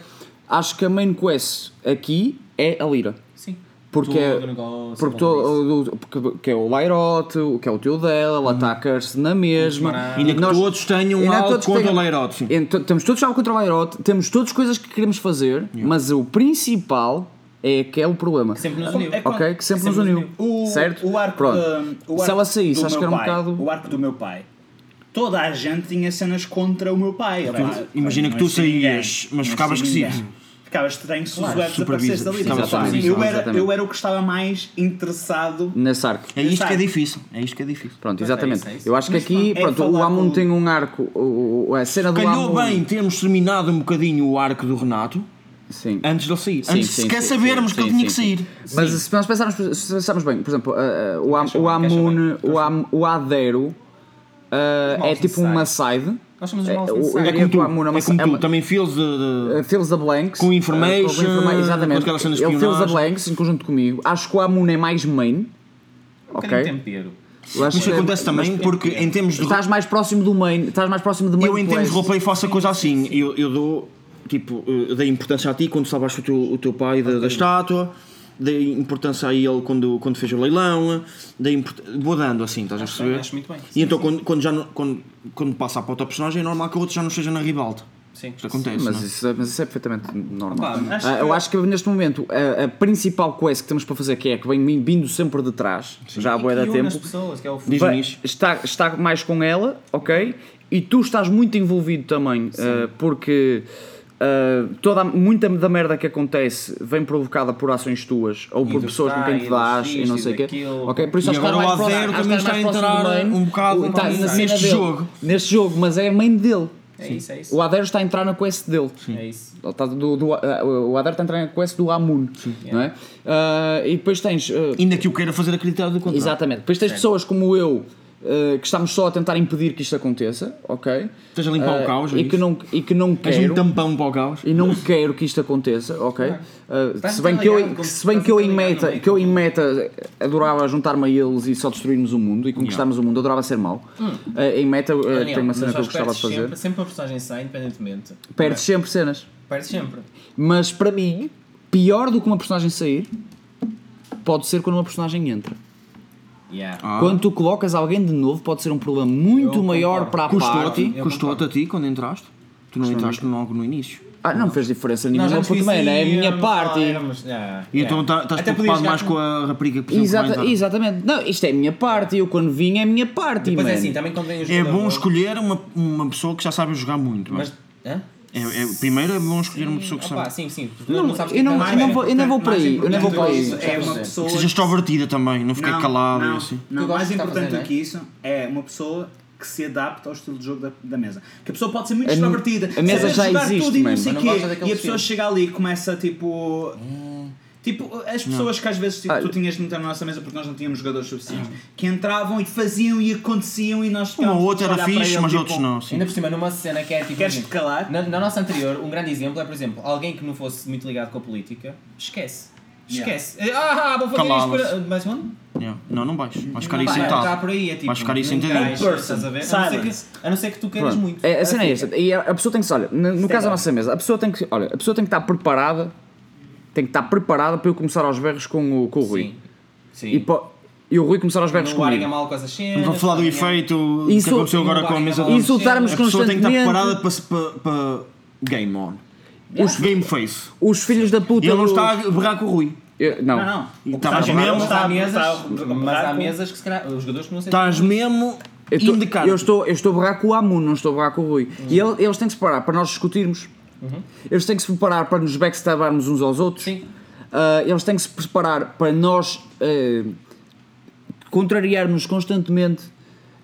[SPEAKER 4] Acho que a main quest aqui é a lira.
[SPEAKER 7] Sim.
[SPEAKER 4] Porque,
[SPEAKER 7] Todo o negócio,
[SPEAKER 4] é- porque,
[SPEAKER 2] é
[SPEAKER 7] tudo isso.
[SPEAKER 4] to- do- porque- que é o Lairote, o que é o tio dela,
[SPEAKER 2] Uhum.
[SPEAKER 4] ela ataca-se na mesma.
[SPEAKER 2] Ainda que
[SPEAKER 4] Nós-
[SPEAKER 2] todos tenham
[SPEAKER 4] ainda que
[SPEAKER 2] algo
[SPEAKER 4] todos
[SPEAKER 2] contra
[SPEAKER 4] tenham-
[SPEAKER 2] o Leirote. sim.
[SPEAKER 4] Então, temos todos algo contra o Lairote, temos todas coisas que queremos fazer, mas o principal é aquele problema.
[SPEAKER 7] Sempre nos uniu.
[SPEAKER 5] É quando-
[SPEAKER 4] Ok, que sempre nos uniu.
[SPEAKER 5] O,
[SPEAKER 4] certo?
[SPEAKER 5] O arco,
[SPEAKER 4] Pronto.
[SPEAKER 5] da- o
[SPEAKER 4] Se
[SPEAKER 5] arco
[SPEAKER 4] ela saísse,
[SPEAKER 5] do
[SPEAKER 4] acho
[SPEAKER 5] meu
[SPEAKER 4] que era um
[SPEAKER 5] pai,
[SPEAKER 4] bocado.
[SPEAKER 5] O arco do meu pai. Toda a gente tinha cenas contra o meu pai. Epá,
[SPEAKER 2] imagina
[SPEAKER 5] não
[SPEAKER 2] que tu
[SPEAKER 5] existia ninguém,
[SPEAKER 2] saías, mas
[SPEAKER 5] não existia
[SPEAKER 2] ficavas
[SPEAKER 5] ninguém.
[SPEAKER 2] esquisito.
[SPEAKER 5] Ficavas estranho se
[SPEAKER 2] Claro,
[SPEAKER 5] o Zé desaparecesse
[SPEAKER 2] supervisa,
[SPEAKER 5] dali.
[SPEAKER 2] ficava
[SPEAKER 5] Epá,
[SPEAKER 4] superviso,
[SPEAKER 5] eu, era,
[SPEAKER 4] exatamente.
[SPEAKER 5] eu era o que estava mais interessado.
[SPEAKER 4] Nesse arco.
[SPEAKER 2] É isto que é
[SPEAKER 5] Exato.
[SPEAKER 2] difícil. É isto que é difícil.
[SPEAKER 4] Pronto, exatamente.
[SPEAKER 7] é isso.
[SPEAKER 4] Eu acho que aqui,
[SPEAKER 5] pronto, é
[SPEAKER 4] pronto, o
[SPEAKER 5] falar
[SPEAKER 4] Amun
[SPEAKER 5] com-
[SPEAKER 4] tem um arco, o- o- a cena do
[SPEAKER 2] Calhou
[SPEAKER 4] Amun.
[SPEAKER 2] bem termos terminado um bocadinho o arco do Renato
[SPEAKER 4] Sim.
[SPEAKER 2] Antes de ele sair.
[SPEAKER 4] Sim,
[SPEAKER 2] antes
[SPEAKER 4] sim,
[SPEAKER 2] sequer
[SPEAKER 4] sim,
[SPEAKER 2] sabermos
[SPEAKER 4] sim,
[SPEAKER 2] que ele
[SPEAKER 4] sim,
[SPEAKER 2] tinha que
[SPEAKER 4] sim,
[SPEAKER 2] sair.
[SPEAKER 4] sim. Mas se nós pensarmos, se pensarmos bem, por exemplo, uh, uh, o, Am- o Amun, o, Am, o Adero uh, é
[SPEAKER 3] maus
[SPEAKER 4] tipo uma side.
[SPEAKER 3] Nós somos os
[SPEAKER 4] É,
[SPEAKER 3] maus
[SPEAKER 4] o-
[SPEAKER 3] necessários.
[SPEAKER 4] é
[SPEAKER 2] Como
[SPEAKER 4] que o
[SPEAKER 2] tu,
[SPEAKER 4] Amun é uma
[SPEAKER 2] é como
[SPEAKER 4] é
[SPEAKER 2] tu,
[SPEAKER 4] uma-
[SPEAKER 2] também eh, feels de. de-
[SPEAKER 4] uh, fills the blanks.
[SPEAKER 2] Com
[SPEAKER 4] uh,
[SPEAKER 2] information,
[SPEAKER 4] informa- exatamente.
[SPEAKER 2] com aquelas cenas de
[SPEAKER 4] Ele fills the
[SPEAKER 2] espionagem.
[SPEAKER 4] blanks em conjunto comigo. Acho que o Amun é mais main.
[SPEAKER 3] Um
[SPEAKER 4] Ok.
[SPEAKER 3] bocadinho tempero.
[SPEAKER 4] Eu acho
[SPEAKER 2] Isso
[SPEAKER 4] que-
[SPEAKER 2] acontece também porque em termos de
[SPEAKER 4] é Estás mais próximo do main, estás mais próximo de main.
[SPEAKER 2] Eu em termos de
[SPEAKER 4] quest.
[SPEAKER 2] roleplay faço a coisa assim. Eu, eu dou, tipo, eu dei importância a ti quando salvaste o teu, o teu pai da, da estátua. Dei importância a ele quando, quando fez o leilão. Dei import- Vou dando assim, estás a perceber?
[SPEAKER 3] Acho muito bem.
[SPEAKER 2] E então quando, quando, já, não- quando, quando passa para outra personagem é normal que o outro já não esteja na ribalta.
[SPEAKER 3] Sim.
[SPEAKER 2] Isto acontece,
[SPEAKER 4] Mas
[SPEAKER 2] não é?
[SPEAKER 4] isso, é- mas isso é perfeitamente normal.
[SPEAKER 3] Opa,
[SPEAKER 5] acho
[SPEAKER 4] Ah, eu
[SPEAKER 5] que-
[SPEAKER 4] acho que neste momento a, a principal quest que temos para fazer, que é que vem vindo sempre de trás, já há boa
[SPEAKER 3] E
[SPEAKER 4] da
[SPEAKER 3] que une as
[SPEAKER 4] tempo,
[SPEAKER 3] pessoas, que é o
[SPEAKER 2] Diz-me
[SPEAKER 4] vai-
[SPEAKER 2] isto.
[SPEAKER 4] está, está mais com ela, ok? E tu estás muito envolvido também, ah, porque ah, toda, a- muita da merda que acontece vem provocada por ações tuas ou por
[SPEAKER 3] do
[SPEAKER 4] pessoas com
[SPEAKER 3] pai,
[SPEAKER 4] quem
[SPEAKER 3] e
[SPEAKER 4] tu
[SPEAKER 3] do
[SPEAKER 4] dás e não
[SPEAKER 3] isto,
[SPEAKER 4] sei
[SPEAKER 3] e
[SPEAKER 4] o quê.
[SPEAKER 3] daquilo.
[SPEAKER 4] Ok, por isso
[SPEAKER 2] E
[SPEAKER 4] acho que
[SPEAKER 2] agora
[SPEAKER 4] estás
[SPEAKER 2] o
[SPEAKER 4] mais
[SPEAKER 2] Adero
[SPEAKER 4] próximo- acho
[SPEAKER 2] também
[SPEAKER 4] que estás
[SPEAKER 2] está a
[SPEAKER 4] mais próximo
[SPEAKER 2] entrar
[SPEAKER 4] do main.
[SPEAKER 2] um bocado
[SPEAKER 4] Está na
[SPEAKER 2] nesse
[SPEAKER 4] cena dele.
[SPEAKER 2] jogo.
[SPEAKER 4] Neste jogo, mas é a mãe dele.
[SPEAKER 3] É isso, é isso.
[SPEAKER 4] O Adero está a entrar na quest dele.
[SPEAKER 3] É isso.
[SPEAKER 4] Ele está do, do, ah, o Adar está a entrar na quest do Amun, não é? Ah, e depois tens. ah,
[SPEAKER 2] Ainda que o queira fazer acreditar do contrário.
[SPEAKER 4] exatamente. Depois tens pessoas como eu ah, que estamos só a tentar impedir que isto aconteça, ok?
[SPEAKER 2] Estás a limpar
[SPEAKER 4] Ah,
[SPEAKER 2] o caos, é
[SPEAKER 4] e que,
[SPEAKER 2] isso?
[SPEAKER 4] não, e que não
[SPEAKER 2] És um
[SPEAKER 4] quero.
[SPEAKER 2] tampão para o caos.
[SPEAKER 4] E não quero que isto aconteça, ok? Ah,
[SPEAKER 3] Estás
[SPEAKER 4] se bem que eu,
[SPEAKER 3] interligado,
[SPEAKER 4] que
[SPEAKER 3] como
[SPEAKER 4] se bem
[SPEAKER 3] estás
[SPEAKER 4] que eu, em
[SPEAKER 3] interligado no
[SPEAKER 4] meta,
[SPEAKER 3] meio.
[SPEAKER 4] que eu em meta adorava juntar-me a eles e só destruirmos o mundo e conquistarmos o mundo, eu adorava ser mau. Ah, em meta ah, tem
[SPEAKER 3] Hum.
[SPEAKER 4] uma
[SPEAKER 3] É, mas
[SPEAKER 4] cena que eu
[SPEAKER 3] acho
[SPEAKER 4] gostava de
[SPEAKER 3] perdes
[SPEAKER 4] fazer.
[SPEAKER 3] Sempre, sempre a personagem sai, independentemente.
[SPEAKER 4] Perdes sempre cenas.
[SPEAKER 3] Perdes sempre.
[SPEAKER 4] Mas para mim, pior do que uma personagem sair, pode ser quando uma personagem entra.
[SPEAKER 3] Yeah.
[SPEAKER 4] Quando tu colocas alguém de novo, pode ser um problema muito
[SPEAKER 3] Eu
[SPEAKER 4] maior
[SPEAKER 3] concordo.
[SPEAKER 4] para a
[SPEAKER 2] Custou-te
[SPEAKER 4] party.
[SPEAKER 3] Eu
[SPEAKER 2] custou-te a ti quando entraste. Tu não entraste logo no início.
[SPEAKER 4] Ah, não fez diferença nenhuma,
[SPEAKER 3] Nós já
[SPEAKER 4] porque também não é a minha
[SPEAKER 3] conhecíamos,
[SPEAKER 4] parte.
[SPEAKER 3] ah, éramos- yeah,
[SPEAKER 2] E
[SPEAKER 3] yeah.
[SPEAKER 2] então tá- estás
[SPEAKER 3] Até podias
[SPEAKER 2] preocupado
[SPEAKER 3] chegar
[SPEAKER 2] mais
[SPEAKER 3] com- um-
[SPEAKER 2] com a rapariga que por exemplo, vai
[SPEAKER 4] Exata,
[SPEAKER 2] entrar.
[SPEAKER 4] exatamente. Não, isto é a minha parte. Eu quando vim é a minha parte.
[SPEAKER 3] Pois é
[SPEAKER 4] mano.
[SPEAKER 3] assim, também quando vem o
[SPEAKER 2] É
[SPEAKER 3] jogador
[SPEAKER 2] bom
[SPEAKER 3] novo,
[SPEAKER 2] escolher uma, uma pessoa que já sabe jogar muito.
[SPEAKER 3] Mas.
[SPEAKER 2] Mas...
[SPEAKER 3] Hã?
[SPEAKER 2] É, é- primeiro é bom escolher uma pessoa que
[SPEAKER 3] Opa,
[SPEAKER 2] sabe.
[SPEAKER 3] sim, sim. porque
[SPEAKER 4] Não,
[SPEAKER 3] sabes
[SPEAKER 4] eu não,
[SPEAKER 3] quem tá
[SPEAKER 4] eu
[SPEAKER 3] lá,
[SPEAKER 4] não vou, eu não vou para aí. Eu não vou para aí.
[SPEAKER 5] É uma pessoa.
[SPEAKER 2] Que seja extrovertida também, não ficar
[SPEAKER 5] Não,
[SPEAKER 2] calado
[SPEAKER 5] não,
[SPEAKER 2] e assim.
[SPEAKER 5] Não,
[SPEAKER 3] Tu gostas
[SPEAKER 4] tá
[SPEAKER 5] mais
[SPEAKER 3] de estar a
[SPEAKER 5] importante
[SPEAKER 3] fazer,
[SPEAKER 5] do
[SPEAKER 4] né?
[SPEAKER 3] não é?
[SPEAKER 5] que isso é uma pessoa que se adapta ao estilo de jogo da, da mesa. Que a pessoa pode ser
[SPEAKER 4] A
[SPEAKER 5] muito
[SPEAKER 4] me-
[SPEAKER 5] extrovertida,
[SPEAKER 4] a mesa
[SPEAKER 5] saber
[SPEAKER 4] já
[SPEAKER 5] jogar
[SPEAKER 4] existe,
[SPEAKER 5] tudo e não
[SPEAKER 4] mano.
[SPEAKER 5] sei
[SPEAKER 4] Mas
[SPEAKER 5] quê,
[SPEAKER 3] não gosta
[SPEAKER 5] e a
[SPEAKER 3] daquele
[SPEAKER 5] pessoa
[SPEAKER 3] estilo.
[SPEAKER 5] chega ali e começa tipo. Tipo, as pessoas que às vezes tipo,
[SPEAKER 4] Ah.
[SPEAKER 5] tu tinhas de meter na nossa mesa porque nós não tínhamos jogadores suficientes, que entravam e faziam e aconteciam e
[SPEAKER 2] Uma
[SPEAKER 5] nós ficávamos
[SPEAKER 2] Ah. Um ou outra
[SPEAKER 5] todos a
[SPEAKER 2] era
[SPEAKER 5] olhar para
[SPEAKER 2] fixe,
[SPEAKER 5] ele,
[SPEAKER 2] mas
[SPEAKER 5] tipo,
[SPEAKER 2] outros não. assim. Sim.
[SPEAKER 3] Ainda por cima, numa cena que é tipo.
[SPEAKER 5] Queres-te
[SPEAKER 3] imagina,
[SPEAKER 5] calar?
[SPEAKER 3] Na, na nossa anterior, um grande exemplo é, por exemplo, alguém que não fosse muito ligado com a política, esquece. Esquece. Ah, vou fazer isto
[SPEAKER 2] Calava-se.
[SPEAKER 3] para. Mais um?
[SPEAKER 2] Yeah. Não, não vais. Vais ficar aí
[SPEAKER 3] Pá, está
[SPEAKER 2] sentado.
[SPEAKER 3] por aí, é tipo.
[SPEAKER 2] Vais ficar aí
[SPEAKER 3] não
[SPEAKER 2] sentadinho.
[SPEAKER 3] encaixa,
[SPEAKER 5] Person.
[SPEAKER 3] estás a ver? A não,
[SPEAKER 5] Silence.
[SPEAKER 3] ser que, a não ser que tu queiras
[SPEAKER 4] Pronto.
[SPEAKER 3] muito. assim,
[SPEAKER 4] É, a cena é
[SPEAKER 3] Fica.
[SPEAKER 4] esta. E a, a pessoa tem que se olha, no, no caso da
[SPEAKER 3] up.
[SPEAKER 4] nossa mesa, a pessoa tem que, olha, a pessoa tem que estar preparada, tem que estar preparada para eu começar aos berros com o, com o Rui.
[SPEAKER 3] Sim. Sim.
[SPEAKER 4] E, pa- e o Rui começar aos berros
[SPEAKER 3] não larga
[SPEAKER 4] comigo.
[SPEAKER 3] mal com essas cenas.
[SPEAKER 2] Vamos falar do
[SPEAKER 3] não-
[SPEAKER 2] efeito que
[SPEAKER 4] Isso-
[SPEAKER 2] aconteceu agora
[SPEAKER 3] não
[SPEAKER 2] com a
[SPEAKER 3] vai
[SPEAKER 2] mesa
[SPEAKER 3] acabar.
[SPEAKER 2] de
[SPEAKER 3] Isso-
[SPEAKER 4] Insultarmos
[SPEAKER 2] A pessoa tem que
[SPEAKER 4] constantemente.
[SPEAKER 2] estar preparada para, se- para, para game on. Os game face.
[SPEAKER 4] Os filhos da puta.
[SPEAKER 2] E ele não
[SPEAKER 4] do-
[SPEAKER 2] está a berrar com o Rui.
[SPEAKER 4] Eu- não.
[SPEAKER 5] Não, não.
[SPEAKER 2] E
[SPEAKER 5] O
[SPEAKER 2] tá
[SPEAKER 5] Carlos
[SPEAKER 2] bem.
[SPEAKER 5] Melo
[SPEAKER 3] Mas
[SPEAKER 5] está
[SPEAKER 3] há
[SPEAKER 5] a
[SPEAKER 3] mesas,
[SPEAKER 5] está a
[SPEAKER 3] mas há
[SPEAKER 5] com-
[SPEAKER 3] mesas que se calhar os jogadores que não sei.
[SPEAKER 2] Estás mesmo
[SPEAKER 4] Eu, tô-
[SPEAKER 2] indicado.
[SPEAKER 4] eu estou, eu estou a berrar com o Amun, não estou a berrar com o Rui. E ele- eles têm que se preparar para nós discutirmos. Eles têm que se preparar para nos backstabarmos uns aos outros.
[SPEAKER 3] Sim.
[SPEAKER 4] Ah, eles têm que se preparar para nós ah, contrariarmos constantemente.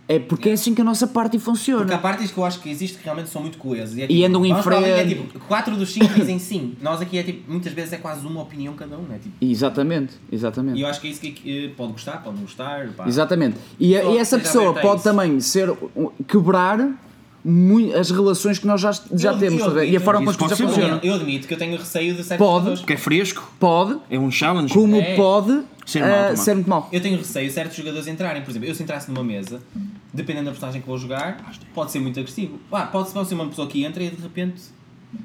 [SPEAKER 4] É porque é assim que a nossa parte
[SPEAKER 3] Porque há
[SPEAKER 4] funciona.
[SPEAKER 3] partes que eu acho que existe que realmente são muito coesas. é
[SPEAKER 4] E um andam em
[SPEAKER 3] vamos para ali,
[SPEAKER 4] frente.
[SPEAKER 3] É tipo, 4 dos 5 dizem sim. Nós aqui é tipo, muitas vezes é quase uma opinião cada um, é tipo.
[SPEAKER 4] Exatamente, exatamente.
[SPEAKER 3] E eu acho que é isso que, que pode gostar, pode não gostar. Pá.
[SPEAKER 4] Exatamente. E, a-
[SPEAKER 3] Só
[SPEAKER 4] e essa
[SPEAKER 3] seja
[SPEAKER 4] pessoa
[SPEAKER 3] aberta a
[SPEAKER 4] pode
[SPEAKER 3] isso.
[SPEAKER 4] também ser um- quebrar muito as relações que nós já, já
[SPEAKER 3] Eu-
[SPEAKER 4] temos
[SPEAKER 3] eu-
[SPEAKER 4] estás a ver? e a
[SPEAKER 3] eu-
[SPEAKER 4] forma como as
[SPEAKER 2] isso
[SPEAKER 4] coisas
[SPEAKER 2] pode ser
[SPEAKER 4] funcionam.
[SPEAKER 3] Eu, eu admito que eu tenho receio de certas
[SPEAKER 4] Pode.
[SPEAKER 3] pessoas.
[SPEAKER 2] Porque é fresco,
[SPEAKER 4] Pode,
[SPEAKER 2] é um challenge.
[SPEAKER 4] como
[SPEAKER 3] É.
[SPEAKER 4] pode
[SPEAKER 2] Ser
[SPEAKER 4] ah,
[SPEAKER 2] mau também.
[SPEAKER 4] ser muito mal.
[SPEAKER 3] Eu tenho receio de certos jogadores entrarem. Por exemplo, eu se entrasse numa mesa, dependendo da personagem que vou jogar, pode ser muito agressivo. Pá, pode, pode ser uma pessoa que entra e de repente.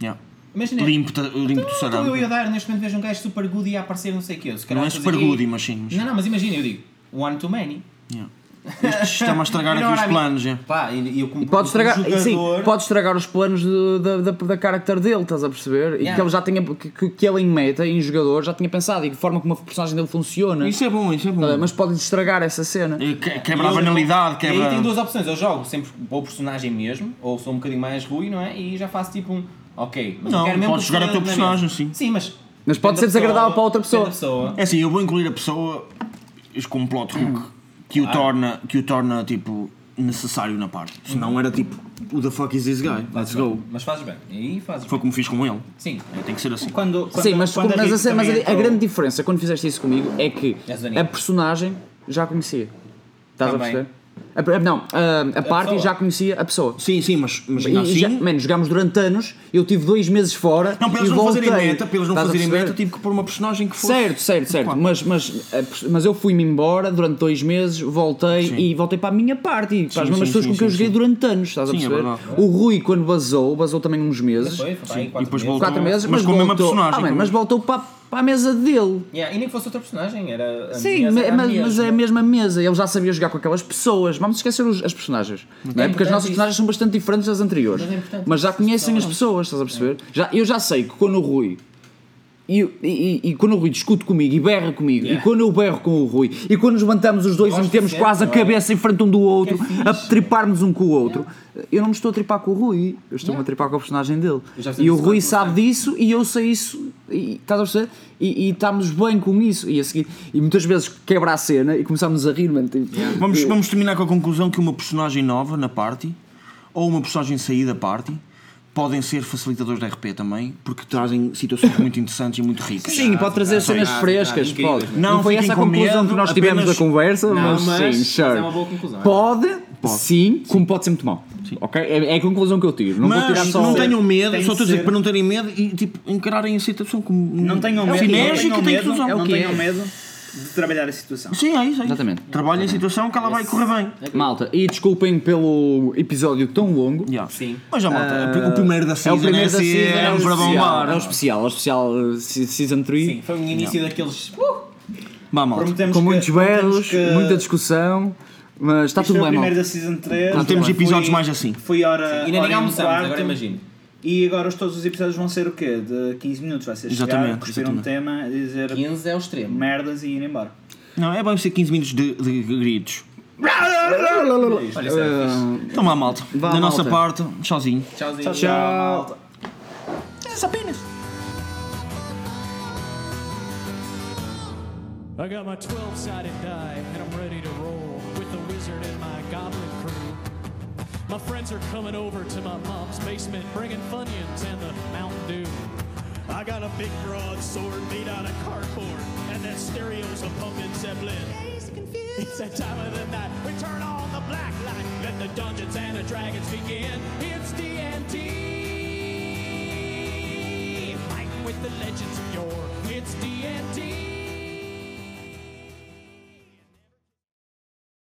[SPEAKER 2] Yeah.
[SPEAKER 3] Imagina.
[SPEAKER 2] Limpo-te limpo o
[SPEAKER 3] Então eu
[SPEAKER 2] sarão.
[SPEAKER 3] ia dar, neste momento vejo um gajo super goody a aparecer, não sei o quê. Se calhar
[SPEAKER 2] Não é
[SPEAKER 3] fazer-
[SPEAKER 2] super goody,
[SPEAKER 3] Ei,
[SPEAKER 2] mas sim, mas-
[SPEAKER 3] Não, não, mas imagina, eu digo, one too many.
[SPEAKER 2] Yeah. Isto está-me a estragar
[SPEAKER 3] You know
[SPEAKER 2] aqui os
[SPEAKER 3] what I mean?
[SPEAKER 2] planos. é.
[SPEAKER 3] Pá, e e eu como
[SPEAKER 4] E pode estragar,
[SPEAKER 3] um
[SPEAKER 4] e sim,
[SPEAKER 3] jogador-
[SPEAKER 4] pode estragar os planos do- da, da, da character dele, estás a perceber? E que
[SPEAKER 3] Yeah.
[SPEAKER 4] ele já tinha que- que, que ele em meta, em jogador, já tinha pensado e que forma como a personagem dele funciona.
[SPEAKER 2] Isso é bom, isso é bom.
[SPEAKER 4] Tá bem, Mas pode estragar essa cena.
[SPEAKER 2] Eh, que-
[SPEAKER 3] E
[SPEAKER 2] Quebra a
[SPEAKER 3] eu-
[SPEAKER 2] banalidade,
[SPEAKER 3] E aí tem
[SPEAKER 2] quebra.
[SPEAKER 3] duas opções, eu jogo sempre o personagem mesmo, ou sou um bocadinho mais ruim, não é? E já faço tipo um, ok, mas
[SPEAKER 2] Não,
[SPEAKER 3] eu quero mesmo
[SPEAKER 2] podes jogar
[SPEAKER 3] a
[SPEAKER 2] ao teu personagem, sim.
[SPEAKER 3] Sim, mas...
[SPEAKER 4] Mas pode ser
[SPEAKER 3] depende da
[SPEAKER 4] desagradável para outra pessoa.
[SPEAKER 3] depende da pessoa.
[SPEAKER 2] É assim,
[SPEAKER 4] Ah.
[SPEAKER 2] eu vou incluir a pessoa com um plot hook que o torna, que o torna tipo necessário na parte. Senão era tipo, who the fuck is this guy? Let's go.
[SPEAKER 7] Mas fazes bem. Aí fazes
[SPEAKER 2] Foi
[SPEAKER 7] bem.
[SPEAKER 2] como fiz com ele.
[SPEAKER 7] Sim.
[SPEAKER 2] Tem que ser assim.
[SPEAKER 5] Quando, quando,
[SPEAKER 4] Sim, mas,
[SPEAKER 5] quando
[SPEAKER 4] mas,
[SPEAKER 5] Rita
[SPEAKER 4] a, mas a-
[SPEAKER 5] também é
[SPEAKER 4] a
[SPEAKER 5] entrou-
[SPEAKER 4] grande diferença quando fizeste isso comigo é que
[SPEAKER 7] És Daniel.
[SPEAKER 4] a personagem já conhecia. Estás
[SPEAKER 7] Também.
[SPEAKER 4] a perceber? A per- não, a, a party
[SPEAKER 7] pessoa.
[SPEAKER 4] já conhecia a pessoa.
[SPEAKER 2] Sim, sim, mas, mas
[SPEAKER 4] E,
[SPEAKER 2] ainda
[SPEAKER 4] e já,
[SPEAKER 2] assim.
[SPEAKER 4] mano, jogámos durante anos, eu tive dois meses fora.
[SPEAKER 2] Não, para
[SPEAKER 4] e
[SPEAKER 2] eles não
[SPEAKER 4] voltei.
[SPEAKER 2] fazerem meta, para eles não
[SPEAKER 4] Estás a
[SPEAKER 2] fazerem
[SPEAKER 4] perceber?
[SPEAKER 2] meta, tive que pôr uma personagem que fosse.
[SPEAKER 4] Certo, certo, certo.
[SPEAKER 2] Claro.
[SPEAKER 4] Mas, mas, eh, mas eu fui-me embora durante dois meses, voltei
[SPEAKER 2] Sim.
[SPEAKER 4] e voltei para a minha parte e para as
[SPEAKER 2] Sim,
[SPEAKER 4] mesmas
[SPEAKER 2] sim,
[SPEAKER 4] pessoas
[SPEAKER 2] sim,
[SPEAKER 4] com quem eu
[SPEAKER 2] sim,
[SPEAKER 4] joguei
[SPEAKER 2] sim.
[SPEAKER 4] durante anos, estás a
[SPEAKER 2] Sim, é
[SPEAKER 4] perceber?
[SPEAKER 2] verdade.
[SPEAKER 4] o Rui, quando basou, basou também uns meses,
[SPEAKER 7] Foi, foi para aí
[SPEAKER 2] E
[SPEAKER 7] quatro
[SPEAKER 2] depois
[SPEAKER 7] meses.
[SPEAKER 2] voltou.
[SPEAKER 4] quatro meses, mas,
[SPEAKER 2] mas com a mesma
[SPEAKER 4] voltou,
[SPEAKER 2] personagem,
[SPEAKER 4] Ah, mano,
[SPEAKER 2] com a
[SPEAKER 4] mas
[SPEAKER 2] mesma-
[SPEAKER 4] voltou para, para a mesa dele.
[SPEAKER 7] Yeah, e nem que fosse outra personagem, era. a
[SPEAKER 4] Sim,
[SPEAKER 7] minha, era
[SPEAKER 4] ma-
[SPEAKER 7] a
[SPEAKER 4] mas, mas
[SPEAKER 7] mesma.
[SPEAKER 4] é a mesma mesa. Ele já sabia jogar com aquelas pessoas. Vamos esquecer os- as personagens. Não é? Porque as
[SPEAKER 7] importante
[SPEAKER 4] nossas
[SPEAKER 7] isso.
[SPEAKER 4] personagens são bastante diferentes das anteriores.
[SPEAKER 7] Mas é importante.
[SPEAKER 4] Mas já conhecem as pessoas, estás a perceber? Já, eu já sei que quando o Rui. E, e- e- e quando o Rui discute comigo e berra comigo, e quando eu berro com o Rui, e quando nos levantamos os dois e
[SPEAKER 7] Gosto
[SPEAKER 4] metemos
[SPEAKER 7] sempre,
[SPEAKER 4] quase a
[SPEAKER 7] não é?
[SPEAKER 4] cabeça em frente um do outro,
[SPEAKER 7] Que é fixe,
[SPEAKER 4] a triparmos um com o outro, eu não me estou a tripar com o Rui, eu estou-me a tripar com a personagem dele.
[SPEAKER 7] Eu já sei
[SPEAKER 4] E o
[SPEAKER 7] disso
[SPEAKER 4] Rui
[SPEAKER 7] quando tu
[SPEAKER 4] sabe disso e eu sei isso, e, estás a perceber? E, e estamos bem com isso. E, a seguir, e muitas vezes quebra a cena e começamos a rir, mano. tipo,
[SPEAKER 2] Vamos, vamos terminar com a conclusão que uma personagem nova na party ou uma personagem saída da party podem ser facilitadores da RP também, porque trazem situações muito interessantes e muito ricas.
[SPEAKER 4] Sim, pode trazer cenas
[SPEAKER 7] ah,
[SPEAKER 4] frescas,
[SPEAKER 7] ah, incrível,
[SPEAKER 4] pode.
[SPEAKER 2] Não
[SPEAKER 4] foi
[SPEAKER 2] fiquem
[SPEAKER 4] essa a
[SPEAKER 2] com
[SPEAKER 4] conclusão
[SPEAKER 2] medo,
[SPEAKER 4] que nós tivemos
[SPEAKER 2] apenas-
[SPEAKER 4] da conversa, mas,
[SPEAKER 7] mas-
[SPEAKER 4] sim,
[SPEAKER 7] mas
[SPEAKER 4] sure.
[SPEAKER 7] é uma boa conclusão.
[SPEAKER 4] Pode, sim, como pode ser muito mal. Ok? É, é a conclusão que eu tiro. Não vou tirar
[SPEAKER 2] Mas
[SPEAKER 4] só. um.
[SPEAKER 2] não tenham medo,
[SPEAKER 5] Tem
[SPEAKER 2] só estou a dizer
[SPEAKER 5] de
[SPEAKER 2] que
[SPEAKER 5] ser.
[SPEAKER 2] para não terem medo e tipo, encararem a situação como.
[SPEAKER 5] Não tenham medo, não
[SPEAKER 2] Cinérgico,
[SPEAKER 5] tenham
[SPEAKER 2] tem É que
[SPEAKER 5] medo, É
[SPEAKER 2] usar.
[SPEAKER 5] não
[SPEAKER 2] que
[SPEAKER 5] tenham medo de trabalhar a situação.
[SPEAKER 2] Sim, é isso. É isso.
[SPEAKER 4] Exatamente.
[SPEAKER 2] Trabalhem a situação que ela vai correr bem.
[SPEAKER 4] Malta, e desculpem pelo episódio tão longo.
[SPEAKER 2] Yeah.
[SPEAKER 7] Sim.
[SPEAKER 2] Mas já, malta, o primeiro da
[SPEAKER 4] É
[SPEAKER 2] season
[SPEAKER 4] o primeiro da
[SPEAKER 2] assim,
[SPEAKER 4] season,
[SPEAKER 2] é
[SPEAKER 4] é o
[SPEAKER 2] para
[SPEAKER 4] especial,
[SPEAKER 2] bombar.
[SPEAKER 4] é o especial, é o especial uh, se- Season 3.
[SPEAKER 7] Sim, foi um início daqueles. Uh,
[SPEAKER 2] Vá, malta.
[SPEAKER 5] Prometemos
[SPEAKER 4] com
[SPEAKER 5] que-
[SPEAKER 4] muitos berros,
[SPEAKER 5] prometemos que-
[SPEAKER 4] muita discussão, mas está
[SPEAKER 5] Isto
[SPEAKER 4] tudo
[SPEAKER 5] foi o
[SPEAKER 4] bem,
[SPEAKER 5] primeiro
[SPEAKER 4] malta.
[SPEAKER 5] da Season 3.
[SPEAKER 2] Não temos episódios mais assim.
[SPEAKER 5] Foi hora.
[SPEAKER 7] ainda nem
[SPEAKER 5] hora e um
[SPEAKER 7] almoçámos,
[SPEAKER 5] quarto.
[SPEAKER 7] agora imagino.
[SPEAKER 5] E agora os- todos os episódios vão ser o quê? De 15 minutos. Vai ser chegar,
[SPEAKER 2] Exatamente,
[SPEAKER 5] cuspir um
[SPEAKER 2] exatamente.
[SPEAKER 5] tema, dizer
[SPEAKER 7] 15 é o extremo.
[SPEAKER 5] merdas e ir embora.
[SPEAKER 2] Não, é bom ser 15 minutos de, de gritos.
[SPEAKER 4] é
[SPEAKER 2] Então vá, malta.
[SPEAKER 4] Vá,
[SPEAKER 2] da nossa
[SPEAKER 4] malta.
[SPEAKER 2] parte, sozinho.
[SPEAKER 7] Tchauzinho.
[SPEAKER 3] 啊
[SPEAKER 4] 啊
[SPEAKER 5] Tchau.
[SPEAKER 1] I got my 12 sided die and I'm ready to roll with the wizard and my goblin crew. My friends are coming over to my mom's basement bringing Funyuns and the Mountain Dew. I got a big broadsword made out of cardboard and that stereo's a pumping Zeppelin. It's that time of the night. We turn on the black light. Let the dungeons and the dragons begin. It's D&D. Fighting with the legends of yore. It's D&D.